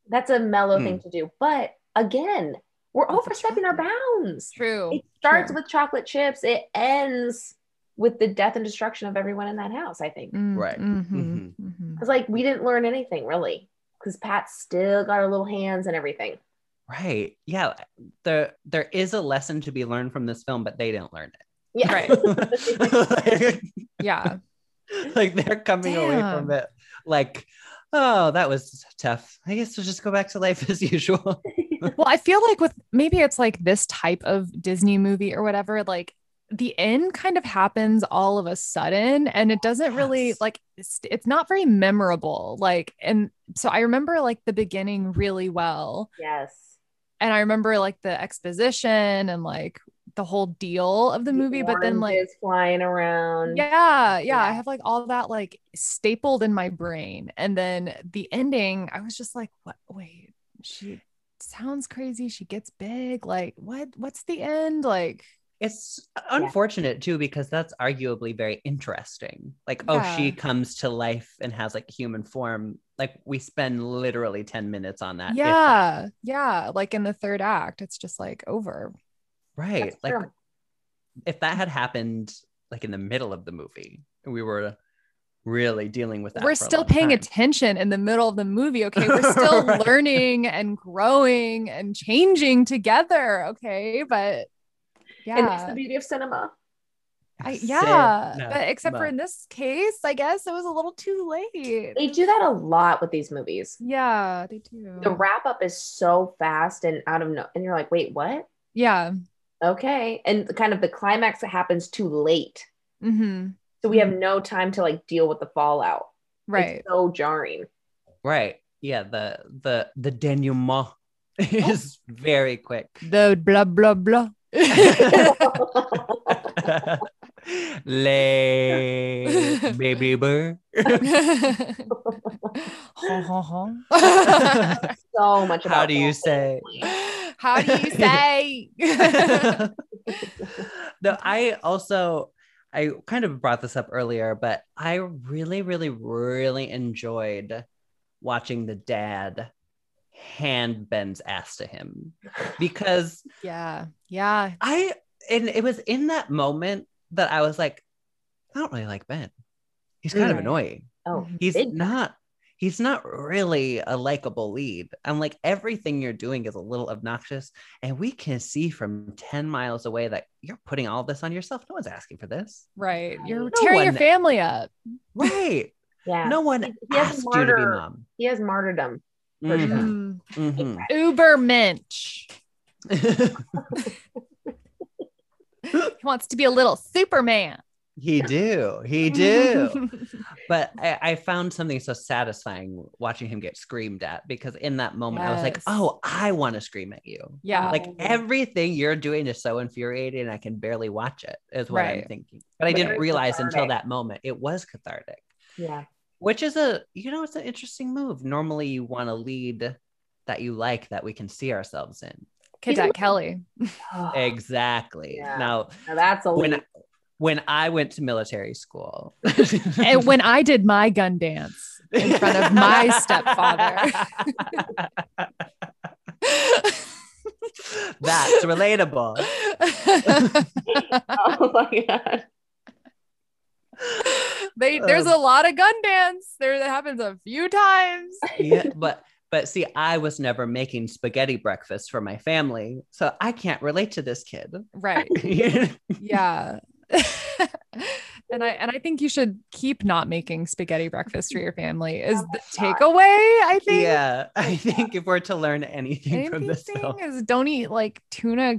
Speaker 2: That's a mellow
Speaker 1: Hmm.
Speaker 4: Mm.
Speaker 2: thing to do. But again, we're
Speaker 1: With the
Speaker 2: overstepping our bounds.
Speaker 4: True.
Speaker 2: It starts
Speaker 4: True.
Speaker 2: with chocolate chips. It ends with the death and destruction of everyone in that house, I think.
Speaker 4: Mm,
Speaker 1: Right. Mm-hmm.
Speaker 4: mhm, mhm.
Speaker 2: It's like we didn't learn anything really because Pat still got her little hands and everything.
Speaker 1: Right? Yeah. There, there is a lesson to be learned from this film, but they didn't learn
Speaker 2: Yeah.
Speaker 4: Right.
Speaker 1: it.
Speaker 4: Yeah.
Speaker 1: like, they're coming away from it like, oh, that was tough. I guess we'll just go back to life as usual.
Speaker 4: Well, I feel like with maybe it's like this type of Disney movie or whatever, like the end kind of happens all of a sudden and it doesn't really
Speaker 1: Yes.
Speaker 4: like it's, it's not very memorable. Like, and so I remember like the beginning really well.
Speaker 2: yes.
Speaker 4: And I remember like the exposition and like the whole deal of the movie, but then like
Speaker 2: oranges flying around.
Speaker 4: yeah, yeah, I
Speaker 2: Yeah.
Speaker 4: have like all that like stapled in my brain. And then the ending, I was just like, what wait, she sounds crazy, she gets big, like what what's the end? Like
Speaker 1: It's unfortunate too, because that's arguably very interesting. Like,
Speaker 4: Yeah.
Speaker 1: oh, she comes to life and has like human form. Like, we spend literally 10 minutes on that. if that.
Speaker 4: yeah, yeah, like in the third act, it's just like over.
Speaker 1: Right.
Speaker 2: That's
Speaker 1: Like,
Speaker 2: true.
Speaker 1: if that had happened like in the middle of the movie, we were really dealing with that.
Speaker 4: we're
Speaker 1: for a
Speaker 4: still
Speaker 1: long
Speaker 4: paying
Speaker 1: time.
Speaker 4: attention in the middle of the movie, okay? We're still
Speaker 1: Right.
Speaker 4: learning and growing and changing together, okay? But yeah.
Speaker 2: And that's the beauty of cinema.
Speaker 4: I,
Speaker 1: Sin-
Speaker 4: yeah,
Speaker 1: no,
Speaker 4: but except for
Speaker 1: but-
Speaker 4: in this case, I guess it was a little too late.
Speaker 2: They do that a lot with these movies.
Speaker 4: Yeah, they do.
Speaker 2: The wrap up is so fast and out of no, and you're like, wait, what?
Speaker 4: yeah.
Speaker 2: Okay. And kind of the climax that happens too late.
Speaker 4: hmm
Speaker 2: So we have no time to like deal with the fallout.
Speaker 4: Right.
Speaker 2: It's so jarring.
Speaker 1: right. Yeah. The, the, the denouement is very quick.
Speaker 4: The blah blah blah.
Speaker 1: Lay, baby bird.
Speaker 4: Huh, huh, huh.
Speaker 2: So much about
Speaker 1: How do you
Speaker 2: that.
Speaker 1: say?
Speaker 4: How do you say?
Speaker 1: no, I also I kind of brought this up earlier, but I really, really, really enjoyed watching the dad hand Ben's ass to him because
Speaker 4: yeah, yeah.
Speaker 1: I and it was in that moment that I was like, I don't really like Ben. He's kind of
Speaker 4: Right.
Speaker 1: annoying.
Speaker 2: Oh,
Speaker 4: Mm-hmm.
Speaker 1: He's
Speaker 2: big time.
Speaker 1: not he's not really a likable lead. I'm like everything you're doing is a little obnoxious and we can see from 10 miles away that you're putting all this on yourself. No one's asking for this.
Speaker 4: Right. You're
Speaker 2: No
Speaker 4: tearing your
Speaker 1: one-
Speaker 4: family up.
Speaker 1: Right.
Speaker 2: Yeah.
Speaker 1: No one
Speaker 2: he has
Speaker 1: asked you to be
Speaker 2: martyr-
Speaker 1: mom.
Speaker 2: He has martyrdom. For sure.
Speaker 1: Mhm,
Speaker 4: Mm.
Speaker 1: mhm.
Speaker 4: Uber Minch.
Speaker 1: Mm-hmm.
Speaker 4: He wants to be a little Superman.
Speaker 1: he do. He do. but I, I found something so satisfying watching him get screamed at because in that moment I was like,
Speaker 4: Yes.
Speaker 1: oh, I want to scream at you.
Speaker 4: yeah.
Speaker 1: Like everything you're doing is so infuriating, and I can barely watch it, is what I'm
Speaker 4: Right.
Speaker 1: thinking. But I
Speaker 2: But
Speaker 1: didn't
Speaker 2: it's
Speaker 1: realize until
Speaker 2: cathartic.
Speaker 1: that moment it was cathartic,
Speaker 2: Yeah.
Speaker 1: which is a, you know, it's an interesting move. Normally you want a lead that you like that we can see ourselves in.
Speaker 4: Cadet Kelly.
Speaker 2: Oh,
Speaker 1: Exactly.
Speaker 2: Yeah.
Speaker 1: Now,
Speaker 2: now that's a
Speaker 1: when
Speaker 2: leap.
Speaker 1: I, when I went to military school,
Speaker 4: and when I did my gun dance in front of my stepfather.
Speaker 1: That's relatable.
Speaker 2: Oh my god.
Speaker 4: they there's
Speaker 1: Um,
Speaker 4: a lot of gun dance. There that happens a few times.
Speaker 1: Yeah, but but see, I was never making spaghetti breakfast for my family, so I can't relate to this kid.
Speaker 4: Right. Yeah. and I and I think you should keep not making spaghetti breakfast for your family is the
Speaker 2: not.
Speaker 4: takeaway, I think.
Speaker 1: yeah, I think if we're to learn anything,
Speaker 4: Anything
Speaker 1: from this film,
Speaker 4: is don't eat like tuna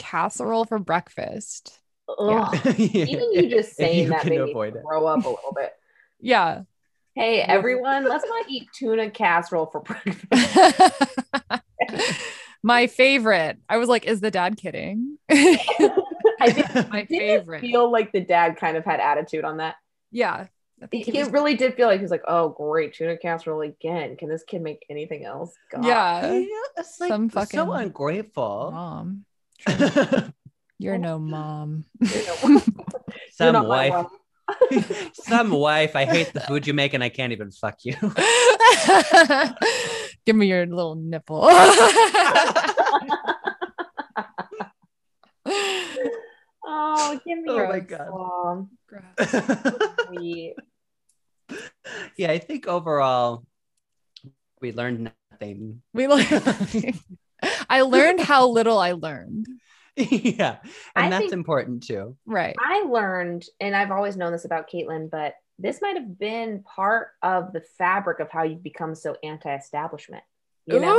Speaker 4: casserole for breakfast.
Speaker 2: Ugh. Even you just saying that made me throw up a little bit.
Speaker 4: Yeah.
Speaker 2: Hey
Speaker 4: Yes.
Speaker 2: everyone, let's not eat tuna casserole for breakfast.
Speaker 4: My favorite. I was like, is the dad kidding?
Speaker 2: I think
Speaker 4: My
Speaker 2: did
Speaker 4: favorite.
Speaker 2: feel like the dad kind of had attitude on that.
Speaker 4: yeah. I
Speaker 2: He,
Speaker 4: think he
Speaker 2: he
Speaker 4: was-
Speaker 2: really did feel like he was like, "Oh, great, tuna casserole again. Can this kid make anything else?" God.
Speaker 4: yeah.
Speaker 1: it's like
Speaker 4: Some
Speaker 1: so
Speaker 4: fucking-
Speaker 1: ungrateful.
Speaker 4: Mom.
Speaker 1: Some
Speaker 4: You're no mom.
Speaker 2: You know, you're not my
Speaker 1: wife,
Speaker 2: mom.
Speaker 1: some wife. I hate the food you make, and I can't even fuck you.
Speaker 4: Give me your little nipple.
Speaker 2: Oh, give me
Speaker 1: Oh
Speaker 2: your
Speaker 1: my
Speaker 2: my
Speaker 1: God.
Speaker 2: We
Speaker 1: yeah, I think overall we learned nothing.
Speaker 4: we learned. I learned how little I learned.
Speaker 1: yeah, and
Speaker 2: I
Speaker 1: that's
Speaker 2: think-
Speaker 1: important too.
Speaker 4: Right.
Speaker 2: I learned, and I've always known this about Caitlin, but this might have been part of the fabric of how you've become so anti-establishment. You know,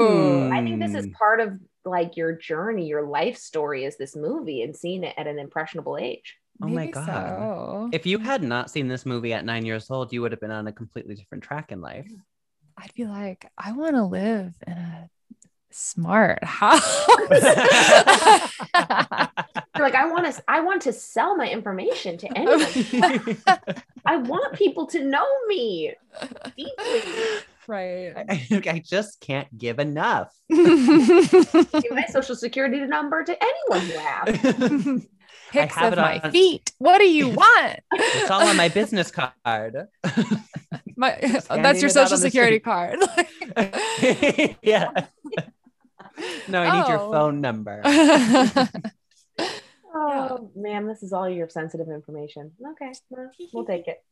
Speaker 4: Ooh.
Speaker 2: I think this is
Speaker 1: Mm.
Speaker 2: part of like your journey, your life story is this movie and seeing it at an impressionable age.
Speaker 1: Oh my
Speaker 4: Maybe
Speaker 1: God.
Speaker 4: so.
Speaker 1: If you had not seen this movie at nine years old, you would have been on a completely different track in life.
Speaker 4: I'd be like, I want to live in a smart house.
Speaker 2: You're like, I want to, I want to sell my information to anyone. I want people to know me deeply.
Speaker 4: right.
Speaker 1: I just can't give enough.
Speaker 2: Give my social security number to anyone who asks.
Speaker 1: it's
Speaker 4: Pics
Speaker 1: have
Speaker 4: of
Speaker 1: it
Speaker 4: my
Speaker 1: on-
Speaker 4: feet. What do you want?
Speaker 1: all on my business card.
Speaker 4: My- uh,
Speaker 1: handing
Speaker 4: that's your
Speaker 1: it
Speaker 4: social
Speaker 1: out on the
Speaker 4: security
Speaker 1: street.
Speaker 4: card.
Speaker 1: yeah. No, I need your
Speaker 4: Oh.
Speaker 1: phone number.
Speaker 2: Oh, ma'am, this is all your sensitive information. Okay, well, we'll take it.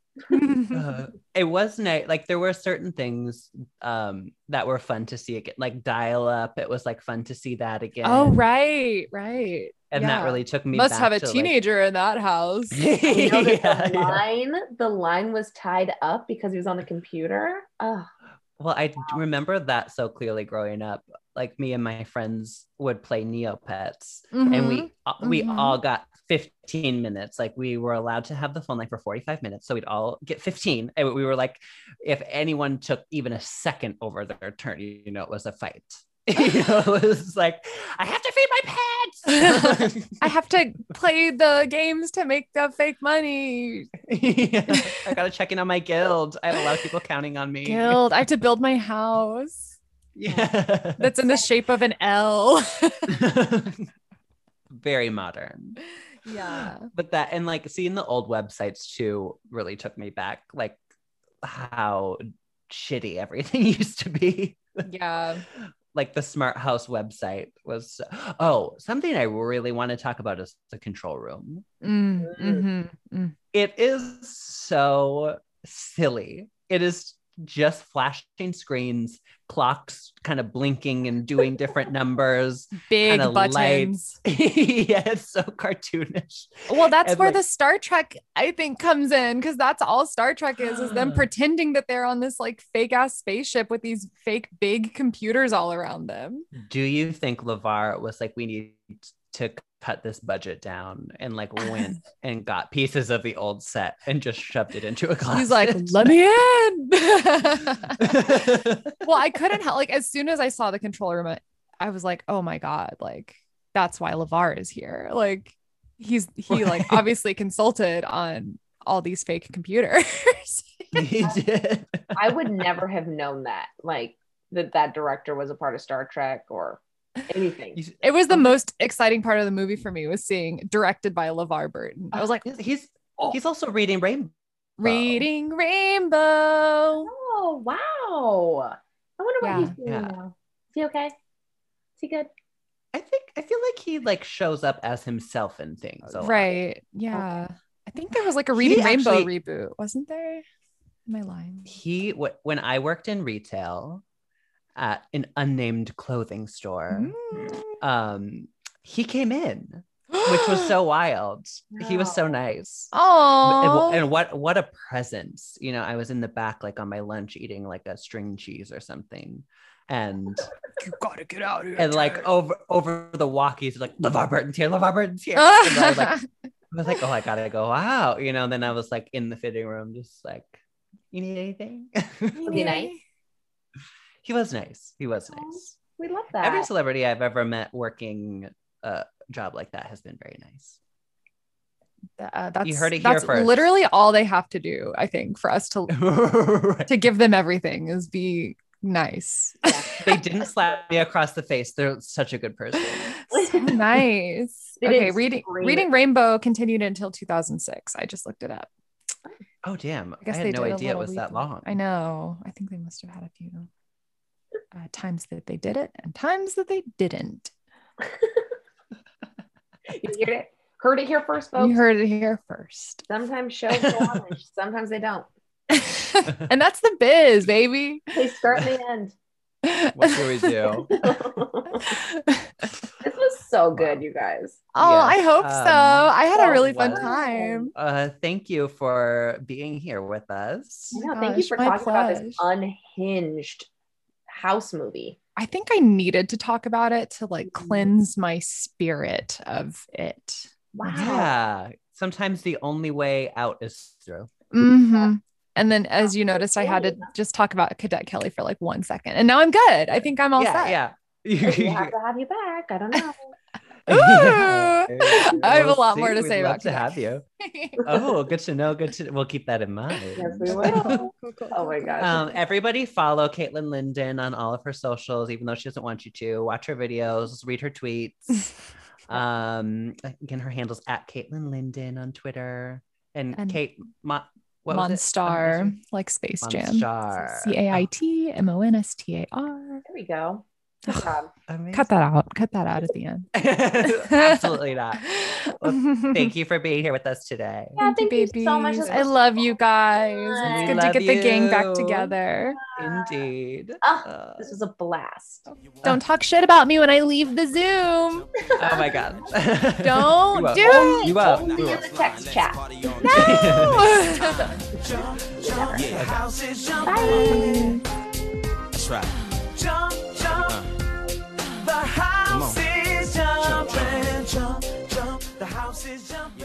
Speaker 1: Uh, it was nice. Like there were certain things um that were fun to see again, like dial up. It was like fun to see that again.
Speaker 4: oh, right, right.
Speaker 1: And that
Speaker 4: Yeah.
Speaker 1: really took me.
Speaker 4: must
Speaker 1: back
Speaker 4: have a
Speaker 1: to, like-
Speaker 4: teenager in that house.
Speaker 2: You know that
Speaker 1: yeah,
Speaker 2: the
Speaker 1: yeah.
Speaker 2: line, the line was tied up because he was on the computer. Oh,
Speaker 1: Well, I d- remember that so clearly growing up. Like me and my friends would play Neopets,
Speaker 4: Mm-hmm.
Speaker 1: and we uh, we
Speaker 4: Mhm.
Speaker 1: all got 15 minutes. Like we were allowed to have the phone line for 45 minutes, so we'd all get 15. And we were like, if anyone took even a second over their turn, you know, it was a fight. you know, it was like, I have to feed my pets.
Speaker 4: I have to play the games to make the fake money.
Speaker 1: Yeah, I gotta check in on my guild. I have a lot of people counting on me.
Speaker 4: Guild. I have to build my house
Speaker 1: Yeah.
Speaker 4: that's in the shape of an L.
Speaker 1: Very modern.
Speaker 4: yeah.
Speaker 1: But that and like seeing the old websites too really took me back, like how shitty everything used to be.
Speaker 4: Yeah.
Speaker 1: Like the smart house website was oh, something I really want to talk about is the control room.
Speaker 4: Mm, mhm, mm.
Speaker 1: It is so silly. It is just flashing screens, clocks kind of blinking and doing different numbers.
Speaker 4: Big
Speaker 1: Kinda light.
Speaker 4: buttons.
Speaker 1: yeah, it's so cartoonish.
Speaker 4: Well, that's
Speaker 1: And,
Speaker 4: where
Speaker 1: like-
Speaker 4: the Star Trek I think comes in because that's all Star Trek is is them pretending that they're on this like fake ass spaceship with these fake big computers all around them.
Speaker 1: Do you think LeVar was like, we need to cut this budget down and like went and got pieces of the old set and just shoved it into a closet?
Speaker 4: He's like, "Let me in." well, I couldn't help like as soon as I saw the control room, I- I was like, oh my god, like that's why Lavar is here. Like he's he like
Speaker 1: Right.
Speaker 4: obviously consulted on all these fake computers.
Speaker 1: he did.
Speaker 2: I would never have known that, like that that director was a part of Star Trek or anything.
Speaker 1: He's-
Speaker 4: it was the
Speaker 1: Okay.
Speaker 4: most exciting part of the movie for me was seeing directed by LeVar Burton. I was like,
Speaker 1: he's he's, he's also reading Rainbow.
Speaker 4: reading Rainbow.
Speaker 2: Oh wow! I wonder what
Speaker 4: Yeah,
Speaker 2: he's doing
Speaker 1: yeah.
Speaker 2: now. Is he okay? Is he good?
Speaker 1: I think I feel like he like shows up as himself in things. a lot.
Speaker 4: Right. Yeah. I think there was like a reading
Speaker 1: He
Speaker 4: Rainbow
Speaker 1: actually-
Speaker 4: reboot, wasn't there? Am I lying?
Speaker 1: He wh- when I worked in retail at an unnamed clothing
Speaker 4: Mm.
Speaker 1: store, um, he came in, which was so wild. He was so nice.
Speaker 4: Oh,
Speaker 1: And, and what what a presence. You know, I was in the back like on my lunch eating like a string cheese or something. And
Speaker 4: you gotta get out of here.
Speaker 1: and like over over the walkies like LeVar Burton's here, LeVar Burton's here. And I was like, I was like, oh, I gotta go out, you know. And then I was like in the fitting room, just like, you need anything?
Speaker 2: Really nice.
Speaker 1: he was nice. He was
Speaker 2: Aw,
Speaker 1: nice.
Speaker 2: We love that.
Speaker 1: Every celebrity I've ever met working a job like that has been very nice.
Speaker 4: Uh, that's,
Speaker 1: heard it here
Speaker 4: that's
Speaker 1: first.
Speaker 4: literally all they have to do, I think, for us to
Speaker 1: Right.
Speaker 4: to give them everything is be nice.
Speaker 1: They didn't slap me across the face. They're such a good person.
Speaker 4: so nice.
Speaker 2: They
Speaker 4: okay,
Speaker 2: didn't
Speaker 4: reading
Speaker 2: scream
Speaker 4: reading Rainbow continued until 2006. I just looked it up.
Speaker 1: Oh damn!
Speaker 4: I
Speaker 1: I,
Speaker 4: guess they
Speaker 1: had no
Speaker 4: did a
Speaker 1: idea it
Speaker 4: little
Speaker 1: was that
Speaker 4: reboot.
Speaker 1: long.
Speaker 4: I know. I think they must have had a few uh, times that they did it and times that they didn't.
Speaker 2: You heard it, heard it here first, folks.
Speaker 4: You heard it here first.
Speaker 2: sometimes shows go on, and sometimes they don't.
Speaker 4: and that's the biz, baby.
Speaker 2: They start and they end.
Speaker 1: What do we do?
Speaker 2: this
Speaker 4: oh,
Speaker 2: was so good, you guys.
Speaker 4: I
Speaker 1: Yes,
Speaker 4: hope so.
Speaker 1: um,
Speaker 4: I had
Speaker 1: that
Speaker 4: a really fun
Speaker 1: was-
Speaker 4: time.
Speaker 1: uh, thanhank you for being here with us.
Speaker 4: Oh
Speaker 2: No,
Speaker 4: my
Speaker 2: thank you
Speaker 4: gosh,
Speaker 2: for
Speaker 4: my
Speaker 2: talking about this unhinged house movie.
Speaker 4: I think I needed to talk about it to like cleanse my spirit of it.
Speaker 2: Wow.
Speaker 1: Yeah. Sometimes the only way out is through.
Speaker 4: hmm And then, as you noticed, I had to just talk about Cadet Kelly for like one second, and now I'm good. I think I'm all
Speaker 1: yeah,
Speaker 4: set.
Speaker 1: yeah.
Speaker 2: We have to have you back. I don't know.
Speaker 1: Yeah.
Speaker 4: Ooh. I have a
Speaker 1: We'll
Speaker 4: lot more
Speaker 1: see.
Speaker 4: to
Speaker 1: We'd
Speaker 4: say
Speaker 1: love
Speaker 4: about
Speaker 1: to
Speaker 4: Cadet.
Speaker 1: have you. Oh, good to know. Good to. We'll keep that in mind.
Speaker 2: Yes, we will. Oh my gosh.
Speaker 1: Um, everybody follow Caitlin Linden on all of her socials, even though she doesn't want you to. Watch her videos, read her tweets. um, again, her handles at Caitlin Linden on Twitter and,
Speaker 4: And
Speaker 1: Kate Mo- what was it?
Speaker 4: Monstar, like Space Jam.
Speaker 1: Monstar.
Speaker 4: C A I T M O N S T A R.
Speaker 2: there we go. Good job.
Speaker 1: Oh, amazing.
Speaker 4: Cut that out. Cut that out at the end.
Speaker 1: Absolutely not. Thank you for being here with us today.
Speaker 2: Yeah, thank you so much.
Speaker 4: babies.
Speaker 2: This
Speaker 4: I
Speaker 2: was
Speaker 4: love
Speaker 2: so
Speaker 4: you guys.
Speaker 2: fun.
Speaker 4: It's
Speaker 1: We
Speaker 4: good to
Speaker 1: love
Speaker 4: get the gang back
Speaker 1: you.
Speaker 4: together.
Speaker 1: Indeed.
Speaker 2: Ah,
Speaker 1: Uh,
Speaker 2: This was a blast.
Speaker 4: Don't talk shit about me when I leave the Zoom.
Speaker 1: oh my God.
Speaker 4: Don't do
Speaker 1: You won't.
Speaker 4: it.
Speaker 1: You won't.
Speaker 2: Only
Speaker 1: You
Speaker 2: in
Speaker 1: won't.
Speaker 2: the text chat.
Speaker 4: No.
Speaker 5: Yeah. House is jumping.
Speaker 2: Bye.
Speaker 5: That's right.
Speaker 6: jump, jump. The house is jumping, jump, jump. The house is jumping.